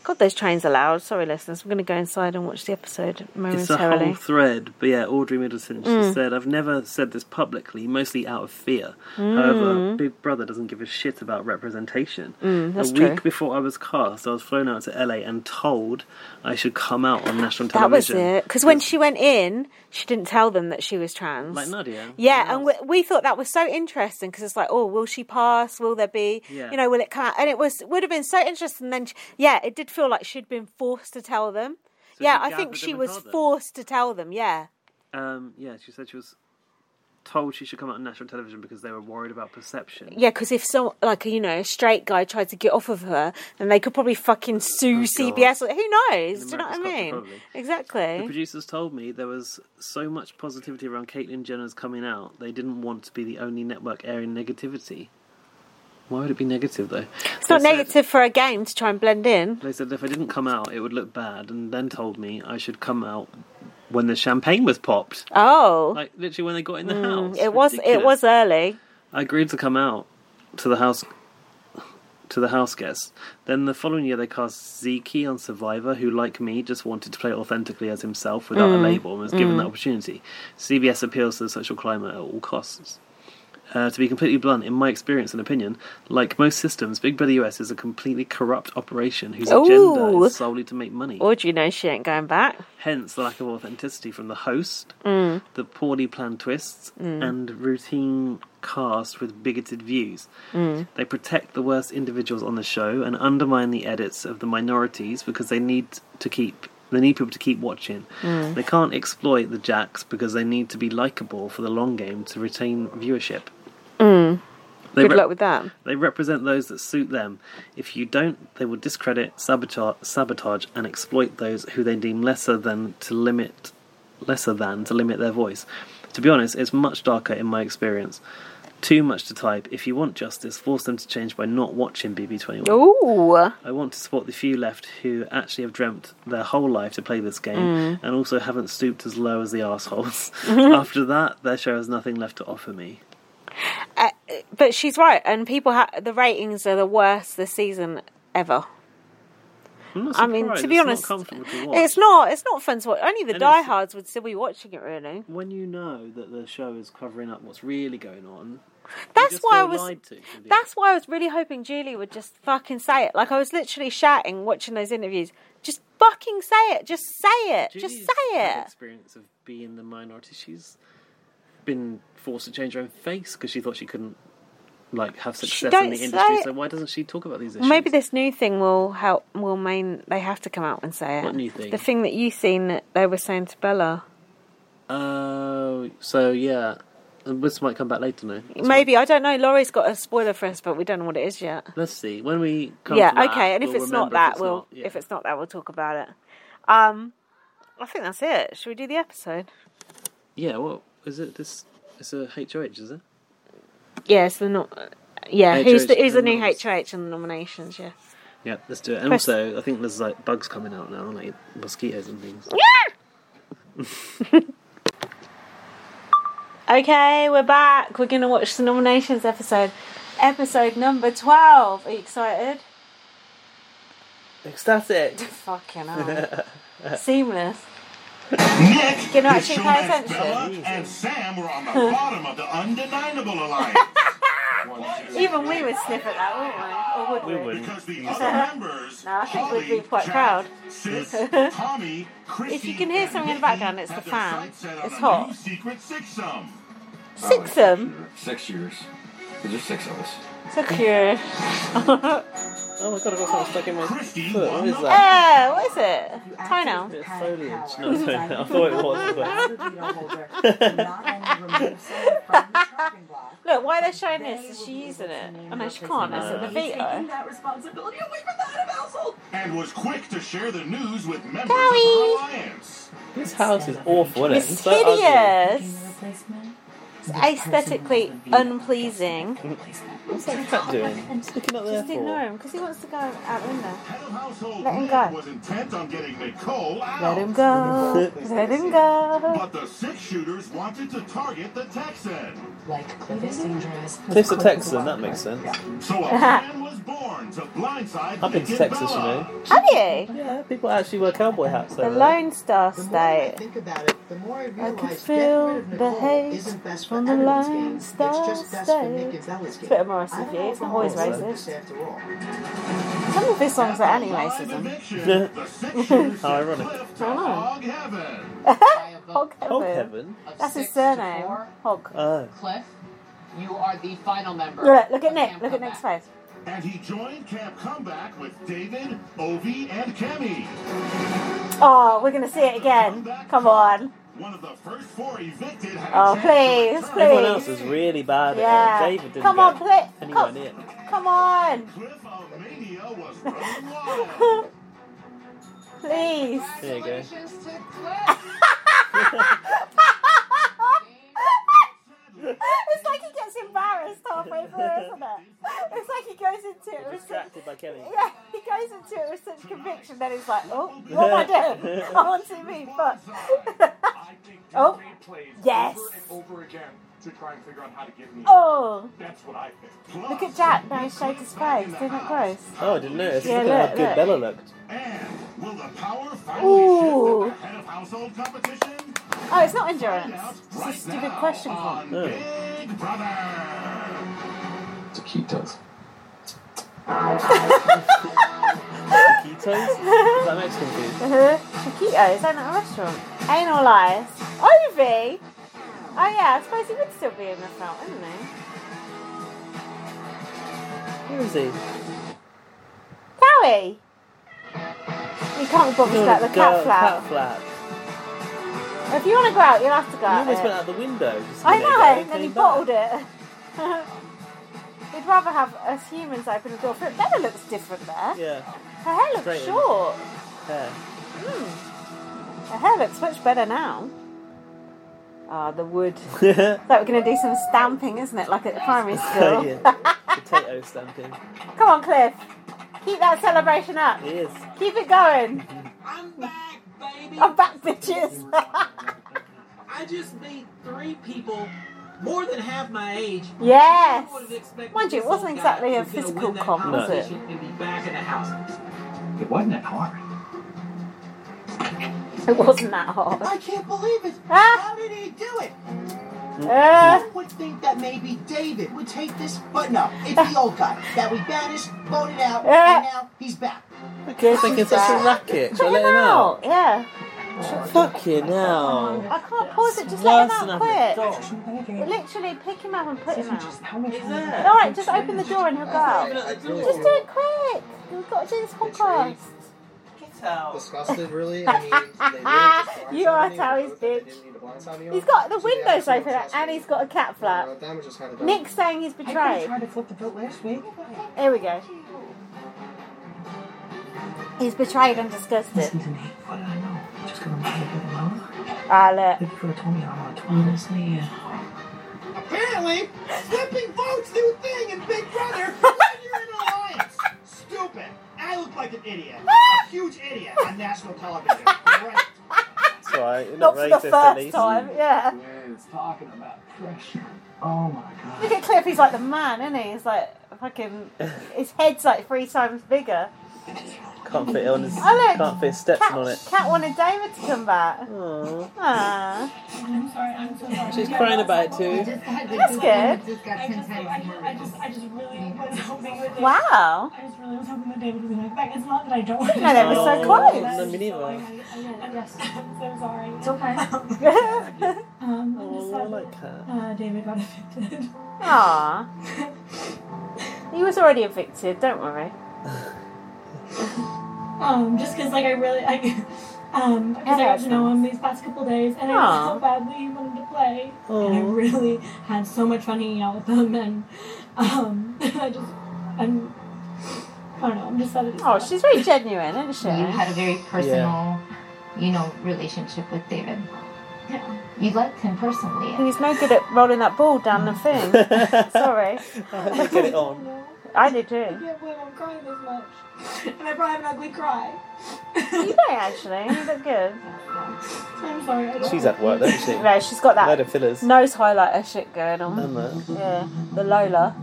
God, those trains are loud. Sorry, listeners. I'm going to go inside and watch the episode
It's a whole
momentarily.
thread, but yeah, Audrey Middleton. She
Mm.
said, "I've never said this publicly, mostly out of fear. However, Big Brother doesn't give a shit about representation.
Mm. that's
a week
true.
before I was cast, I was flown out to LA and told I should come out on national
That was
television.
it. Because when she went in, she didn't tell them that she was trans.
like Nadia,
Yeah, and we, we thought that was so interesting because it's like, oh, will she pass? Will there be,
Yeah.
you know, will it come out? And it was would have been so interesting. Then, she, yeah, it did feel like she'd been forced to tell them. yeah,
she
I think
gathered
she
them and
was
told them.
forced to tell them. Yeah,
um, yeah, she said she was told she should come out on national television because they were worried about perception.
yeah, because if some like you know a straight guy tried to get off of her, then they could probably fucking sue CBS. Or, who knows? Do you know what I
Oh, America's culture,
mean?
probably. The
Exactly.
producers told me there was so much positivity around Caitlyn Jenner's coming out, they didn't want to be the only network airing negativity. Why would it be negative though?
It's not negative for a game to try and blend in.
They said if I didn't come out, it would look bad, and then told me I should come out when the champagne was popped.
Oh,
Like literally when they got in the house.
Mm, it was it
Ridiculous.
was early.
I agreed to come out to the house to the house guests. Then the following year they cast Zeke on Survivor, who like me just wanted to play authentically as himself without a label and was given that opportunity. CBS appeals to the social climate at all costs. Uh, to be completely blunt, in my experience and opinion, like most systems, Big Brother US is a completely corrupt operation whose agenda
Ooh.
is solely to make money.
Or Oh, do you know she ain't going back?
Hence the lack of authenticity from the host,
Mm.
the poorly planned twists, and routine cast with bigoted views.
Mm.
They protect the worst individuals on the show and undermine the edits of the minorities because they need to keep they need people to keep watching.
Mm.
They can't exploit the jacks because they need to be likable for the long game to retain viewership. They
Mm. Good
rep-
luck with that.
they represent those that suit them. If you don't, they will discredit, sabotage, sabotage, and exploit those who they deem lesser than to limit, lesser than to limit their voice. To be honest, it's much darker in my experience. Too much to type. If you want justice, force them to change by not watching BB21.
Ooh.
I want to support the few left who actually have dreamt their whole life to play this game
Mm.
and also haven't stooped as low as the assholes. After that, their show has nothing left to offer me.
Uh, but she's right, and people ha- the ratings are the worst this season ever.
I'm not
I mean,
surprised.
to be
It's not
honest,
comfortable to watch.
it's not. It's not fun to watch. Only the
And it's-
diehards would still be watching it. Really,
when you know that the show is covering up what's really going on, you
that's
just
why I
feel
was.
lied to. to be
That's why I was really hoping Julie would just fucking say it. Like I was literally shouting watching those interviews. Just fucking say it. Just say it.
honest.
just
Julie's
say
had
it.
Experience of being the minority, she's been forced to change her own face because she thought she couldn't like have success in
don't
the
say
industry.
it.
So why doesn't she talk about these issues?
Maybe this new thing will help. Will mean they have to come out and say it.
What new thing?
The thing that you seen that they were saying to Bella.
Oh, so yeah, this might come back later. No, That's
Maybe I don't know. Laurie's got a spoiler for us, but we don't know what it is yet.
what- Let's see when we come.
yeah,
to that,
okay. And if
we'll
it's not
remember
that,
it's
we'll
not- yeah.
if it's not that, we'll talk about it. Um, I think that's it. Should we do the episode?
yeah, well, is it this? It's a HOH, is it?
Yeah, it's the not. Yeah, who's
HH
the who's the new
nominations.
HOH and the nominations? Yeah.
Yeah, let's do it. And
Press-
also, I think there's like bugs coming out now, like mosquitoes and things.
Okay, we're back. We're gonna watch the nominations episode, episode number twelve. Are you excited?
Ecstatic.
Fucking hell. Seamless.
Nick,
You know, actually
the
pay
showman's
attention.
Bella and Sam were on the bottom of the undeniable alliance. One, two,
Even we would sniff at that, wouldn't we? Or would we?
would.
because the other members,
No, I think we'd
Holly,
be quite
Jack,
proud.
Sis, Tommy,
If you can hear something in the background, it's the fan. It's hot.
hot.
Six of them.
Oh, Six years. Because there's six of us.
So curious.
Oh my god, I've got something stuck in my
Christy
foot. What
won
is
the-
that?
Uh, what is it? Toenail.
It's foliage. No, it's foliage. I thought it was. but-
Look, why they're showing this is she using it. Oh no, she can't. It's at the veto.
that responsibility away from the head of household.
And was quick to share the news with members
Bowie.
of her alliance.
This house is awful, isn't it?
It's
so ugly.
hideous. It's aesthetically unpleasing.
What's that cat doing? It's looking up there
Just ignore
for.
him because he wants to go out the window.
Head of household
Let him
Nick
go.
was intent on getting Nicole out.
Let him go. Let him go.
But the six shooters wanted to target the Texan.
Like Cliff is dangerous.
Cliff's a Texan, that makes sense.
So a plan was born to blindside
I've been to
Nick and
Texas, you
Bella.
know.
Have you?
Yeah, people actually wear cowboy hats
The
over there.
Lone Star
The more I
State.
think about it, the more I realize
can
getting
feel
rid of
the
Nicole
hate
isn't best for
from the
everyone's
Lone
game.
Star
It's just best for Nick
State.
and Bella's game.
Bit of Morrissey
I'm
view,
all
it's
for
always
all of
racist.
this after all.
Some of his songs are
After
anti-racism.
live eviction, the six shooters
How
sent
ironic.
Cliff to
I know.
hog heaven.
By a vote
Hog
Oh,
Heaven. Uh,
Kevin.
of
That's his
six to
surname.
four,
Hog.
Oh.
Cliff, you are the final member.
Look, look at
of
Nick.
Camp
Look at Nick's
Comeback.
face.
And he joined Camp Comeback with David, Ovi, and Kemi.
Oh, we're gonna see it again. Come on.
One of the first four evicted had a
Oh, please,
chance to return.
please.
Everyone else is really bad
Yeah.
at it. David didn't
Come
get
on, play-
anywhere
come-
near.
Come on,
Cliff of Mania was running wild.
please.
There you go.
Congratulations to Cliff.
Sadly,
It's like he gets embarrassed halfway through, isn't it? It's like he goes into it with such,
Distracted by Kevin.
yeah, he goes into it with such conviction that he's like, oh, what am I doing? I'm on TV, but
I think
Oh.
oh. plays
Yes.
over and over again to try and figure out how to get me.
oh,
That's what I think.
look at Jack. Now he's showed his face. Isn't it gross?
Oh, I didn't notice.
Yeah,
look at how
look,
good
look.
Bella looked.
And will the power
Ooh.
finally shift at the head of household competition?
Oh, it's not
Find
endurance.
out
It's a
right
stupid
now
question.
on
Oh.
Big Big Brother.
Taquitos.
Taquitos? Is that Mexican food?
Uh-huh. Chiquito, is that not a restaurant? Ain't no lies. Ivy! Oh yeah, I suppose he would still be in the film, wouldn't he?
Where is he?
Cowie! You can't be bothered about the cat flap.
Cat flap.
If you want to go out, you'll have to go
He
out.
almost
it.
went out the window. to see
I
it again
know,
and
and then he
came
bottled
back.
it. We'd rather have us humans open the door for it. Bella looks different there.
Yeah.
Her hair looks
Straight in.
short. Hmm.
yeah.
Her hair looks much better now. Ah, the wood.
yeah.
It's like we're going to do some stamping, isn't it? Like at primary school.
Potato stamping.
Come on, Cliff. Keep that celebration up.
It is.
Keep it going.
I'm back, baby.
I'm back, bitches.
I just beat three people more than half my age.
yes.
I would've expected
Mind you, it
this
wasn't
old guy
exactly a
was gonna
physical
win that
comp, was it?
competition And be back in the house.
It wasn't that hard.
It wasn't that hard.
I can't believe it.
Ah,
How did he do it?
uh,
I would think that maybe David would take this, but no, it's the old guy that we banished, voted out,
Yeah.
and now he's back.
Okay, making such a racket. Shall I
let
let him out?
Yeah.
Fucking hell.
I can't pause it. Just let
Worse
him
than
out
having a
quick.
dog.
Literally, pick him up and put him out.
How much
Is there?
All right, just open the door and he'll go out.
Open up the
Just
door.
do it quick. We've got to do this podcast.
Get out.
Disgusted, really? I mean, they really
You are Towie's bitch. He's got the windows open and he's got a cat flap. Nick's saying he's betrayed.
to flip the vote last week.
Here we go. He's betrayed and disgusted.
to me. What did I know? Just gonna let it go alone.
Ah, look.
If you would've told me I want to honestly, yeah.
Apparently, flipping votes new thing in Big Brother. and you're in an alliance. Stupid. I look like an idiot. A huge idiot on national television. Right.
That's right. You're
Not for
not
the
racist at
first
least.
time, yeah.
It's talking about pressure. Oh my god.
Look at Cliff, he's like the man, isn't he? He's like fucking. His head's like three times bigger.
Can't fit on his.
Oh, look.
Can't fit his steps
Cat,
on it.
Cat wanted David to come back.
Aww.
Aww.
I'm sorry, I'm so sorry.
She's crying about it too.
Just had the
That's good.
Just got
I
ten
just, I,
times more.
I just, I just really was hoping that.
Wow.
I just really was hoping that David was gonna come back. It's not that I don't. want
No, they were
Oh,
so close.
no, me neither.
Yes.
I'm so sorry.
It's okay.
Um, I'm just
Oh, I
sad
like
that,
her.
uh, David got evicted.
Aww. He was already evicted, don't worry.
Um, just because, like, I really, I, um, because I got to know him these past couple days, and I
Aw.
knew how badly he wanted to play, and I
Aw.
really had so much fun hanging out with him, and um, I just, I'm, I don't know, I'm just sad that he's
Oh,
not.
she's very genuine, isn't she?
You had a very personal, you know, relationship with David.
Yeah.
You liked him personally.
He was no good at rolling that ball down the thing. Sorry.
I hope they get it
I
on.
know.
I do
I
too.
can't believe I'm crying this much, and I probably have an ugly cry.
You don't actually. You look good.
I'm sorry. I don't
She's at work, isn't she?
No, she's got
Load
that
of fillers.
nose highlighter shit going
Um,
on.
Emma.
Yeah, the Lola.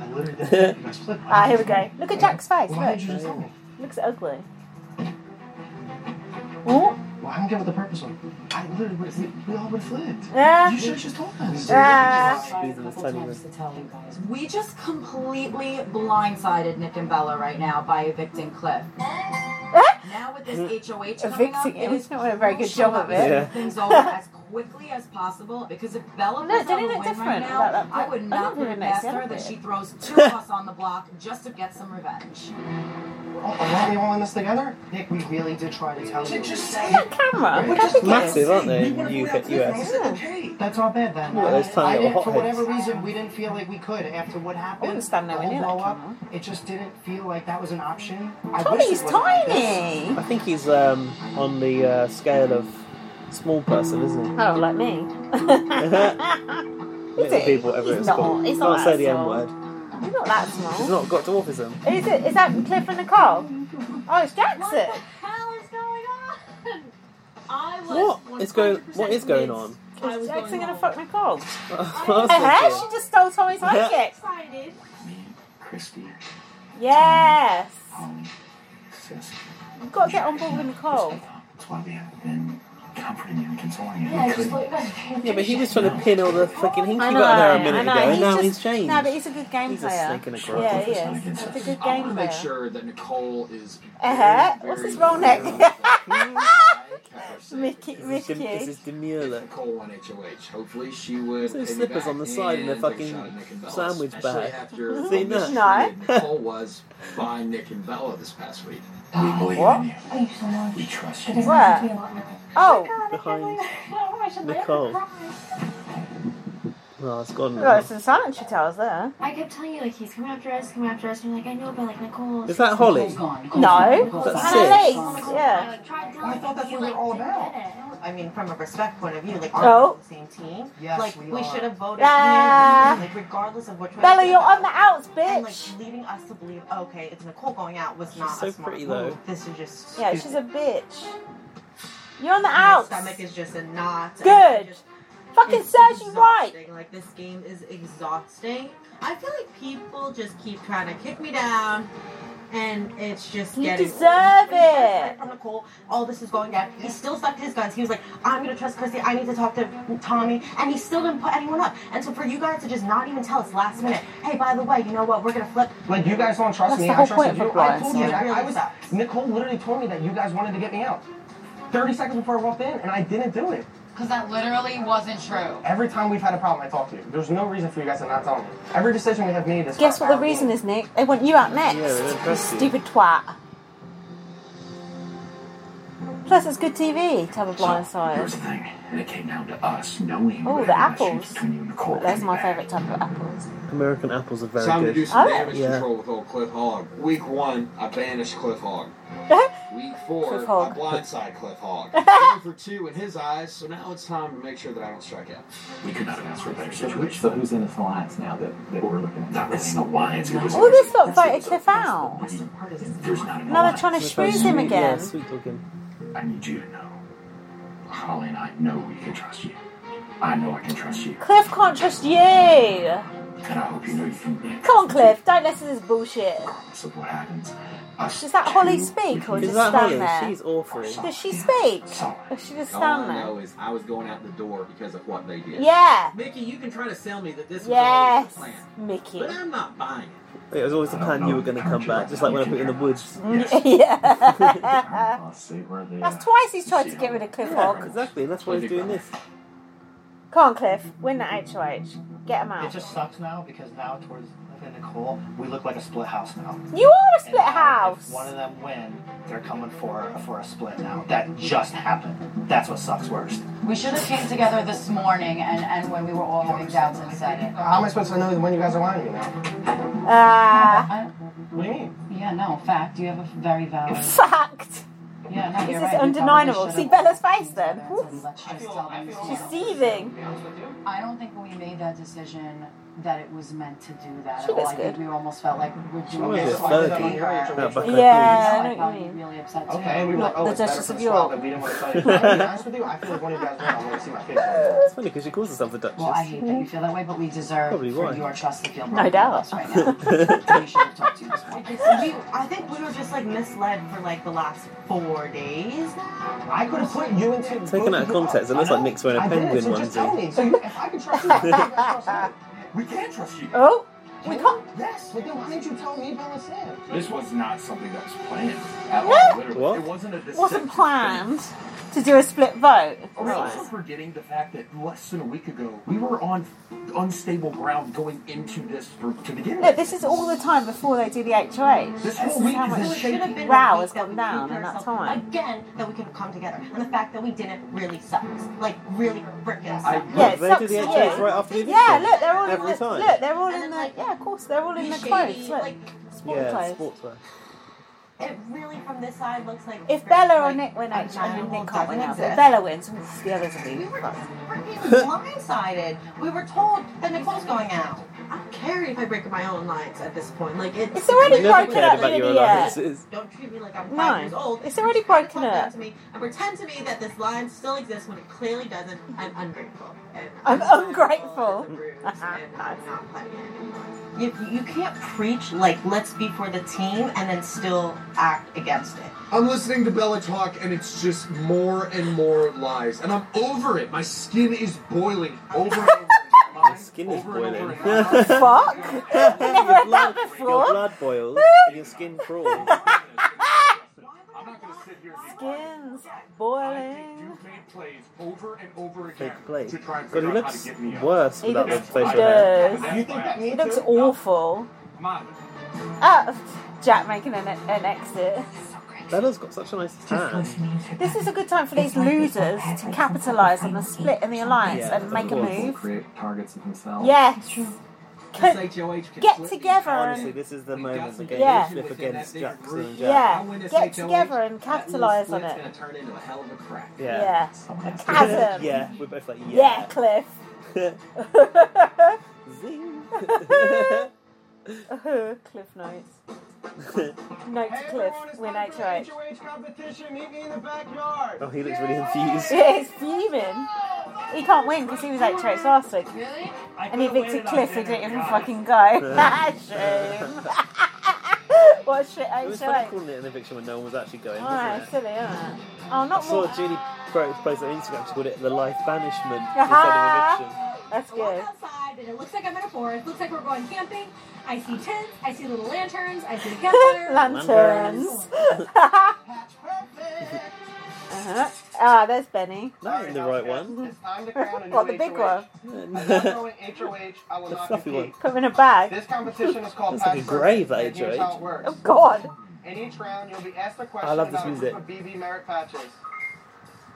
I literally didn't think you guys flipped.
Ah, here we go. Look at Jack's face.
Why did you
Look,
just tell me?
looks ugly. Oh,
Well, I don't get what the purpose was. I literally would have. We all would have flipped.
yeah.
You should have just told us.
Ah.
She's in the tiny room.
to tell you guys. We just completely blindsided Nick and Bella right now by evicting Cliff. now with this HOH coming up,
Evicting
it
him.
is
Not a very good
crucial
job of
that we
it. Yeah.
get Things over as quickly as possible because if Bella
No,
was
didn't
on the
it
win right
different?
now,
That- that-
I would
that
not
would
put
be
it
nice,
past her
wouldn't
that
it?
she throws two of us on the block just to get some revenge.
Oh, are we all in this together?
Nick, we really did try to tell
Just- Just say it.
That camera. Look how big it is.
Massive, aren't they?
We
in
would've
U-
put out Cliff and I
US.
said, okay.
That's all bad then.
Look at those
I
tiny little
didn't, for
hotheads.
whatever reason, we didn't feel like we could after what happened.
wouldn't stand
the
nowhere
whole
near that
blow up,
camera.
It just didn't feel like that was an option. I wish it
Tommy's
wasn't like this.
tiny.
I think he's um, on the uh, scale of small person, isn't he?
Oh, like me.
Little
he?
people, whatever
He's
it's
not.
called.
He's
Can't
not
say the
that
N
small.
word.
He's not that
He's
small.
not got dwarfism.
Is it? Is that Cliff and Nicole? Oh, it's Jackson.
hell is going on? I was
What is going? What is going on?
I
Is
was
Jackson
going
gonna
on.
fuck Nicole?
That's
Her hair?
legit.
She just stole Tommy's hijack.
excited.
Crispy,
Yes.
um, sis.
We've got to get on board with Nicole.
That's why we haven't been comforting you and consoling you.
Yeah, just like
Yeah, but he was trying to pin all the fucking hinky
I
butt
know,
there a
I
minute
know.
ago, and now
just-
he's changed.
No, but he's a good game
He's a
player.
snake in a grotto.
yeah, he is. He's a good
I
game
want to
player.
make sure that Nicole is.
Uh-huh. What's his role neck? Mickey,
This
Mickey.
is dem- this is demure look.
Nicole on HOH. Hopefully she would.
There's no
pay me
slippers
back
on the side and a
take
fucking
shot at Nick and Bella,
sandwich
especially
bag.
After
Seen
how
that?
mistreated Nicole was by Nick and Bella this past week.
We believe
Uh, What?
in you.
Thank you so much.
We trust
It
you.
Where?
reminds me a lot.
Oh,
Behind.
Oh, I should let her
Nicole.
cry.
Oh, it's gone
look,
now.
it's the silent guitars there.
I kept telling you, like, he's coming after us, coming after us. And you're like, I know, but, like, Nicole.
Is that Holly?
No.
That's
Annalise,
Sid.
yeah.
I thought that's what we were all about. I mean, from a respect point of view, like,
Oh.
we're on the same team.
Yes,
like,
we
we,
are.
should have voted
Ah.
unanimously, like, regardless of which way.
Bella,
we
you're
voted.
on the outs,
And, like,
bitch.
leading us to believe, okay, it's Nicole going out was not
so
a smart
pretty,
move.
though.
This is just.
Yeah, she's a bitch. You're on the
My
outs.
stomach is just a knot. and
Good.
I just-
Fucking
it's
says you right.
exhausting. Like this game is exhausting. I feel like people just keep trying to kick me down, and it's just
You
getting
deserve
When he first heard
it.
From Nicole, all this is going down. He still stuck to his guns. He was like, "I'm gonna trust Chrissy. I need to talk to Tommy," and he still didn't put anyone up. And so for you guys to just not even tell us last minute, "Hey, by the way, you know what? We're gonna flip."
Like you guys don't trust
That's
me.
the
I
whole
trusted
point of
you.
a
I told you.
blind
that.
side.
I was. Nicole literally told me that you guys wanted to get me out. Thirty seconds before I walked in, and I didn't do it.
Because that literally wasn't true.
Every time we've had a problem, I talk to you. There's no reason for you guys to not tell me. Every decision we have made is.
Guess what the reason is, Nick? They want you out next.
Yeah, they don't
you
trust you.
stupid twat. Plus, it's good TV to have a blind
Here's
side.
the thing, and it came down to us knowing
Oh,
that
the
relationship
apples.
Between you and Nicole
That's
came
my
back.
favourite type of apples.
American apples are very
Time to
good.
do some
Oh.
damage
Yeah.
control with old Cliff Hogg. Week one, I banished Cliff Hogg. Week four,
Cliff Hogg.
I blindside Cliff Hogg. Three for two in his eyes, so now it's time to make sure that I don't strike out.
We could not have asked for a better situation.
So who's in this alliance now that, that we're looking
Not really an alliance. It was
Oh, this lot voted Cliff out.
There's not an
Now they're
alliance.
trying to schmooze him
Sweet- Yeah,
again.
sweet looking.
I need you to know. Holly and I know we can trust you. I know I can trust you.
Cliff can't trust you.
And I hope you know you can be.
Come on, Cliff, don't listen to this bullshit.
Regardless of what happens, us
Does that Holly
two, we
speak or
can
Is
just
that
stand
Holly?
there?
She's awful.
Does she speak?
solid.
Or she just
All I
stand
know
there?
is I was going out the door because of what they did.
Yeah.
Mickey, you can try to sell me that this was always
Yes,
the plan,
Mickey.
but I'm not buying it.
It was always the plan you were going to come back, just like when I put you in the woods.
Mm, Yeah.
I'll see where they
That's
are.
twice he's tried to get rid of Cliff
Yeah,
Hogg.
exactly, and that's why he's doing this.
Come on, Cliff, win that HOH. Get him
It
out.
just sucks now because now towards Liv and Nicole, we look like a split house now.
You are a
And
split
now
house.
If one of them win, they're coming for for a split now. That just happened. That's what sucks worst.
We should have came together this morning, and and when we were all having doubts and said it.
How am I supposed to know when you guys are lying to me now?
Ah,
I-
What do you mean?
Yeah, no, fact. You have a very valid.
fact.
Yeah, no,
This
you're
is
right. You
undeniable.
probably
See
should've-
Bella's face then. Woo.
Let's just tell them
She's
tomorrow.
seething.
I don't think we made that decision that it was meant to do that.
She
at all.
was
I think
good.
we almost felt like we're doing
was
this
a
for
thug.
the paper.
Yeah, but-
So
Yeah, I
I
know what
thought
you
you'd
mean.
really upset too.
Okay, and we were like, oh,
The
it's better
Duchess
for
of
the
York.
swap that we didn't want to tell you. I'll be honest with you, I feel like one of you guys win, I want to see my face. Right
It's funny because she calls herself the Duchess.
Well, Oh, I hate that you feel that way, but we deserve
Probably
for
why.
your trust to feel
No
broken
doubt.
with us right now. we should have talked to you this morning.
She
I think we were just like misled for like the last four days.
now. I could have put you into
Taken out of context, it looks like Nick's wearing a
I did it,
penguin
so just tell
onesie.
me. So you, if I can trust you, I can trust
We can trust you.
Oh,
you.
we can't.
Yes, but then why didn't you tell me Bella said?
This was not something that was planned at all. Literally,
What?
it wasn't a decision.
Wasn't planned to do a split vote.
Are we also forgetting the fact that less than a week ago we were on unstable ground going into this for, to begin
Look,
with?
this is all the time before they do the HOH.
This
This
whole
is
week
how
is
much
a
It should have been
Wow,
a week
it's gone
that we
down
proved
in that
ourselves
time.
Again, that we could have come together. And the fact that we didn't really sucks. Like, really freaking
I-
sucks.
Yeah, it
they
sucks
do the
for
HOH
you.
right after the
Yeah,
event.
look, they're all
Every
in the,
time.
look, they're all
And
in
then,
the,
like,
yeah, of course, they're all in
Be
the
shady,
clothes, look,
like,
sport
Yeah,
clothes.
sportswear.
it really from this side looks like.
If Bella or
like,
Nick win
a
out, I mean,
giant
Nick can't win
doesn't
out, but if
exist.
Bella wins, oof, the others will
We
be
were
fucked.
freaking blindsided. We were told that Nicole's going out. I don't care if I break my own lines at this point. Like it's,
It's already You never broken cared up,
about your lines. It's-
Don't treat me like I'm five
No.
years old.
It's already
and try to
broken
talk down
up.
To me and pretend to me that this line still exists when it clearly doesn't. I'm ungrateful. And
I'm ungrateful.
You, you can't preach like let's be for the team and then still act against it.
I'm listening to Bella talk, and it's just more and more lies, and I'm over it. My skin is boiling over and over. My
skin is boiling.
Fuck! Never had that
Your
before.
blood boils and your skin crawls.
Skins boiling.
plays over and over again.
Fake blade.
To try and
But he
figure out how
looks
to get me up.
worse
He
without the
looks-
facial
he
hair.
does.
You think that
He
means
looks
it?
awful.
Come on.
Ah, Jack making an, an exit.
Bella's got such a nice tan.
This is a good time for these losers to capitalise on the split in the alliance
Yeah,
and make a
of course.
move.
Create targets of themselves.
Yes.
This HOH can
get
flip me.
together
Honestly,
and-
this is the moment the game
Yeah.
will flip against Jax and
Yeah,
Jack.
get together and capitalise on it.
Turn into a hell of a crack.
Yeah. A chasm.
yeah, we're both like,
Yeah,
yeah.
Cliff.
Zing.
Uh-huh, Cliff notes. Note to Cliff. Win HOH.
competition. Meet me in the backyard.
oh, he looks really confused.
Yeah, he's fuming. He can't win because he was at church last week. And he evicted Cliff, who didn't even fucking go. Shame. what a shit
It was
HOH.
funny calling it an eviction when no one was actually going.
Oh,
wasn't it?
silly, isn't it? Oh,
I
not
saw
more.
Julie Crowe post on Instagram. She called it the life banishment
Aha!
instead of eviction.
That's
I walk
good.
outside and it looks like I'm in a forest. Looks like we're going camping. I see tents. I see little lanterns. I see a campfire.
Lanterns. uh-huh. Ah, there's Benny.
That ain't the right one.
I'm the crown and
What,
new
the big
HOH.
one?
I'm not throwing HOH. I will
The
not
fluffy
compete.
one.
Put him in a bag.
This competition is called
It's like a
Patchwork,
grave at
and here's how it
HOH.
works.
Oh, God.
In each round, you'll be asked a question
I love this
about
music.
a group of BB merit patches.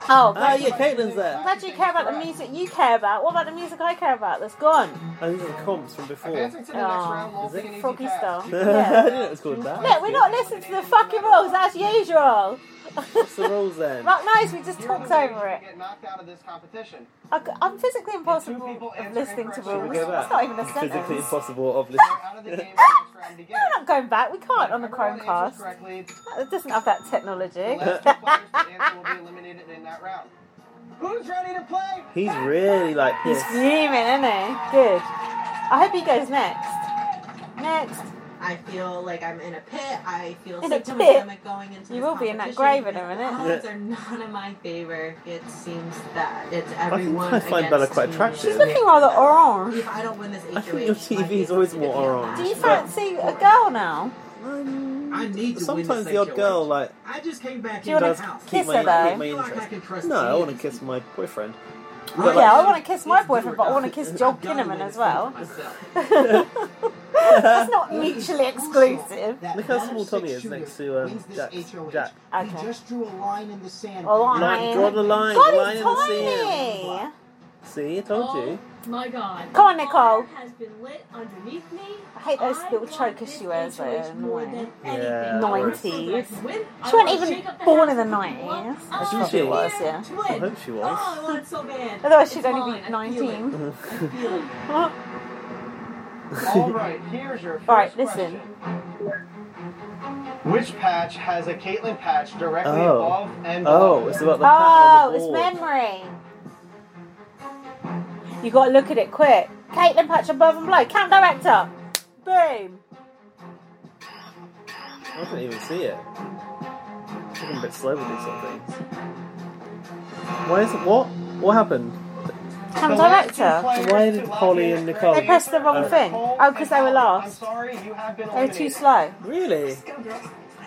Oh,
Oh,
glad
yeah, Caitlin's there.
glad you care about the music you care about. What about the music I care about that's gone?
And these are the comps from before.
Advancing to the next round,
Oh,
we'll be an easy
froggy
task.
style.
I
Yeah.
didn't know it was called that.
Look, we're not listening to the fucking rules as usual.
What's the rules then?
Not nice, we just talked over it.
Get knocked out of this competition.
I c- I'm physically impossible of listening to
Should
rules.
we go
It's
back?
not even a
Physically
sentence.
impossible,
Out of the
obviously.
game, next round begins.
We're not going back, we can't Oh, on the
Everyone answers
Chromecast.
correctly.
It doesn't have that technology.
The last two players that answer will be eliminated in that round. Who's ready to play?
He's really like
He's
this.
fuming, isn't he? Good. I hope he goes next. Next.
I feel like I'm in a pit. I feel
In a
sick to my
pit?
stomach going into
You
this
will be in that
competition.
grave in a minute.
The odds are not in my favor. It seems that it's
I think
everyone
I find
against
Bella quite
me.
attractive.
She's looking rather orange.
If I don't win this
I
HOH,
think your TV is always more orange.
Do you
but
fancy a girl now?
I need to win
sometimes
this
the odd
HOH.
girl like
I just came back
Do you
into
wanna
the house.
kiss
keep my,
her, though?
keep my
feel like I
interest.
can trust
No, I
you.
want to kiss my boyfriend.
Right.
Yeah, I want to kiss my
Let's do it.
boyfriend, but I want to kiss Joel
I've gotta
Kinnaman
win
as
this
well.
thing myself.
That's not mutually exclusive.
That
Look how
number
small Tommy
six
is next
shooter
to, um,
wins this
Jack-
HOH.
Jack.
We
Okay.
just drew a line in the sand.
A line.
Like, draw the line,
God,
line
he's
in the sand.
tiny.
See, I told you.
Oh My God.
Come on, Nicole.
Fire Has been lit underneath me.
I hate those
I
little
want
chokers she
this
wears. though,
HOH more
annoying.
than
Yeah,
anything.
of
I want
course.
something I can win. I
She wasn't
want to
even
shake up the
born in
house
the
if you want.
90s.
I
That's
want
probably
to
was,
be
yeah.
to
I
win.
hope she
Oh,
was.
I want it so bad.
Otherwise, she'd
It's
only
mine.
be
I feel it.
19.
Mm-hmm.
All right, here's your first
All right, listen.
question. Which patch has a Caitlyn patch directly
Oh.
above and
Oh,
below?
it's about the pattern on
Oh,
the
it's
board.
memory. You got to look at it quick. Caitlin Patch above and below. Camp director. Boom.
I didn't even see it. I'm a bit slow with these sort of things. Why is it? What? What happened?
Camp director.
Why did Polly and Nicole?
They pressed the wrong thing. Oh, because they were
I'm
last.
sorry, you have been
They were too
eliminated.
slow.
Really?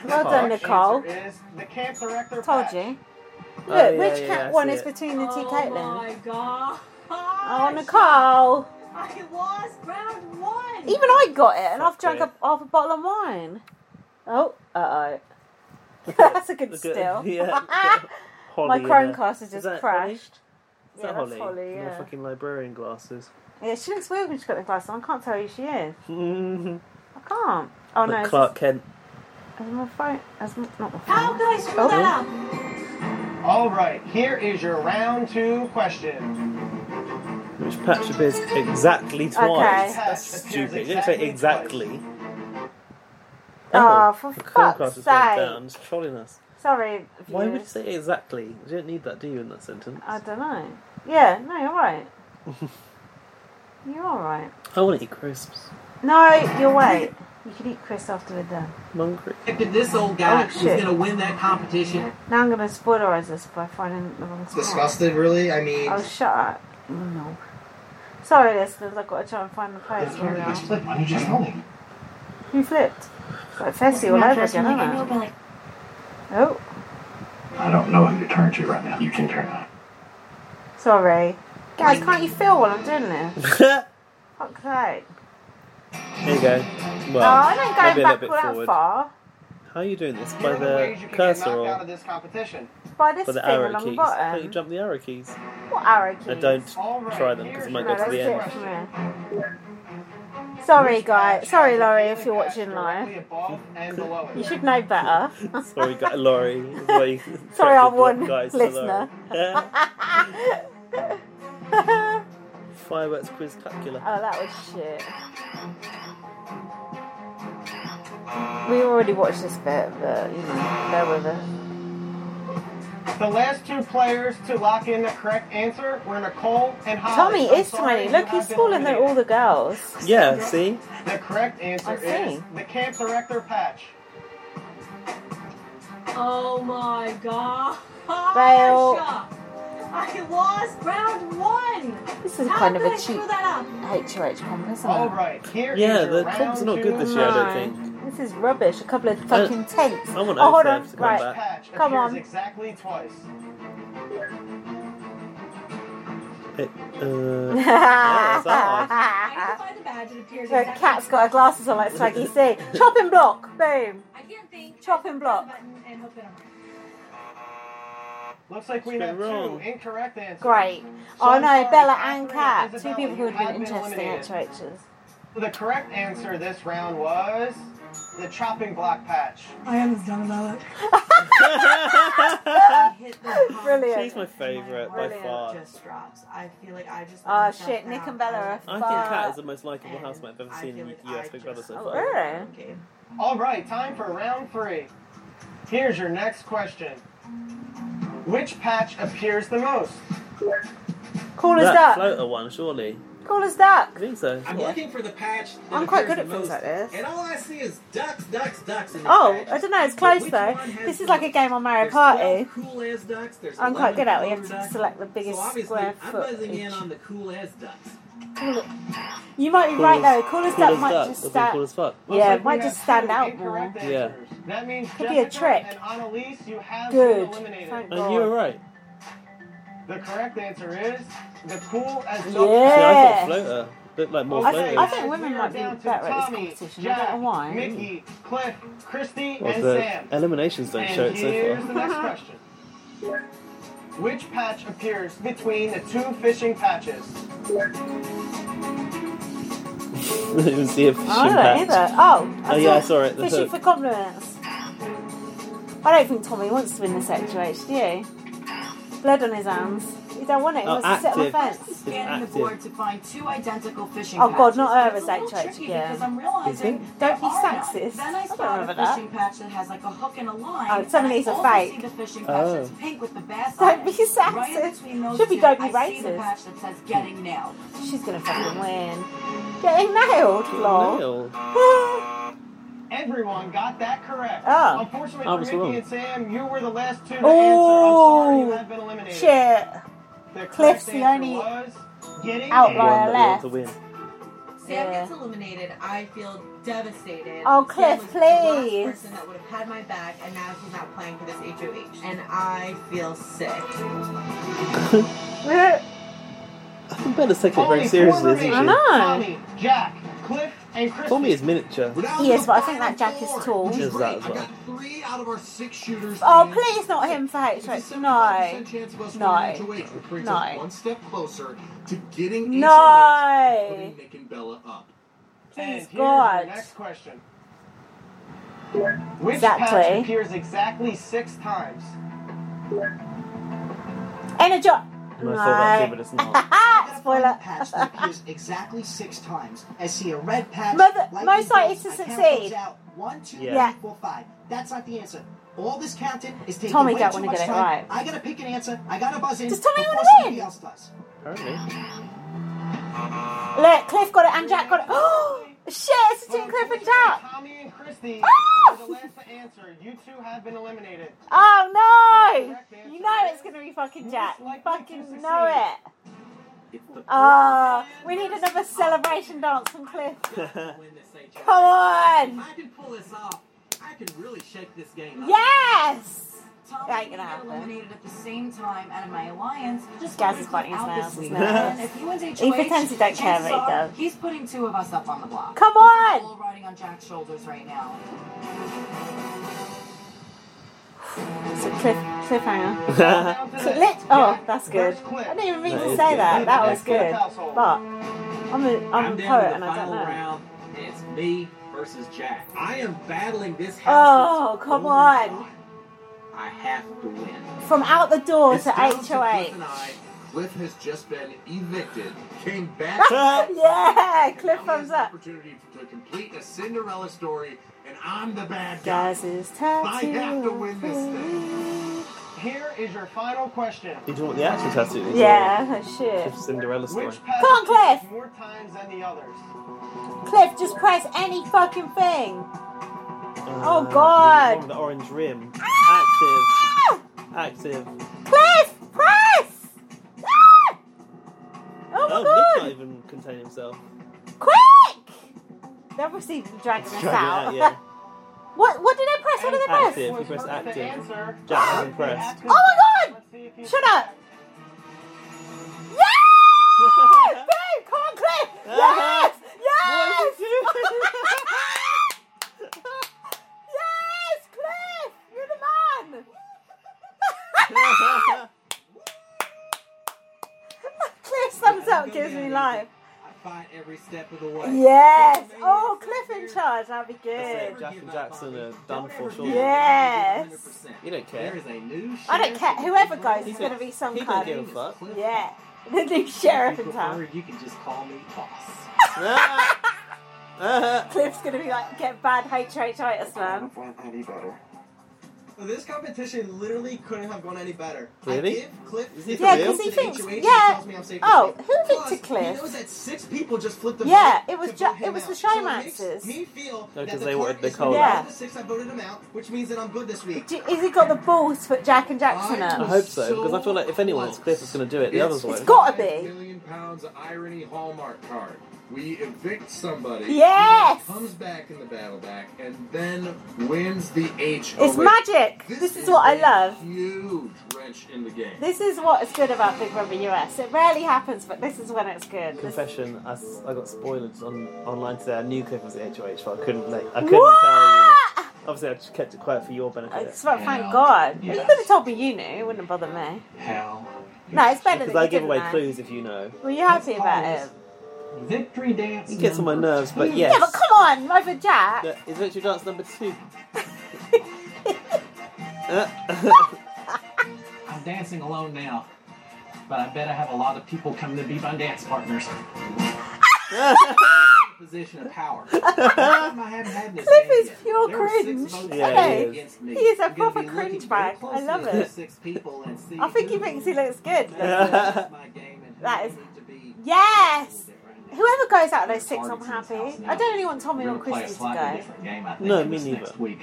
Well done,
Answer
Nicole.
is the camp director
Told
patch.
you. Look,
Oh, yeah,
which
yeah,
cat
I
one
see
is
it.
between the two
Oh
Caitlin?
my God.
Oh, Nicole.
I lost round one.
Even I got it, and I've
Fuck
drank
it.
up half a bottle of wine. Oh, uh oh. That's a good
Look at-
still.
yeah.
My
Holly in there.
Chromecast has
Is
just
that Holly?
crashed.
Is
Yeah,
that
that's
Holly?
Holly,
My
yeah.
fucking librarian glasses.
Yeah, she looks weird when she's got the glasses on. I can't tell who she is.
Mm-hmm.
I can't. Oh no, it's
Clark Kent.
Has my phone? Has my, not my phone?
How could I screw
Oh.
that up?
All right, here is your round two question.
which perhaps appears exactly twice. That's stupid. You didn't say exactly.
Oh, for
the
fuck's
has gone
sake.
down. It's trolling us.
Sorry.
Why would you
viewers.
say exactly? You don't need that, do you, in that sentence?
I don't know. Yeah, no, you're right. you're all right.
I want to eat crisps.
No, you're right. You could eat Chris afterward then.
I'm hungry.
Expected this old guy
Oh,
was
shit.
going to win that competition.
Now I'm gonna spoilerize this by finding the wrong spot.
Disgusted, really? I mean-
Oh, shut up. No. Sorry, listeners. I've got to try and find the post right now. Who flipped? It's like Fessy all
Not
over
dressed
again,
like I know,
isn't
but
it?
like-
Oh,
I don't know who to turn to right now. You can turn on.
sorry. Guys, can't you feel what I'm doing there? Fuck's sake.
There you go.
No,
Well,
I don't go
maybe a
back
little
all that
bit forward.
far.
How are you doing this? By the cursor
out of
or
this competition.
By this
by the
thing
arrow
along
keys?
the
Can't you
bottom.
jump the arrow keys?
What arrow keys?
No, don't try them because it might go to the end.
end. Sorry, guy. Sorry, Laurie, if you're watching live. You should know better.
Sorry, guy, Laurie. is why you
Sorry, I
attracted black
won,
guys to
listener.
Laurie.
oh,
Fireworks quiz calculator.
that was shit. We already watched this bit, but you know, bear with us.
The last two players to lock in the correct answer were Nicole and Holly.
Tommy
I'm
is
sorry
tiny.
you
Look,
have
he's
been
smaller than all the girls.
Yeah, see?
The correct answer
I
is
see.
the camp director patch.
Oh my god.
Fail.
I lost round one.
This is
How
kind of
could
a
I
cheap
screw that up?
HOH comp, isn't it?
All right, here is
Yeah,
your
the
round
comp's not
two
good this year, I don't
No.
think.
This is rubbish. A couple of fucking tents.
I want
oh, hold on.
Overdrive to come
Right.
back.
Patch
Come
appears
on.
exactly twice.
It, uh, yeah, that's odd.
Ah.
I need to find the badge. It appears
The
exactly
cat's got her glasses on like Swaggy C. Chopping block. Boom.
I can't think.
Chopping block.
Button and hope that I'm right.
Looks like we
It's been
have
wrong.
two incorrect answers.
Great.
So
Oh
I'm
no,
sorry,
Bella
Catherine
and Cat. Two
Isabella,
people who
you
would have
have
been
been
interesting
eliminated.
HOHs.
The correct answer this round was the chopping block patch.
I am as dumb about it.
Brilliant.
She's my favourite by far.
Just drops. I feel like I just.
Oh shit, Nick and Bella are
I think Kat
fucked.
is the most likable housemate I've ever seen in US Big Brother so
Oh,
far.
really?
All right, time for round three. Here's your next question. Which patch appears the most?
Cool as
that
duck.
floater one, surely.
Cool as duck.
I think so.
I'm looking for the patch. that
I'm quite good
appears
at
the
things like
most,
this.
And all I see is ducks, ducks, ducks. in the
Oh,
patch.
I don't know, it's close
Which
though.
one has
This is
the
like a game on Mario
There's 12
Party.
Cool as ducks. There's
I'm quite
11
good at it. You
colored
have to
ducks.
select the biggest
So obviously,
square
I'm
foot.
buzzing in
each.
on the cool as ducks.
Cool- You might be
Cool
right
as-
though. Cool as
cool
duck
as
might
duck.
just
That'd be
stand.
cool as fuck.
Yeah,
Looks
it
like
might
we
just
have
stand
two
out more.
incorrect
Yeah.
That means
Could be a
Jessica
trick.
and Annalise, you have
Good.
been eliminated.
Thank
And you were right.
The correct answer is the cool as
Yeah.
duck.
See, I
Yeah.
thought floater looked like more
Oh, I
floaters.
think, I think women
We are
might be
down to
better at
Tommy,
this competition. I
Jack,
don't know why.
Mickey, Cliff, Christy,
Well,
and
the
Sam.
eliminations don't
and
show it
here's
so
the
far.
next question. Which patch appears between the two fishing patches?
I didn't even see a fishing
I don't
patch.
know either. Oh, I
Oh, yeah, I
saw
saw it. That's
Fishing
it.
for compliments. I don't think Tommy wants to win this HOH, do you? Blood on his hands. You don't want it. He
Oh,
wants to sit on the
active.
fence.
Scanning the
active.
board to find two identical fishing
Oh,
patches.
God, not her
It's
as
a little
that
tricky
joke, yeah.
Because I'm
You think?
realizing
Don't be
there are none.
sexist.
Then
I
I
don't
spot a
remember that.
fishing patch that has like a hook and a
Oh,
line.
some of
and I
these are
also
fake.
see the fishing patch
Oh.
that's pink with the bass
Don't
on
be
it.
sexist.
Right in between those
Should be
two,
don't be
I see the
racist.
patch that says getting nailed.
She's gonna fucking win. Getting nailed, lol.
Nailed.
Everyone got that correct.
Oh.
Unfortunately
I
for
was
Mickey
wrong.
and Sam, you were the last two to answer. I'm sorry, you
Oh,
have been eliminated.
shit.
The
Cliff's
correct
the
answer
only
was getting
outlier left.
To win.
Sam
Yeah.
gets eliminated. I feel devastated.
Oh,
Sam
Cliff,
was the last
please.
person that would have had my back, and now he's not playing for this HOH, and I feel sick.
I think Bella's taking it very
Only four
seriously, isn't she?
remaining.
I know.
Tommy, Jack, Cliff, and Christy.
Tommy is miniature.
Yes, but I think that Jack is tall.
She is that as well.
Three out of our six shooters.
Oh,
and
please not him for HOH. No.
a 75% Chance of us
No.
winning HOH, which brings us
No.
one step closer to getting
No.
HOH and putting Nick and Bella up.
And
Please,
here's
God.
your next question. Which
Exactly.
patch appears exactly six times?
Energy.
And I thought that too, but it's not.
Ah, it's spoiler.
patch that appears exactly six times. I see a red patch.
Mother-
lightning
most likely
bolts,
to
I count
succeed.
those Out. One, two,
Yeah. Yeah.
three, four, five. That's not the answer. All this counting is taking
Tommy
way
don't
too
wanna
much
get it
time.
right.
I gotta pick an answer. I gotta buzz in.
Does Tommy
before
wanna win?
somebody else does.
Look, Cliff got it and Jack got it. Oh, shit, it's between Cliff and Jack.
Tommy and Christy
Ah!
are the last to answer. You two have been eliminated.
Oh, no. You know it's going to be fucking Jack. You fucking know it. Oh, we need another celebration dance from Cliff. Come on.
I can pull this off. I can really shake this game up.
Yes.
Tommy
That ain't gonna
and I
happen.
eliminated at the same time out of my alliance. Just
Gaz is
wanted
biting
to
his
out
nails,
this
isn't
week.
he?
And if he wins HOH,
He pretends he don't care, but he
chances are
does.
He's putting two of us up on the block.
Come
This
on.
is all riding on Jack's shoulders right now.
It's a cliff, cliffhanger.
That
Clip. Oh, that's good. I didn't even mean to say that. That was good. But I'm a, I'm a
down to
poet
the
and I don't
final
know.
round. It's me versus Jack. I am battling this
Oh, come on.
I have to win.
From out the door to
down
HOH.
to Cliff and I. Cliff has just been evicted, came back.
yeah, Cliff thumbs up.
opportunity to complete a Cinderella story, and I'm the bad guy.
Guys is
I have to win this
thing.
Here is your final question.
Did you want the action tattoo? Did you
Yeah,
want
shit.
the Cinderella story.
Which patch
Come on,
appears more times than the others?
Cliff, just press any fucking thing.
Uh,
Oh, God. Ah!
The one with the orange rim. Active. Active.
Cliff, press! Ah! Oh my
Oh, Nick
god!
can't even contain himself.
Quick! They're obviously dragging us out.
Drag it out, yeah.
what What did I press? What did I press?
Active. You press active.
Answer.
Jack is impressed.
Oh my god! Shut up! Yeah! Babe, come on, Cliff!
Uh-huh.
Yes! Yes! yes, Cliff! You're the man! Cliff thumbs up gives me life.
I fight every step of the way.
Yes! Oh, Cliff in charge, that'd be
That's it,
good.
Jack and Jackson are done for sure.
Yes!
You don't care.
There is a new
I don't care, whoever goes
He
is gonna
don't-
be some
he don't
kind
give a
of.
fuck.
Yeah, the new sheriff in town.
You can just call me boss.
Cliff's gonna be like, get bad HHItis, man.
Went any better. This competition literally couldn't have gone any better.
Really?
I give Cliff
Is he for
Yeah,
real?
because he thinks.
HOH, he
Yeah.
tells me I'm safe to
Oh,
sleep.
who
Plus,
evicted
He
Cliff?
knows that six people just flipped the
Yeah,
vote
it was
to
ju-
vote
it
him
was the
out.
Shy
So it makes
Maxes.
Me feel
No, 'cause
that the
they
card
wanted the
is
colour.
more
Yeah.
than The six I voted him out, which means that I'm good this week.
Do- Has he got the balls to put Jack and Jackson
I
up?
hope so, because I feel like if anyone, it's Cliff that's going to do it. The others
It's
won't.
gotta be.
Million pounds of irony hallmark card. We evict somebody.
Yes!
who Comes back in the battle back and then wins the H.
It's magic. This is what I love.
Huge wrench in the game.
This is what's good about Big Brother US. It rarely happens, but this is when it's good. This-
Confession, I, s- I got spoilers on online today. I knew Cliff was at HOH, but I couldn't, like, I couldn't tell you. Obviously, I just kept it quiet for your
I
benefit.
just want to thank God. You
Yeah.
could have told me you knew. It wouldn't have bothered me.
Hell.
No, it's better
Because
that
I
you
give
didn't
away
know.
clues if you know.
Were you happy about it?
Victory dance.
It gets on my nerves, but yes.
Yeah, but come on, over Jack.
That is Victory Dance number two.
I'm dancing alone now, but I bet I have a lot of people coming to be my dance partners. position of power.
Cliff is pure cringe.
Yeah,
I know.
he is.
he is a proper cringe bag. I love it. I think he thinks he looks good.
that
is yes. Whoever goes out of those six, I'm happy. I don't really want Tommy or Christy to go.
game, I
No, me neither.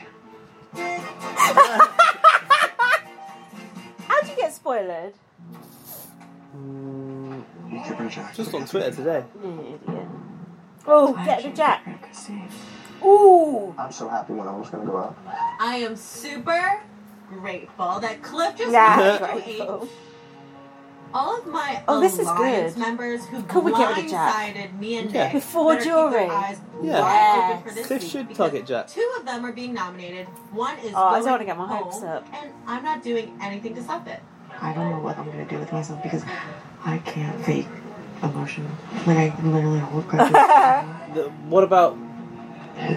How do you get spoiled?
Just on Twitter today.
Oh, get the Jack. Ooh.
I'm so happy when I was gonna go out.
I am super grateful that Cliff just
Yeah,
got to
grateful.
meet all of my
Oh, this is
alliance
good.
members who
Could we get rid of Jack?
blindsided me and
Yeah.
Nick.
Before
better keep their
jury.
eyes
Yeah.
wide open for this
Cliff
week
should
because
target Jack.
Two of them are being nominated. One is
Oh, I
going
don't want to get my hopes
home,
up.
and I'm not doing anything to stop it.
I don't know what I'm gonna do with myself because I can't fake emotion. Like I can literally hold back.
The- What about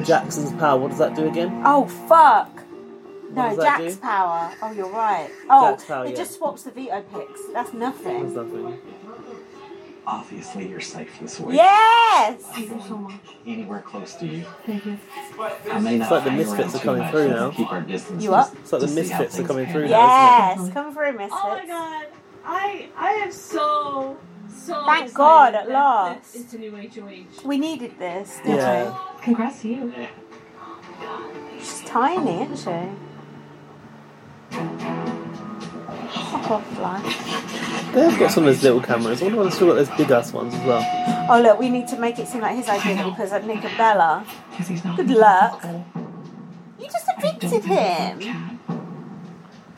Jackson's power? What does that do again?
Oh fuck!
What
No,
does that
Jack's
do?
power. Oh, you're right. Oh,
Jack's power,
it
yeah.
just swaps the veto picks. That's
There's
nothing.
nothing.
Obviously, you're safe this way.
Yes!
Thank you so much.
Anywhere close to you.
Thank you.
I may
It's
not
like the
hang around
misfits are
too
coming
much
through
just to
now.
Keep our distance.
You up?
It's like the
Just see how
misfits are
things
coming through now.
Yes, come through, Miss.
Oh my god. I I am so so
Thank
excited
God, at
that
last.
It's a new HOH.
We needed this,
Isn't it?
didn't
Yeah.
Congrats to you.
we? She's tiny, isn't she? Fuck off, fly.
They've got some of those little cameras. I wonder why they've still got those big ass ones as well.
Oh look, we need to make it seem like his idea because of Nicabella. Good luck. You just evicted him.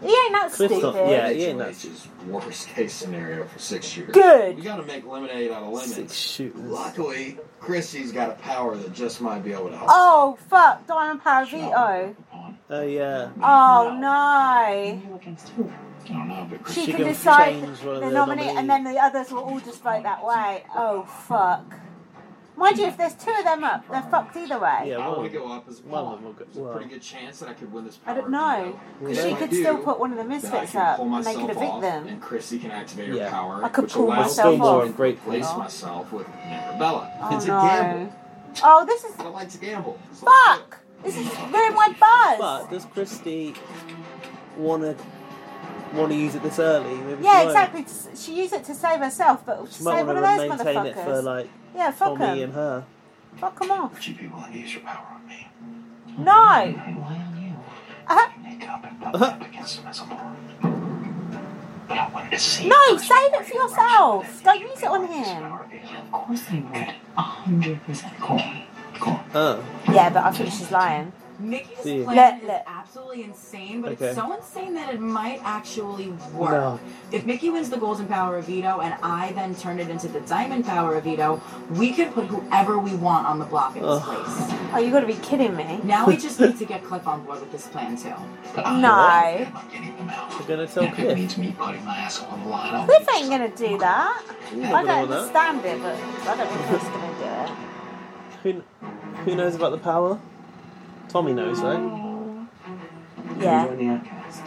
He ain't that
Cliff's
stupid.
not. Yeah, he ain't that.
Which is worst case scenario for six shooters.
Good.
We gotta make lemonade out of lemons.
Six shooters.
Luckily, Chrissy's got a power that just might be able to help.
Oh fuck, Diamond Paravito.
Oh yeah.
Oh no.
I don't know, but
She
She
can
can
decide
change one of
the
the
nominee and then the others will all just vote that way. Oh fuck. Mind you, if there's two of them up, they're fucked either way.
I
Yeah,
want
one.
to go up as
One
well.
of them will go.
There's a
Well,
pretty good chance that I could win this
I
power.
don't know. 'Cause
If
she
I
could
do,
still put one of the
then I
misfits
can
up
pull
and they
myself
could evict
off,
them.
And Chrissy can activate
Yeah.
her power,
I could
which
pull
allows
We're still
me
more
to
ungrateful.
replace myself with Neverbella.
Oh,
it's
no.
a gamble.
Oh, this is
but I like to gamble. So
fuck! This is ruined my buzz.
but does Christy wanna wanna use it this early? Maybe she
Yeah,
won't.
exactly. S- She used it to save herself, but
She
save one
might want
of
to
those
maintain it for
motherfuckers.
like
yeah, fuck
Tommy
them.
and her.
Fuck them off.
Two people that use your power on me.
Oh, No. Uh-huh.
Nick up and butt up against them as a board. But I wanted to see.
No, save it for yourself. Don't use it on him.
Of course they would. A hundred percent. Cool.
Oh,
Yeah, but I think she's lying.
Nikki's
See.
plan
Let-
is
let-
absolutely insane, but
Okay.
it's so insane that it might actually work.
No.
If Nikki wins the golden power of veto and I then turn it into the diamond power of veto, we can put whoever we want on the block in this place.
Oh, you gotta be kidding me.
Now we just need to get Cliff on board with this plan too.
Uh-huh.
No.
we're gonna tell
If it
Cliff.
means me putting my ass on the line, I'll
Cliff ain't gonna do that. I
not
don't
gonna want that.
understand it, but I don't think Cliff's gonna do it.
Who, kn- who knows about the power? Tommy knows, right?
Yeah.
join the outcast.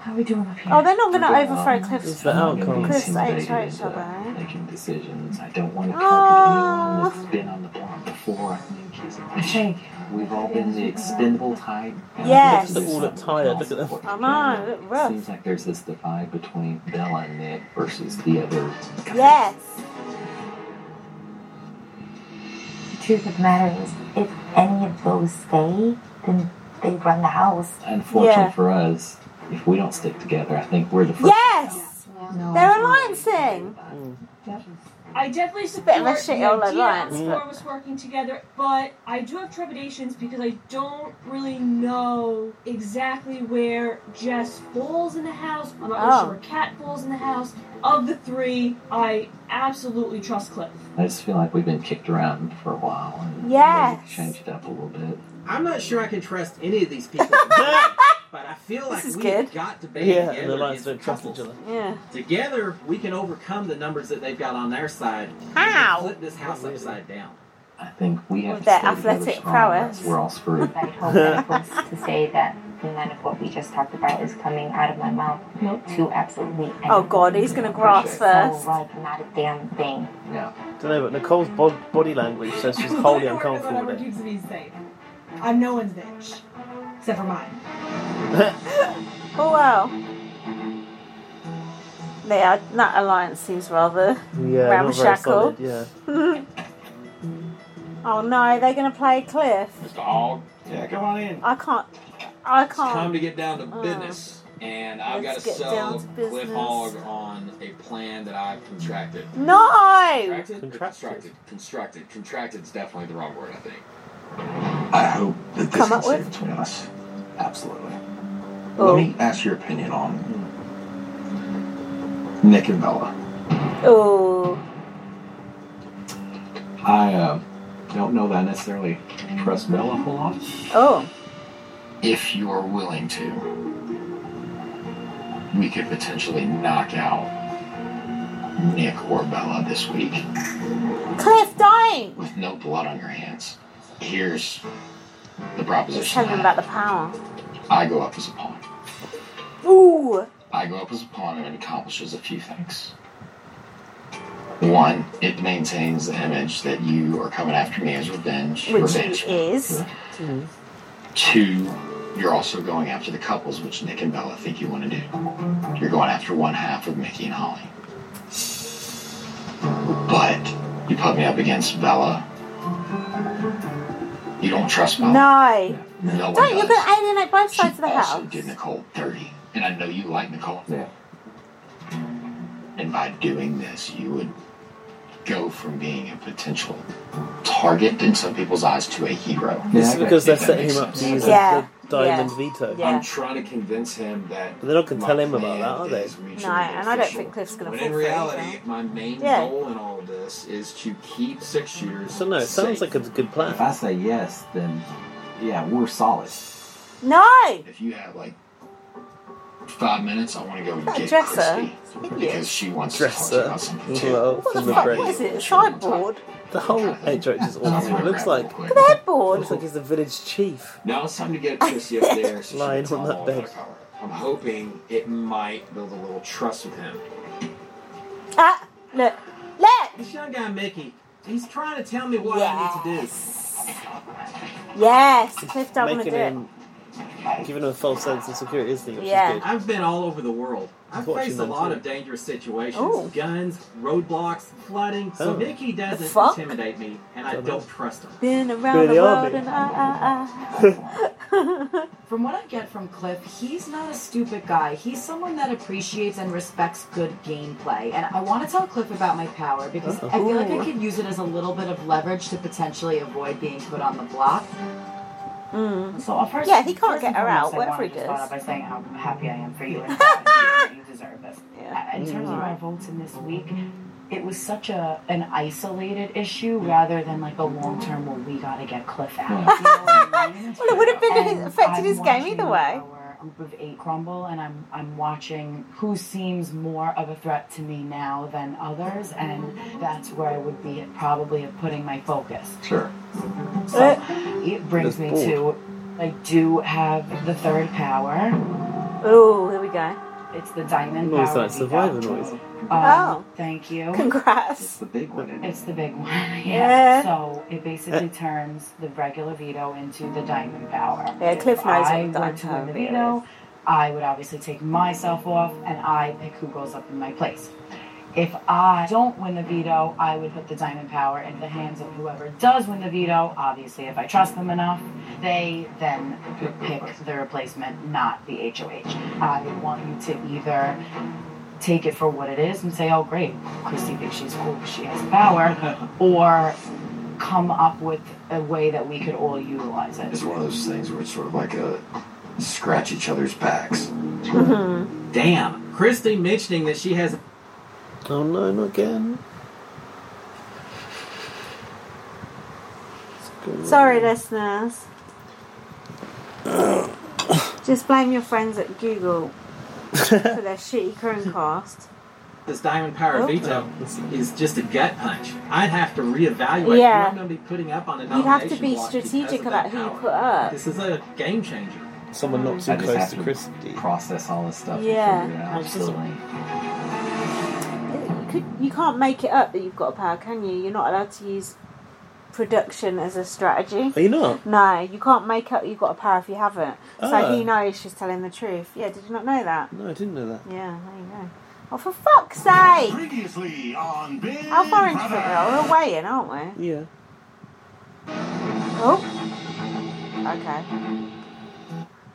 How are we doing up here?
Oh, they're not gonna
Well,
overthrow
It's
Cliff's.
the
I'm
outcome.
gonna be
Chris ate
intimidated
Rachel,
into
right?
uh, Making decisions. I don't want to
Aw. Ah.
comfort anyone that's been on the block before. I think he's a bitch. We've all been the expendable type. and I
Yes.
think
All
it's
tired, look at them.
I know, they look rough.
Seems like there's this divide between Bella and Nick versus the other.
Yes.
The truth of the matter is, if any of those stay, then they run the house.
Unfortunately
Yeah.
for us, if we don't stick together, I think we're the first.
Yes! They're alliancing.
I definitely
bit
support
of a
the
shitty old
idea
alliance,
of
but-
four of us working together, but I do have trepidations because I don't really know exactly where Jess falls in the house. I'm not
Oh.
really sure where Kat falls in the house. Of the three, I absolutely trust Cliff.
I just feel like we've been kicked around for a while. And
Yes.
maybe Change it up a little bit.
I'm not sure I can trust any of these people. but I feel like
is
we
good.
have got to band
Yeah, and the
together. against
lions don't trust each
couples.
other.
Yeah.
Together, we can overcome the numbers that they've got on their side. and
How?
Flip this house upside down.
I think we have
With
to
their
stay together
athletic
strong, or
prowess.
else We're all screwed.
I told Nicholas to say that none of what we just talked about is coming out of my mouth to absolutely anyone.
Oh god, he's gonna grasp first.
So, like, not a damn thing.
yeah.
Don't know, but Nicole's bo- body language says she's wholly uncomfortable
Whatever
with it.
keeps me safe. I'm no one's bitch. Except for mine.
Oh wow. Yeah, that alliance seems rather.
Yeah, not very
Ramshackle.
solid. Yeah.
oh no, they're gonna play Cliff.
Mr. Hogg. Yeah, come on in.
I can't. I
It's time
can't.
to get down to
Oh.
business. And I've got
Let's
to
get down
sell
to
Cliff
business.
Hogg on a plan that I've contracted.
No.
Contracted? or
Contracted.
Constructed. Constructed. Contracted is definitely the wrong word, I think.
I hope that
Come up with.
between us. Absolutely.
Oh.
ask your opinion on Nick and Bella.
Oh.
I uh, don't know that I necessarily trust Bella a whole lot.
Oh.
If you are willing to, we could potentially knock out Nick or Bella this week
Cliff dying.
with no blood on your hands. Here's the
Just
proposition.
tell him about the power.
I go up as a pawn.
Ooh.
I go up as a pawn and it accomplishes a few things. One, it maintains the image that you are coming after me as revenge.
Which
revenge.
he is.
Two, you're also going after the couples, which Nick and Bella think you want to do. You're going after one half of Mickey and Holly. But you put me up against Bella. You don't trust
Oh.
Bella.
No.
No one
Don't you
does.
could alienate both sides of the
also
house.
did Nicole dirty, and I know you like Nicole. Yeah. And by doing this, you would go from being a potential target in some people's eyes to a hero.
This is because they're
If that
setting
makes
him up to
sense.
use the- the diamond veto.
Yeah.
trying to convince him that.
But they're not going
my
to tell him about
plan
that, are they?
is
No, and I don't think Cliff's going to
When
fall
in
for it.
reality,
either.
my main
Yeah.
goal in all of this is to keep six shooters.
So no, it sounds like it's a good plan.
If I say yes, then yeah, we're solid.
No.
If you have like five minutes, I want to go
That
get
dresser.
Christy
Idiot.
because she wants to talk to you
Dresser.
about something too.
Well,
What
from
the
the
fuck
break.
is it? A sideboard?
The whole HH is awful. It looks like
The headboard?
looks like he's the village chief.
Now it's time to get Chrissy up there. So she
Lying
can
on
tell
that
all
bed.
about her power. I'm hoping it might build a little trust with him.
Ah, look. Look.
This young guy, Mickey, he's trying to tell me what I need to do.
Yes, Cliff don't want to
Making
do it.
him, giving him a false sense of security, isn't he? Which is good.
I've been all over the world. I've
watching
faced a
them
lot
too.
of dangerous situations
Oh.
guns, roadblocks, flooding. So
Oh.
Mickey
The
doesn't
fuck?
intimidate me, and I don't trust him.
Been around
Been
the
in the
world
army.
and I,
From what I get from Cliff, he's not a stupid guy. He's someone that appreciates and respects good gameplay. And I want to tell Cliff about my power because I feel like I could use it as a little bit of leverage to potentially avoid being put on the block.
I, I. Mm.
So at first,
yeah, he can't
first
get
and
her out,
foremost, I
whatever he
wanna just start
does.
out by saying how happy I am for you and that you deserve it. In terms of
Mhm.
my votes in this week, it was such a an isolated issue rather than like a long term. Well, we got to get Cliff out.
Well, it would have been
And
affected
I'm
his game
watching
either way.
Our group of eight crumble, and I'm I'm watching who seems more of a threat to me now than others, and that's where I would be probably putting my focus.
Sure.
So it brings
That's
me
bold.
to I do have the third power.
Oh, here we go.
It's the diamond
Noise
power.
like survivor noise.
Um,
Oh.
Thank you.
Congrats. It's
the big one. It's the big one. Yeah.
Yeah.
So it basically turns the regular veto into the diamond power.
Yeah, Cliff
If
knows what
I
the
were
diamond
to
power
win
Um,
the
really
veto, I would obviously take myself off, and I pick who goes up in my place. If I don't win the veto, I would put the diamond power into the hands of whoever does win the veto. Obviously, if I trust them enough, they then pick the replacement, not the HOH. I would want you to either take it for what it is and say, oh, great, Christy thinks she's cool, she has power, or come up with a way that we could all utilize it.
It's one of those things where it's sort of like a scratch each other's backs.
Damn, Christy mentioning that she has.
Oh no, not again.
Sorry, listeners. Just blame your friends at Google for their shitty Chromecast.
This diamond power
Oh.
veto is just a gut punch. I'd have to reevaluate
Yeah.
who I'm going to be putting up on a
You'd have to
nomination
be
block
strategic
because of that
about who you
power.
put up.
This is a game changer.
Someone not too
I just
close
have
to
to
Christy.
process all this stuff.
Yeah.
And figure it out. Absolutely.
You, could, you can't make it up that you've got a power, can you? You're not allowed to use production as a strategy.
Are you not?
No, you can't make up you've got a power if you haven't. So
Oh.
he knows she's telling the truth. Yeah, did you not know that?
No, I didn't know that.
Yeah, there you go. Oh, for fuck's sake!
Previously on Big
How far into it
Brother.
are we? We're weighing, aren't we?
Yeah.
Oh. Okay.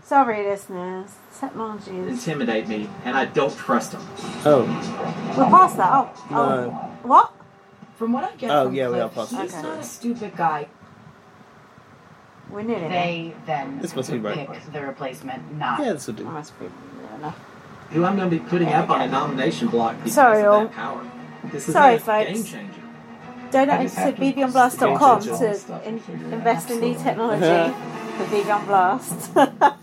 Sorry, listeners. Technology is.
Intimidate me, and I don't trust him.
Oh.
We're past that. Oh. oh.
No.
What?
From what I get
Oh,
from
yeah, we
Cliff,
are past
he's
it.
not a stupid guy.
We're nearly
They then
This must be right.
pick the replacement, not.
Yeah, this will do.
Who I'm going to be putting
Oh,
up on a nomination block because
Sorry,
of
all.
that power. This is
Sorry,
a
folks.
game changer.
Donate
just
to
have to
bbonblast.com
change all this
to in, invest in new technology for BB Blast.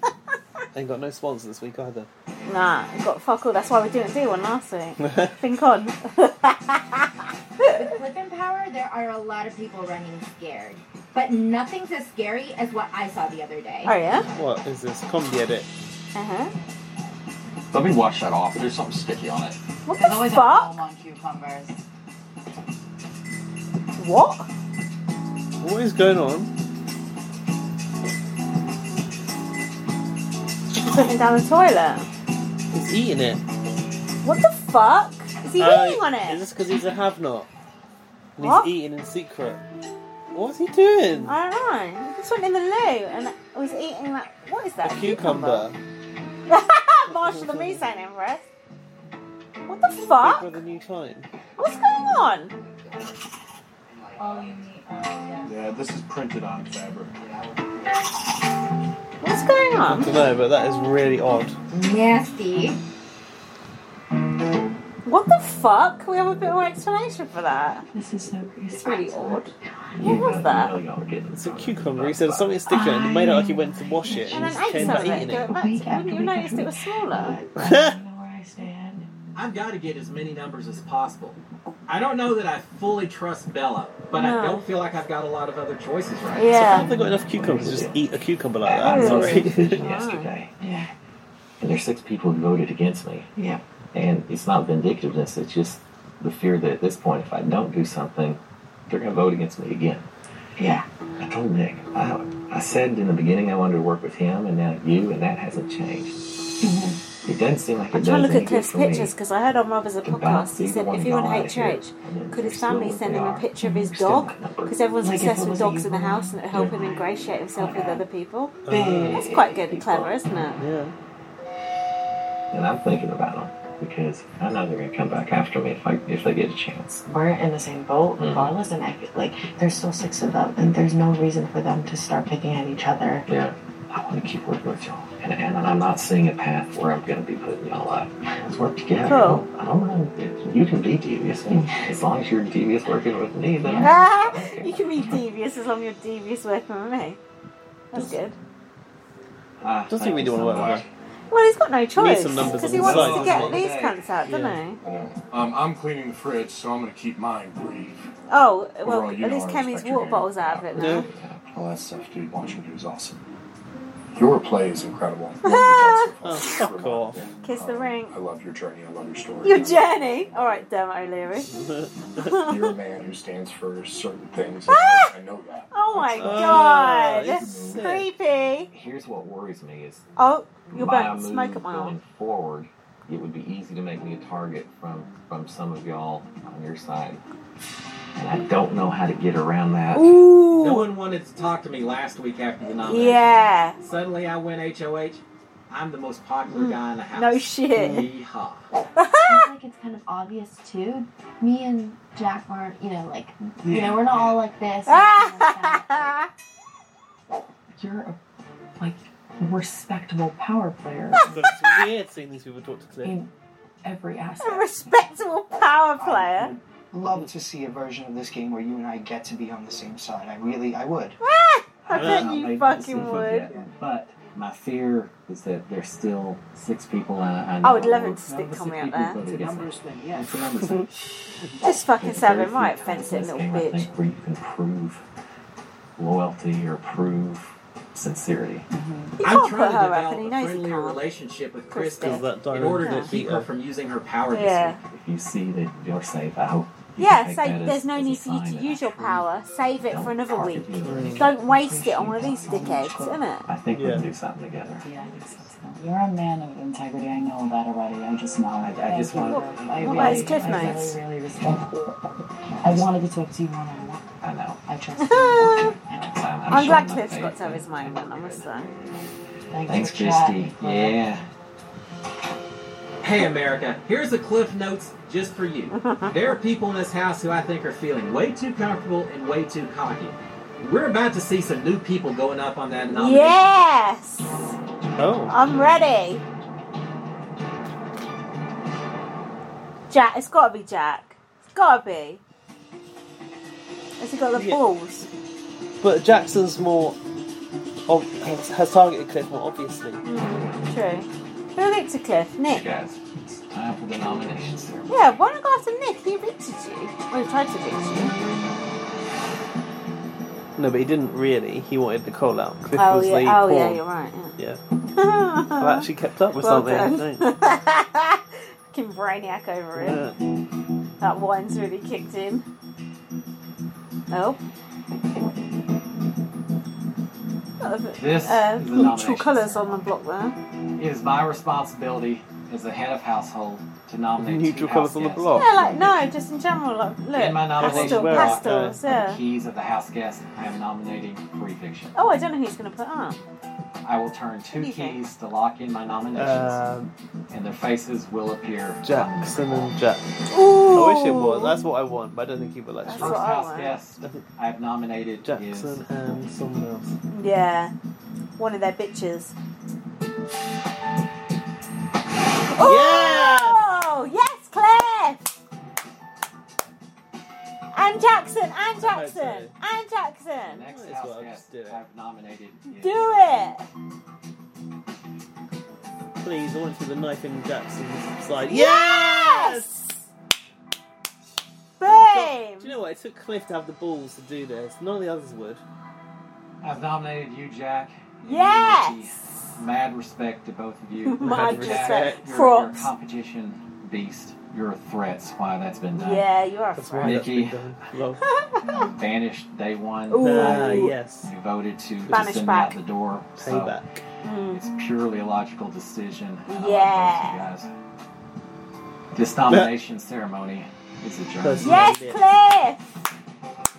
Ain't got no sponsor this week either.
nah, we've got fuck all. That's why we didn't do one last week. Think on.
With Cliff and Power, there are a lot of people running scared. But nothing's as scary as what I saw the other day.
Oh, yeah?
What is this? Comedy edit.
Uh huh.
Let me wash that off. There's something sticky on it.
What
There's always
the fuck?
a home on cucumbers.
What?
What is going on?
Putting down the toilet.
He's eating it.
What the fuck? Is he
Uh,
eating on
Is
it?
this because he's a have not? And
What? Oh,
he's eating in secret. What's he doing? A
I don't know. He just went in the loo and was eating that. What is that?
cucumber.
Marshall the Moose ain't impressed. What the
Big
fuck?
Brother New Time.
What's going on?
Oh, you need. Oh, yeah.
Yeah, this is printed on fabric.
What's going
I
on?
don't know, but that is really odd.
Nasty. What the fuck? Can we have a bit more explanation for that? This is so creepy. It's really odd. What was that?
It's a cucumber. He said something stick it and he made it like he went to wash it
And
and
then
he
ate
came
some
back
of it.
eating
Go
it.
back to, wouldn't you noticed it was smaller?
I've got to get as many numbers as possible. I don't know that I fully trust Bella, but
No.
I don't feel like I've got a lot of other choices right
So how
now.
have they got enough cucumbers to just eat a cucumber like that? Sorry.
yesterday. And there's six people who voted against me.
Yeah.
And it's not vindictiveness, it's just the fear that at this point, if I don't do something, they're going to vote against me again.
Yeah.
I told Nick, I, I said in the beginning I wanted to work with him, and now you, and that hasn't changed. It doesn't seem like it
I'm
does
trying to look
any
at
good
Cliff's
for me.
pictures because I heard on Mother's a podcast. He
He's
said
the
if
one
he went
guy out here,
HH, could his
still
family
what
send
they
him a
are.
picture of his dog? Because everyone's
Like, if
obsessed
it
with
was
dogs in the
evil,
house and it help him ingratiate himself with other people.
Big
That's quite good and clever, isn't it?
Yeah.
And I'm thinking about them because I know they're going to come back after me if, I, if they get a chance.
We're in the same boat, regardless, and I feel like there's still six of them, and there's no reason for them to start picking at each other.
Yeah. I want to keep working with y'all. And, and I'm not seeing a path where I'm going to be putting y'all up. Let's work together.
Cool.
I don't know. You can be devious. and As long as you're devious working with me, then
Ah. you can be devious as long as you're devious working with me. That's good.
Ah,
Doesn't he really want to work with her?
Well, he's got no
Need
choice
some numbers
because
on
he
the
wants
side,
to get
doesn't he?
these cunts out, doesn't he?
Um, I'm cleaning the fridge, so I'm gonna keep mine brief.
Oh, well,
Overall, you
at
know
least
I
Kemi's
respect your
water
game.
bottle's out of it now.
All that stuff, dude. Watching you is awesome. Your play is incredible.
Fuck off.
Kiss the ring.
I love your journey. I love your story.
Your journey. All right, Dermot O'Leary.
You're a man who stands for certain things. and I I know that.
Oh my
Oh,
god,
it's
that's
sick.
creepy.
here's what worries me is
Oh, you're
my
burnt smoke
move
at my
going
arm.
forward. It would be easy to make me a target from from some of y'all on your side, and I don't know how to get around that.
No one wanted to talk to me last week after the nomination.
Yeah.
Suddenly I win HOH. I'm the most popular guy in the house.
Mm. No shit.
Yeehaw.
I feel like it's kind of obvious too. Me and Jack aren't, you know, like, you know, we're not all like this.
Ah!
You're a, like respectable power player
But it's weird seeing these people talk to Cliff.
in every aspect.
A respectable power player.
Love to see a version of this game where you and I get to be on the same side. I really, I would.
I bet
Maybe
you
this is
fucking
a
would.
bit, But my fear is that there's still six people. I, I,
I would
know
love it
will-
to stick
six
coming out
people
there.
voted against me.
thing,
It's a numbers thing.
Just fucking
There's
Savin
very few
right,
times
fence
in
it,
this
little
game, I
bitch.
think, where you can prove loyalty or prove sincerity.
You
I'm
can't
trying
put
to
her up, and he
develop a
knows he
friendlier
can't.
relationship with
Chris
did. 'Cause that
Krista in
diamond
order to
didn't
keep
beat
her
her.
from using her power this
Yeah.
week.
If you see that you're safe, I hope. you can
Yeah,
take
so
that as-
there's no
as a
need for you
sign
to
that
use your power. Save it for another week.
Mm.
Don't waste it on one of these dickheads, innit?
I think we can do something together.
Yeah, I think so too. You're a man of integrity. I know that already. I just know. I,
I just want-
I
What
really,
about his Cliff
I
Notes?
really, really respect. you. I wanted to talk to you one on one.
I know.
I trust you.
I'm, glad Cliff's got to have his moment, I must say.
Thanks,
for
Christy.
chatting.
Yeah.
Hey, America, here's the Cliff Notes just for you. there are people in this house who I think are feeling way too comfortable and way too cocky. We're about to see some new people going up on that nomination.
Yes!
Oh.
I'm ready. Jack, it's gotta be Jack. It's gotta be. Has he got the
Yeah.
balls?
But Jackson's more. Ob- has, has targeted Cliff more obviously.
True. Who evicted Cliff? Nick?
Guys, it's time for the nomination ceremony.
Yeah, why not go after Nick? He evicted you. Well, he tried to evict you.
No, but he didn't really. He wanted Nicole out. Cliff
oh,
was
yeah.
the
oh
pawn.
yeah, you're right.
Yeah.
Yeah.
I've actually kept up with
Well done.
something. don't you?
Fucking brainiac over it.
Yeah.
That wine's really kicked in.
Oh.
This
uh,
is the nomination
neutral colours on the block there.
It is my responsibility as the head of household to nominate
Neutral
two
colours
house
on the
guests.
block.
Yeah, like no, just in general. Like,
In my
look,
nomination
pastel,
block,
pastels,
uh,
yeah.
the keys of the house guest, I am nominating for eviction.
Oh, I don't know who's going to put up.
I will turn two keys to lock in my nominations,
Um,
and their faces will appear.
Jackson and Jack.
Ooh.
I wish it was. That's what I want, but I don't think he will
First
actually.
house guest I have nominated
Jackson and someone else.
Yeah, one of their bitches. Oh, yes, Cliff! And Jackson, and Jackson, and Jackson.
is next house guest I have nominated. is-
Do it!
Please, I want to see the knife in Jackson's side.
Yes!
Do
Boom!
you know what? It took Cliff to have the balls to do this. None of the others would.
I've nominated you, Jack.
Yes!
Mad respect to both of you.
Mad
Jack,
respect.
You're, you're a
Props.
competition beast. You're a threat. That's why that's been done.
Yeah, you are a
why
friend.
that's
Nikki banished day one.
Ooh.
Ah, yes.
You voted to, to
Banished
send
back.
me out the door. So
Payback.
Mm.
It's purely a logical decision. and I
Yeah.
Like both of you guys. This nomination ceremony is adjourned.
Yes, Cliff!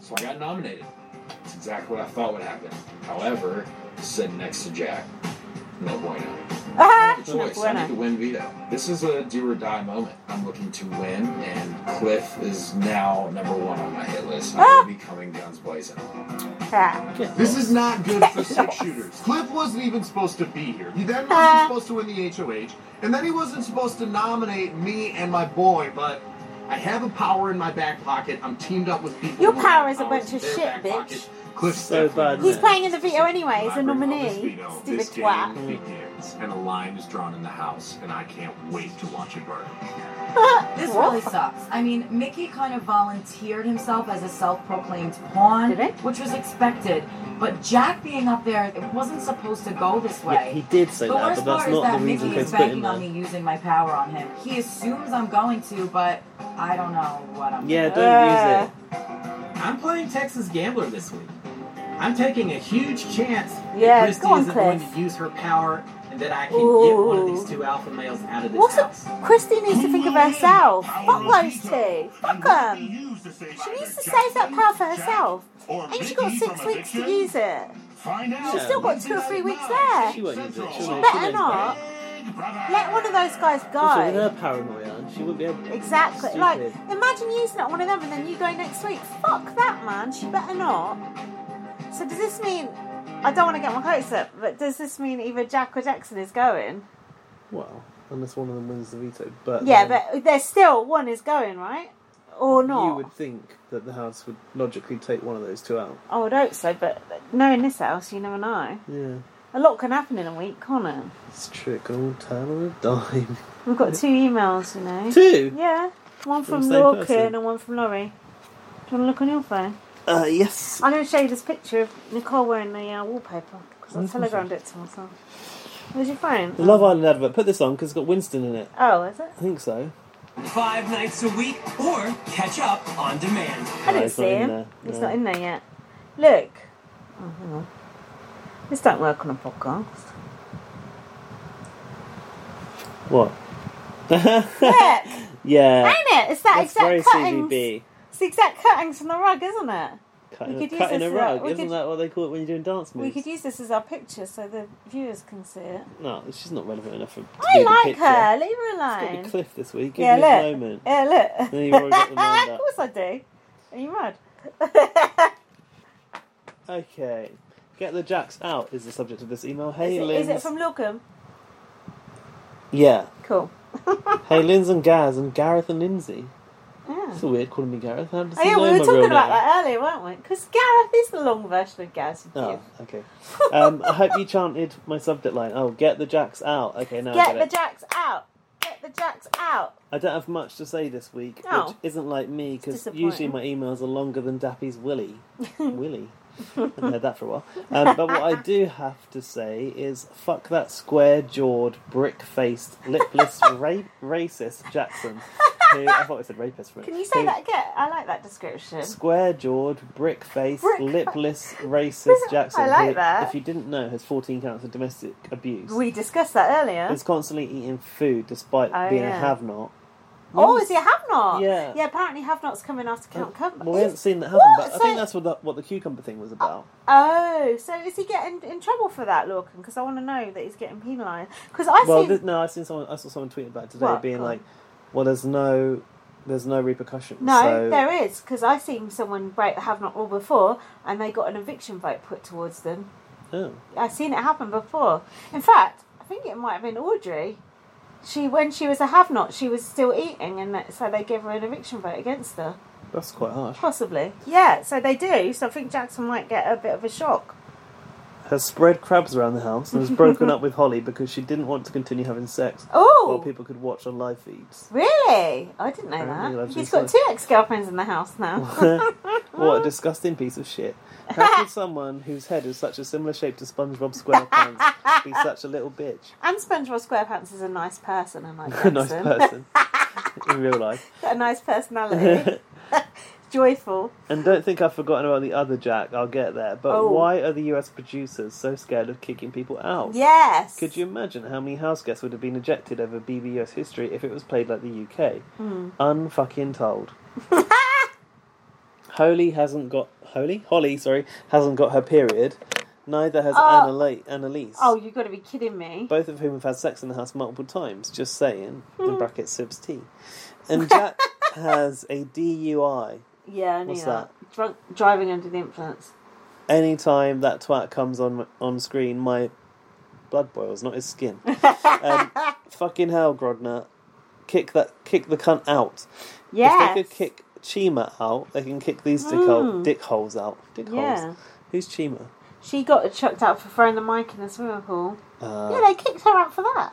So I got nominated. It's exactly what I thought would happen. However, sitting next to Jack, no bueno.
Ah,
Good choice. I need to win veto. This is a do or die moment. I'm looking to win, and Cliff is now number one on my hit list. I will be coming guns blazing.
This is not good for six shooters. Cliff wasn't even supposed to be here. He then wasn't supposed to win the HOH, and then he wasn't supposed to nominate me and my boy, but I have a power in my back pocket. I'm teamed up with people.
Your
who have
power is a bunch
powers in
of
their
shit,
back
bitch.
pocket. Cliff's
So bad.
He's
isn't it?
playing in the veto anyway, he's a nominee. Stupid
This
twat.
game begins, and a line is drawn in the house, and I can't wait to watch it burn.
This really sucks. I mean, Mickey kind of volunteered himself as a self-proclaimed pawn, which was expected. But Jack being up there, it wasn't supposed to go this way.
Yeah, he did say
the
that,
worst
but that's
part
not
is that
the reason
Mickey
Cliff's
is
put him
banking on
there.
me using my power on him. He assumes I'm going to, but I don't know what I'm.
Yeah,
doing.
don't use it.
I'm playing Texas Gambler this week. I'm taking a huge chance
Yeah,
that Christy
go on,
isn't going
Cliff.
to use her power and that I can get one of these two alpha males out of this
What's up?
house.
Christy needs to think of herself. Fuck those two. Fuck them. She needs to save that power for herself. Ain't she got six weeks to use it? She's still got two or three weeks
Uh,
there.
She won't use it. She won't- she
Better
knows
not.
better.
Let one of those guys
Also, with
go.
her paranoia, she wouldn't be able.
Exactly.
Stupid.
Like, imagine using it one of them and then you go next week. Fuck that, man. She better not. So does this mean? I don't want to get my hopes up, but does this mean either Jack or Jackson is going?
Well, unless one of them wins the veto, but
Yeah,
then
but there's still one is going, right? Or
you
not?
would think that the house would logically take one of those two out.
I would hope so, but knowing this house, you never know.
Yeah,
A lot can happen in a week, can't it?
it's trick all turn on a dime.
We've got two emails, you know.
Two?
Yeah. One
From
from,
the same
Lorcan
person?
and one from Laurie. Do you want to look on your phone?
Uh, yes.
I'm going to show you this picture of Nicole wearing the uh, wallpaper because I
Where's my
telegrammed it to myself. Where's your phone?
The Love Island advert. Put this on because it's got Winston in it.
Oh, is it?
I think so.
Five nights a week or catch up on demand.
I
No,
didn't
it's
see
not in
him.
there.
He's
No.
not in there yet. Look. Oh, hang on. This don't work on a podcast.
What?
Look!
yeah.
Ain't it? It's that
That's
exact
very
cuttings.
CDB.
It's the exact cuttings from the rug, isn't it?
Cutting,
We could
a,
use
cutting a
this, uh,
rug.
we
Isn't
could-
that what they call it when you're doing dance moves?
We could use this as our picture so the viewers can see it.
No, she's not relevant enough for. To
I
be the
like
picture.
her. Leave her
It's got to
alone.
be Cliff this week. Give
yeah,
me
look.
a moment.
Yeah, look.
No, you've already got the mind
of
up.
course I do. Are you mad?
Okay. Get the jacks out is the subject of this email. Hey,
is, it,
Linz.
is it from Lookham?
Yeah.
Cool.
hey, Linz and Gaz and Gareth and Lindsay.
Yeah.
It's weird calling me Gareth. How does
Ah. Oh
he
yeah,
know
we
my
were
real
talking about
name?
that earlier, weren't we? Because Gareth is the long version of Gaz.
Oh, okay. Um, I hope you chanted my subject line. Oh, get the jacks out. Okay, now I
Get
get
the
it.
jacks out. Get the jacks out.
I don't have much to say this week,
Oh.
which isn't like me because
disappointing.
usually my emails are longer than Dappy's Willy. Willy. I haven't heard that for a while. Um, but what I do have to say is fuck that square jawed, brick faced, lipless, ra- racist Jackson. two. I thought it said rapist for it.
Can you say
Two
that again? I like that description.
Square jawed, brick faced,
Brick-
lipless, racist Jackson.
I like
who,
that.
If you didn't know, has 14 counts of domestic abuse.
We discussed that earlier.
Is constantly eating food despite
Oh,
being
yeah.
a have not.
oh, is it have not?
Yeah. Uh,
Yeah. Apparently, have not's coming after Count Cucumber.
Well, we haven't seen that happen,
What?
but I think
So-
that's what the, what the cucumber thing was about.
Oh, so is he getting in trouble for that, Lorcan? Because I want to know that he's getting penalised. Because I
well,
see.
this, no, I seen someone. I saw someone tweet about it today,
What?
being
Go on.
like, "Well, there's no, there's no repercussions."
No,
so,
there is because I've seen someone break the have not rule before, and they got an eviction vote put towards them.
Oh.
I've seen it happen before. In fact, I think it might have been Audrey. She when she was a have not, she was still eating, and that- so they gave her an eviction vote against her.
That's quite harsh.
Possibly, yeah. So they do. So I think Jackson might get a bit of a shock.
Has spread crabs around the house and has broken up with Holly because she didn't want to continue having sex
Oh.
while people could watch on live feeds.
Really, I didn't know
Apparently
that.
that's
He's
just
got
like-
two ex girlfriends in the house now.
what a disgusting piece of shit. How could someone whose head is such a similar shape to SpongeBob SquarePants be such a little bitch?
and SpongeBob SquarePants is a nice person, and like
A nice
Jackson.
person. In real life.
Got a nice personality. Joyful.
And don't think I've forgotten about the other Jack, I'll get there. But
Oh.
why are the US producers so scared of kicking people out?
Yes.
Could you imagine how many house guests would have been ejected over BBUS history if it was played like the UK?
Hmm.
Unfucking told. Holy hasn't got Holy Holly, sorry, hasn't got her period. Neither has
Oh.
Anna Annalise, Annalise,
Oh, you've got to be kidding me.
both of whom have had sex in the house multiple times. Just saying.
Hmm.
In brackets, sibs tea. And Jack has a DUI.
Yeah, I knew
What's
that. Drunk driving under the influence.
Anytime that twat comes on on screen, my blood boils, not his skin. um, fucking hell, Grogner, kick that, kick the cunt out. If they
Yes.
could kick Chima out, they can kick these dick,
Mm.
hole, dick holes out. Dick
Yeah.
holes. Who's Chima?
She got chucked out for throwing the mic in the swimming pool.
Uh,
yeah, they kicked her out for that.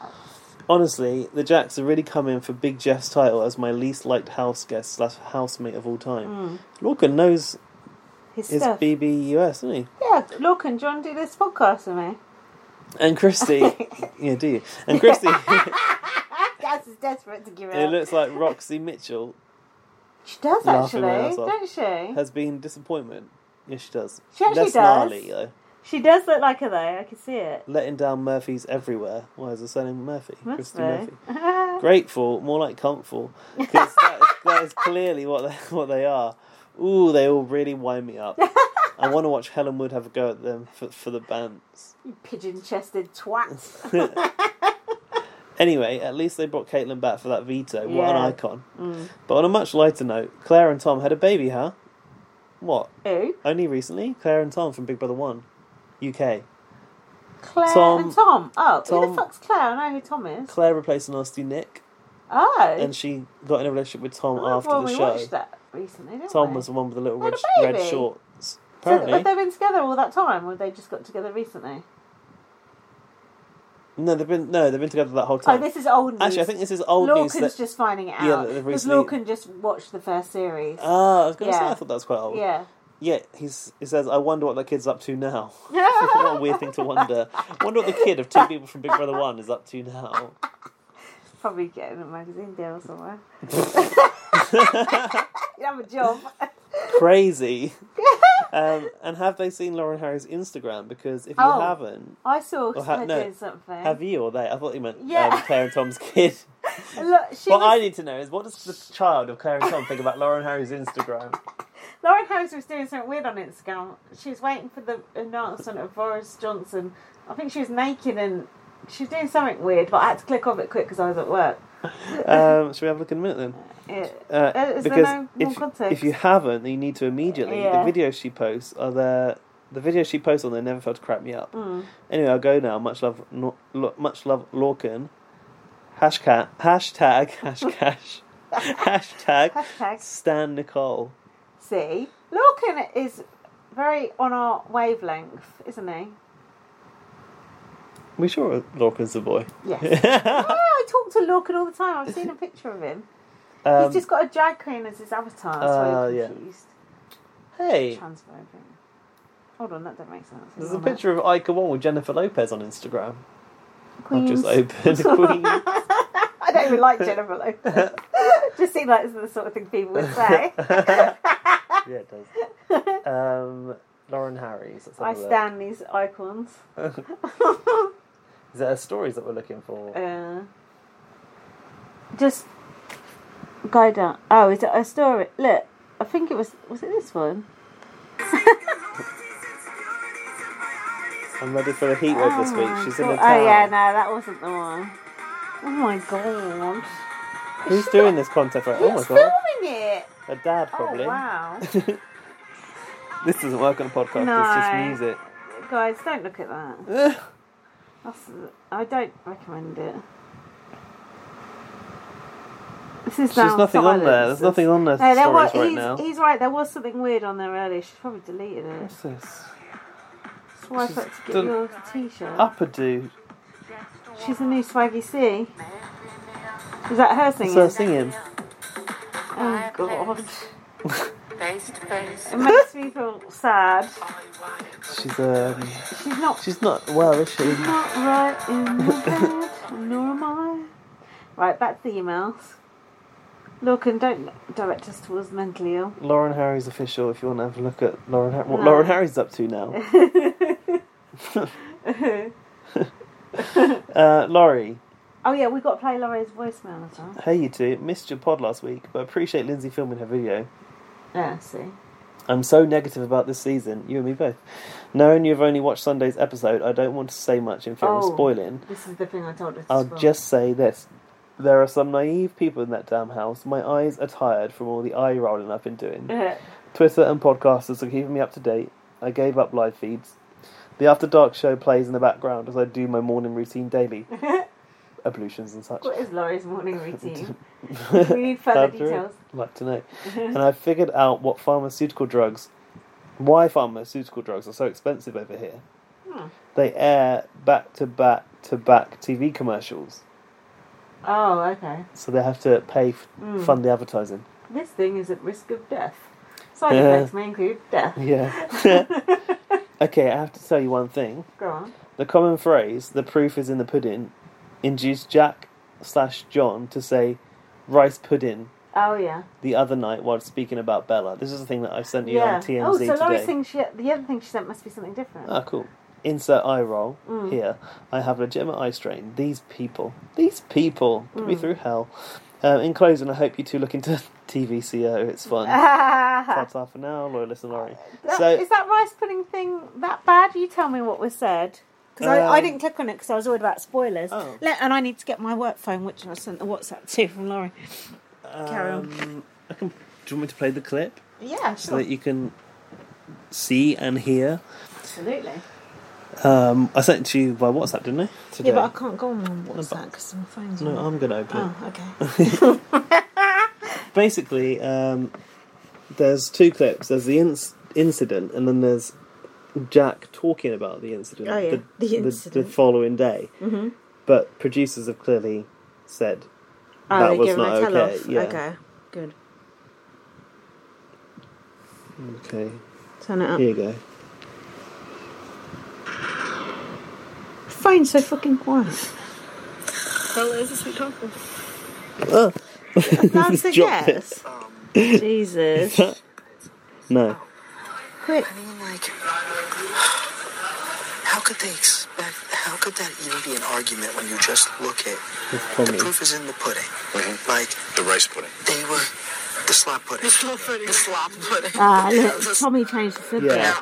Honestly, the Jacks are really coming for Big Jeff's title as my least liked house guest slash housemate of all time.
Mm.
Lorcan knows
His
his
stuff.
BBUS, doesn't he?
Yeah, look, and John do this podcast with me.
And Christy, yeah, do you? And Christy,
Gaz is desperate to give it
it
up.
looks like Roxy Mitchell
she does
laughing
actually,
her ass off.
don't she?
Has been disappointment. Yes, she does.
She actually
Less
does.
gnarly though.
She does look like her though. I can see it.
Letting down Murphy's everywhere. Why is her surname Murphy?
Must
Christy
be.
Murphy. Grateful, more like comfortful. 'Cause that, is, that is clearly what they, what they are. Ooh, they all really wind me up. I want to watch Helen Wood have a go at them for, for the bants.
You pigeon-chested twat.
Anyway, at least they brought Caitlin back for that veto. What an
Yeah.
icon.
Mm.
But on a much lighter note, Claire and Tom had a baby, huh? What?
Who?
Only recently? Claire and Tom from Big Brother 1, UK.
Claire
Tom-
and Tom. Oh, who
Tom-
the fuck's Claire? I know who Tom is.
Claire replaced nasty Nick,
Oh.
and she got in a relationship with Tom
Well,
after the
we
show.
watched that recently, didn't
Tom
we?
was the one with the little
Had
red,
a
sh- red
baby.
shorts.
So th-
Apparently,
have they been together all that time, or they just got together recently?
no, they've been no, they've been together that whole time.
Oh, this is old news.
Actually, I think this is old
Lorcan's
news. that-
just finding it
Yeah,
out.
that they've
Because
recently-
Lorcan just watched the first series.
Ah, I was going to say,
Yeah.
I thought that was quite old.
Yeah.
Yeah, he's, he says, I wonder what that kid's up to now. what a weird thing to wonder. I wonder what the kid of two people from Big Brother 1 is up to now.
Probably getting a magazine deal somewhere. you have a job.
Crazy. um, and have they seen Lauren Harry's Instagram? Because if you
Oh.
haven't.
I saw
or
her doing something.
Have you or they? I thought you meant
Yeah.
um, Claire and Tom's kid.
Look, she
what
was-
I need to know is what does the child of Claire and Tom think about Lauren Harry's Instagram?
Lauren Harris was doing something weird on Instagram. She was waiting for the announcement of Boris Johnson. I think she was naked and she was doing something weird, but I had to click off it quick because I was at work.
Um, should we have a look in a minute then?
It-
Uh,
is there
because
no more
if,
context?
if you haven't, then you need to immediately.
Yeah.
The videos she posts are there. The videos she posts on there never fail to crack me up.
Mm.
Anyway, I'll go now. Much love, no, lo, much love, Lorcan. Hashtag, hashtag, hashtag, hashtag,
Hashtag.
Stan Nicole.
See, Lorcan is very on our wavelength, isn't he?
we sure Lorcan's the boy?
Yes. Yeah, Oh, I talk to Lorcan all the time. I've seen a picture of him.
Um,
He's just got a drag queen as his avatar.
uh,
So
yeah.
confused.
Hey.
Transphobic. Hold on, that don't make sense.
There's a
Hold on.
picture of Ica Wong with Jennifer Lopez on Instagram. I've
Queens.
just opened Queen.
I don't even like Jennifer Lopez. Just seemed like it's the sort of thing people would say.
yeah, it does. Um, Lauren Harries. let's have
I
a look.
stand these icons.
Is there stories that we're looking for?
Uh, just go down. Oh, is it a story? Look, I think it was. Was it this one?
I'm ready for the heat wave this week.
oh my
She's
God.
in the town.
Oh yeah, no, that wasn't the one. Oh my god.
Who's doing this content for? Oh my
Who's
god,
filming it?
a dad
Oh
probably.
wow.
This doesn't work on a podcast. It's just
No.
music.
Guys, don't look at that. That's, I don't recommend it. This is
There's
now
nothing on
silence.
there. There's nothing on
No,
there.
there
stories
was,
right
he's,
now.
he's right. There was something weird on there earlier. She's probably deleted it.
What's this?
That's why I
She's
put to get
done-
your t-shirt.
Upper dude.
She's the new Swaggy C. Is that her singing?
So singing.
Oh God!
Face to face.
It makes me feel sad.
She's um.
She's not.
She's not well, is she?
Not right in the bed, nor am I. Right, back to the emails. Look, and don't direct us towards mentally ill.
Lauren Harry's official. If you want to have a look at Lauren, Har- what
No.
Lauren Harry's up to now. uh, Laurie,
oh yeah, we got to play Laurie's voicemail as well.
hey you two, missed your pod last week, but appreciate Lindsay filming her video.
Yeah, see.
I'm so negative about this season. You and me both. Knowing you've only watched Sunday's episode, I don't want to say much in fear of spoiling.
This is the thing I told her. to
I'll
spoil.
just say this. There are some naive people in that damn house. My eyes are tired from all the eye rolling I've been doing.
Yeah.
Twitter and podcasters are keeping me up to date. I gave up live feeds. The After Dark show plays in the background as I do my morning routine daily. Ablutions and such.
What is Laurie's morning routine? we need further
After it,
details.
I'd like to know. and I figured out what pharmaceutical drugs, why pharmaceutical drugs are so expensive over here.
Hmm.
They air back to back to back TV commercials,
Oh, okay.
so they have to pay f-
Mm.
fund the advertising.
This thing is at risk of death. Side
Yeah.
effects may include death.
Yeah. okay, I have to tell you one thing.
Go on.
The common phrase "the proof is in the pudding" induced Jack slash John to say "rice pudding"
Oh yeah.
the other night while speaking about Bella. This is the thing that I sent you
yeah.
on TMZ
oh, so
today.
Laurie's thing. She the other thing she sent must be something different.
Ah, cool. Insert eye roll
Mm.
here. I have legitimate eye strain. These people, these people, put me
Mm.
through hell. Um, in closing, I hope you two look into TVCO. It's fun. Ta-ta for now, loyalist and Laurie.
Oh, That-
So
is that rice pudding thing that bad? You tell me what was said. Because I, I
Um, oh.
didn't click on it because I was worried about spoilers. Le- and I need to get my work phone, which I sent the WhatsApp to from Laurie. Carry on.
um, I can. Do you want me to play the clip
Yeah,
so
sure.
that you can see and hear?
Absolutely.
Um, I sent it to you by WhatsApp, didn't I? Today.
Yeah, but I can't go on WhatsApp because my phone's
No, um,
on.
I'm gonna open it.
Oh, okay.
basically, um, there's two clips. There's the inc- incident, and then there's Jack talking about the incident.
Oh, yeah. The incident.
The, following day.
Mhm.
But producers have clearly said
Oh,
that
they
was
give him
not
a tell
okay.
off.
Yeah.
Okay, good.
Okay.
Turn it up.
Here you go.
Phone's so fucking quiet.
Bella is a sweet talker.
Oh.
That's a
Dropped it.
guess. Jesus.
no.
Quick.
I mean, like, how could they expect? How could that even be an argument when you just look at?
It's
The
Tommy.
proof is in the pudding. Like Mm-hmm. the rice pudding. They were the slop pudding. The slop pudding. The slop pudding.
Ah, look, Tommy changed the subject.
Yeah.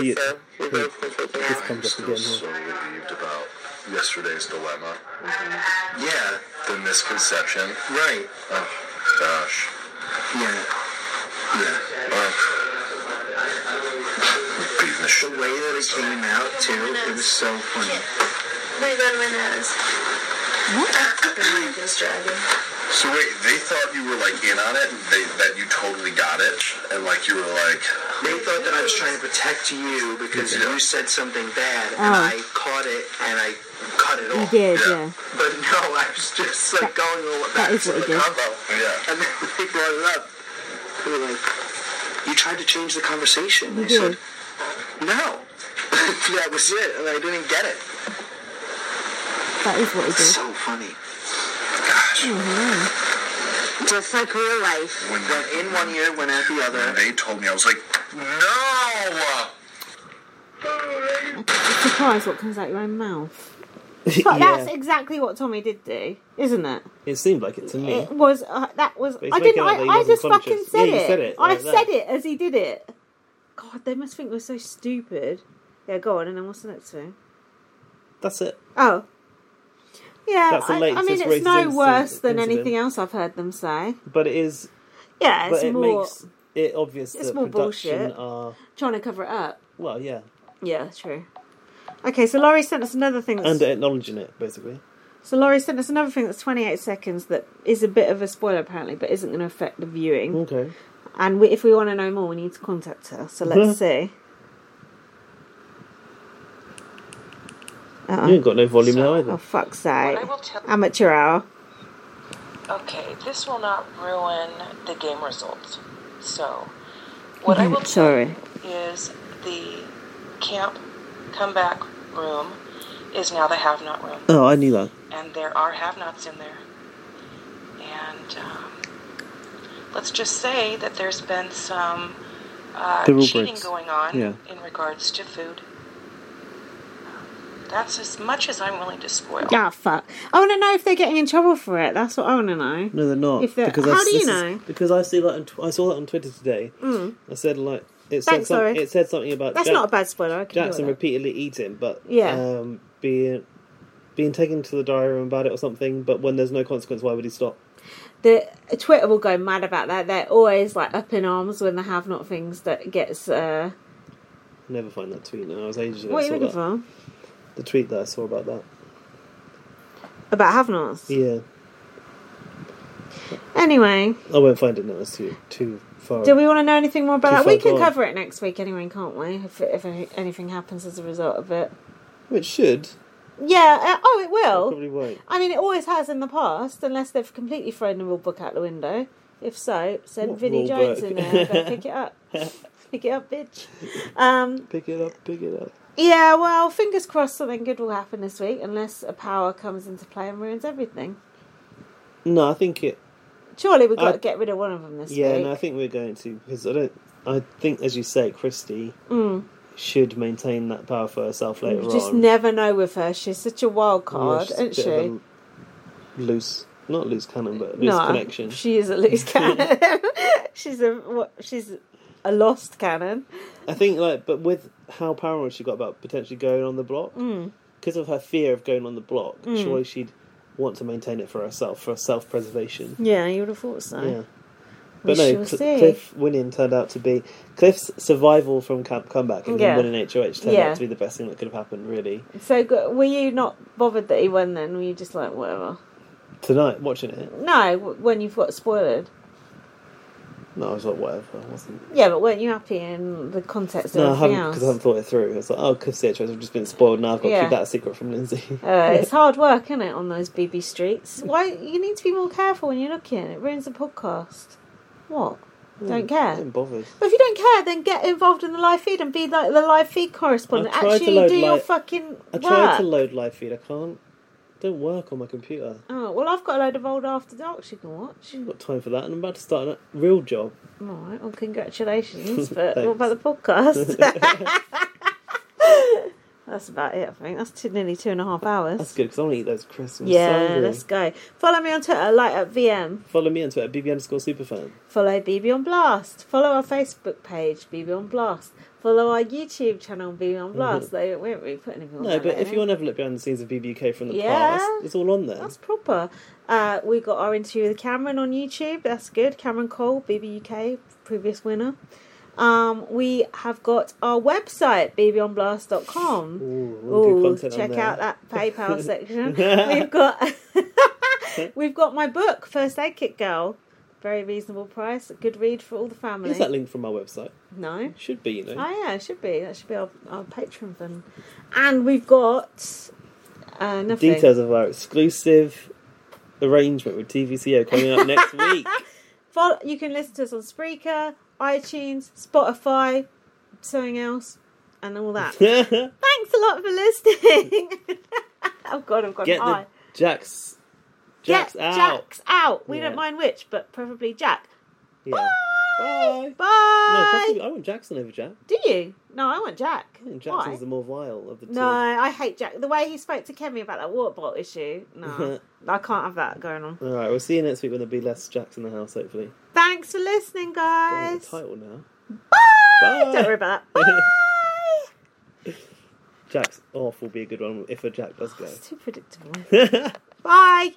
He- he- this comes up again here.
relieved about yesterday's dilemma.
Mm-hmm.
Yeah. The misconception. Right. Oh, gosh. Yeah. Yeah.
The way that it came out too, it was so funny.
Wait, go to my nose. What?
So wait, they thought you were like in on it, and they that you totally got it, and like you were like.
They thought that I was trying to protect you because you said something bad, and
Oh.
I caught it and I cut it
He
off.
did, yeah.
But no, I was just like going all back
is
to
what
the
he did.
combo. Yeah. And then they brought it up. They were like, "You tried to change the conversation."
He
I said,
did.
"No." that was it, and I didn't get it.
That is what he did.
So funny. Gosh.
Oh,
Just like real life. When, went in one year, went out the other. They told me, I was like, no!
Surprise! What comes out your own mouth? But
Yeah.
that's exactly what Tommy did do, isn't it?
It seemed like it to me.
It was uh, that was
But he's
I didn't.
making out that he
I, I
wasn't
just
conscious.
fucking said
Yeah, you
it.
said it
I
like that.
said it as he did it. God, they must think we're so stupid. Yeah, go on. And then what's the next thing?
That's it.
Oh, yeah.
That's the
I, I
latest
mean, it's
racist
no
incident-
worse than
incident.
anything else I've heard them say.
But it is.
Yeah, it's
but it
more-
makes it obvious
it's
that
more
production
bullshit.
are
Trying to cover it up.
well, yeah,
Yeah, true. Okay, so Laurie sent us another thing. That's,
and uh, acknowledging it basically.
so Laurie sent us another thing that's 28 seconds that is a bit of a spoiler apparently, but isn't going to affect the viewing.
Okay.
And we, if we want to know more, we need to contact her. So
Mm-hmm.
let's see. Uh-uh.
You ain't got no volume now either.
Oh fuck's sake!
What I will tell-
Amateur hour.
Okay, this will not ruin the game results. So, what I will
Sorry.
is the camp comeback room is now the have not room.
Oh, I knew that.
And there are have nots in there. And um, let's just say that there's been some uh,
The rule
cheating
breaks.
going on
Yeah.
in regards to food. That's as much as I'm willing to spoil.
Ah, fuck. I want to know if they're getting in trouble for it. That's what I want to know.
No, they're not.
If they're-
because
how
I,
do you
this is-
know?
because I see that on tw- I saw that on Twitter today.
Mm.
I said like it said
Thanks,
something.
Laurie.
It said something about
That's
Jack-
not a bad spoiler. I can deal with
Jackson
that.
repeatedly eating, but
Yeah.
um, being being taken to the diary room about it or something. But when there's no consequence, why would he stop?
the uh, Twitter will go mad about that. They're always like up in arms when they have not things that gets. Uh,
Never find that tweet. now. I was ages ago.
what
I
are you
saw
looking
that.
for?
The tweet that I saw about that.
About have nots.
Yeah,
Anyway,
I won't find it now. It's too too far.
do we want to know anything more about
Too
that? We
far
can
gone.
cover it next week anyway, can't we? If, if anything happens as a result of it.
It should.
Yeah, uh, oh, it will.
Probably won't.
I mean, it always has in the past, unless they've completely thrown the rule book out the window. If so, send
What
Vinnie
rule
Jones
book?
in there. Go pick it up. pick it up, bitch. Um,
Pick it up. Pick it up.
Yeah, well, fingers crossed something good will happen this week, unless a power comes into play and ruins everything.
No, I think it.
Surely we've got
I-
to get rid of one of them this
yeah,
week.
no, I think we're going to because I don't. I think, as you say, Christy
Mm.
should maintain that power for herself later
You just
on.
never know with her. She's such a wild
Yeah,
card,
she's a
isn't
bit of
she?
a Loose, not loose cannon, but loose connection.
she is a loose cannon. she's a what, she's a lost cannon.
I think, like, but with how paranoid she got about potentially going on the block,
Mm.
because of her fear of going on the block,
Mm.
surely she'd want to maintain it for herself, for self preservation.
Yeah, you would have thought so.
Yeah.
We
But no,
shall
Cl-
see.
Cliff winning turned out to be Cliff's survival from camp comeback and
Yeah.
then winning HOH turned
Yeah.
out to be the best thing that could have happened, really.
So go- were you not bothered that he won? Then were you just like whatever?
Tonight, watching it,
No, w- when you've got spoiled.
no, I was like, whatever, I wasn't.
Yeah, but weren't you happy in the context of
No, I
everything
haven't because I
else?
haven't thought it through. It's like, oh, Cliff's HOH have just been spoiled now. I've got to
Yeah.
keep that a secret from Lindsay.
Uh, it's hard work, isn't it, on those BB streets? Why you need to be more careful when you're looking. It ruins the podcast. What?
Hmm.
Don't care.
Don't bother.
But if you don't care, then get involved in the live feed and be like the live feed correspondent.
I tried to
Actually,
load
do your
live-
fucking
I
work.
tried to load live feed. I can't. Don't work on my computer.
oh well, I've got a load of old After Darks you can watch.
I've got time for that, and I'm about to start a real job.
All right. Well, congratulations. But what
Thanks.
about the podcast? That's about it. I think that's two, nearly two and a half hours.
That's good because I want to eat those crisps. I'm so
yeah,
hungry.
let's go. Follow me on Twitter, light up VM.
Follow me on Twitter, bb underscore superfan.
Follow BB on Blast. Follow our Facebook page, BB on Blast. Follow our YouTube channel, BB on Blast.
Mhm.
They won't really put anything on
No,
there
but if
later.
you want to have a look behind the scenes of BBUK from the
Yeah.
past, it's all on there.
That's proper. Uh, we got our interview with Cameron on YouTube. That's good. Cameron Cole, BBUK, previous winner. Um, we have got our website, bbonblast.com.
all good
Ooh,
content on
check
there.
out that PayPal section. We've got we've got my book, First Aid Kit Girl. Very reasonable price. A good read for all the family.
Is that link from my website?
No.
Should be, you know.
Oh yeah, it should be. That should be our, our Patreon thing. And we've got uh, nothing.
Details of our exclusive arrangement with TVCO coming up next week.
Follow, you can listen to us on Spreaker, iTunes, Spotify, something else, and all that. Thanks a lot for listening. oh God, I've got
Get
an eye.
the Jack's Jack's
yeah,
out.
Jack's out. We
Yeah.
don't mind which, but preferably Jack.
Yeah.
Bye.
No,
Bye.
possibly, I want Jackson over Jack.
Do you? No, I want Jack.
I think
Why?
Jackson's the more vile of the two.
No, I hate Jack. The way he spoke to Kemi about that water bottle issue. No, I can't have that going on.
All right, we'll see you next week when there'll be less Jacks in the house, hopefully.
Thanks for listening,
There's
guys.
a title now.
Don't worry about that. Bye.
Jack's off will be a good one if a Jack does go.
Too predictable. Bye.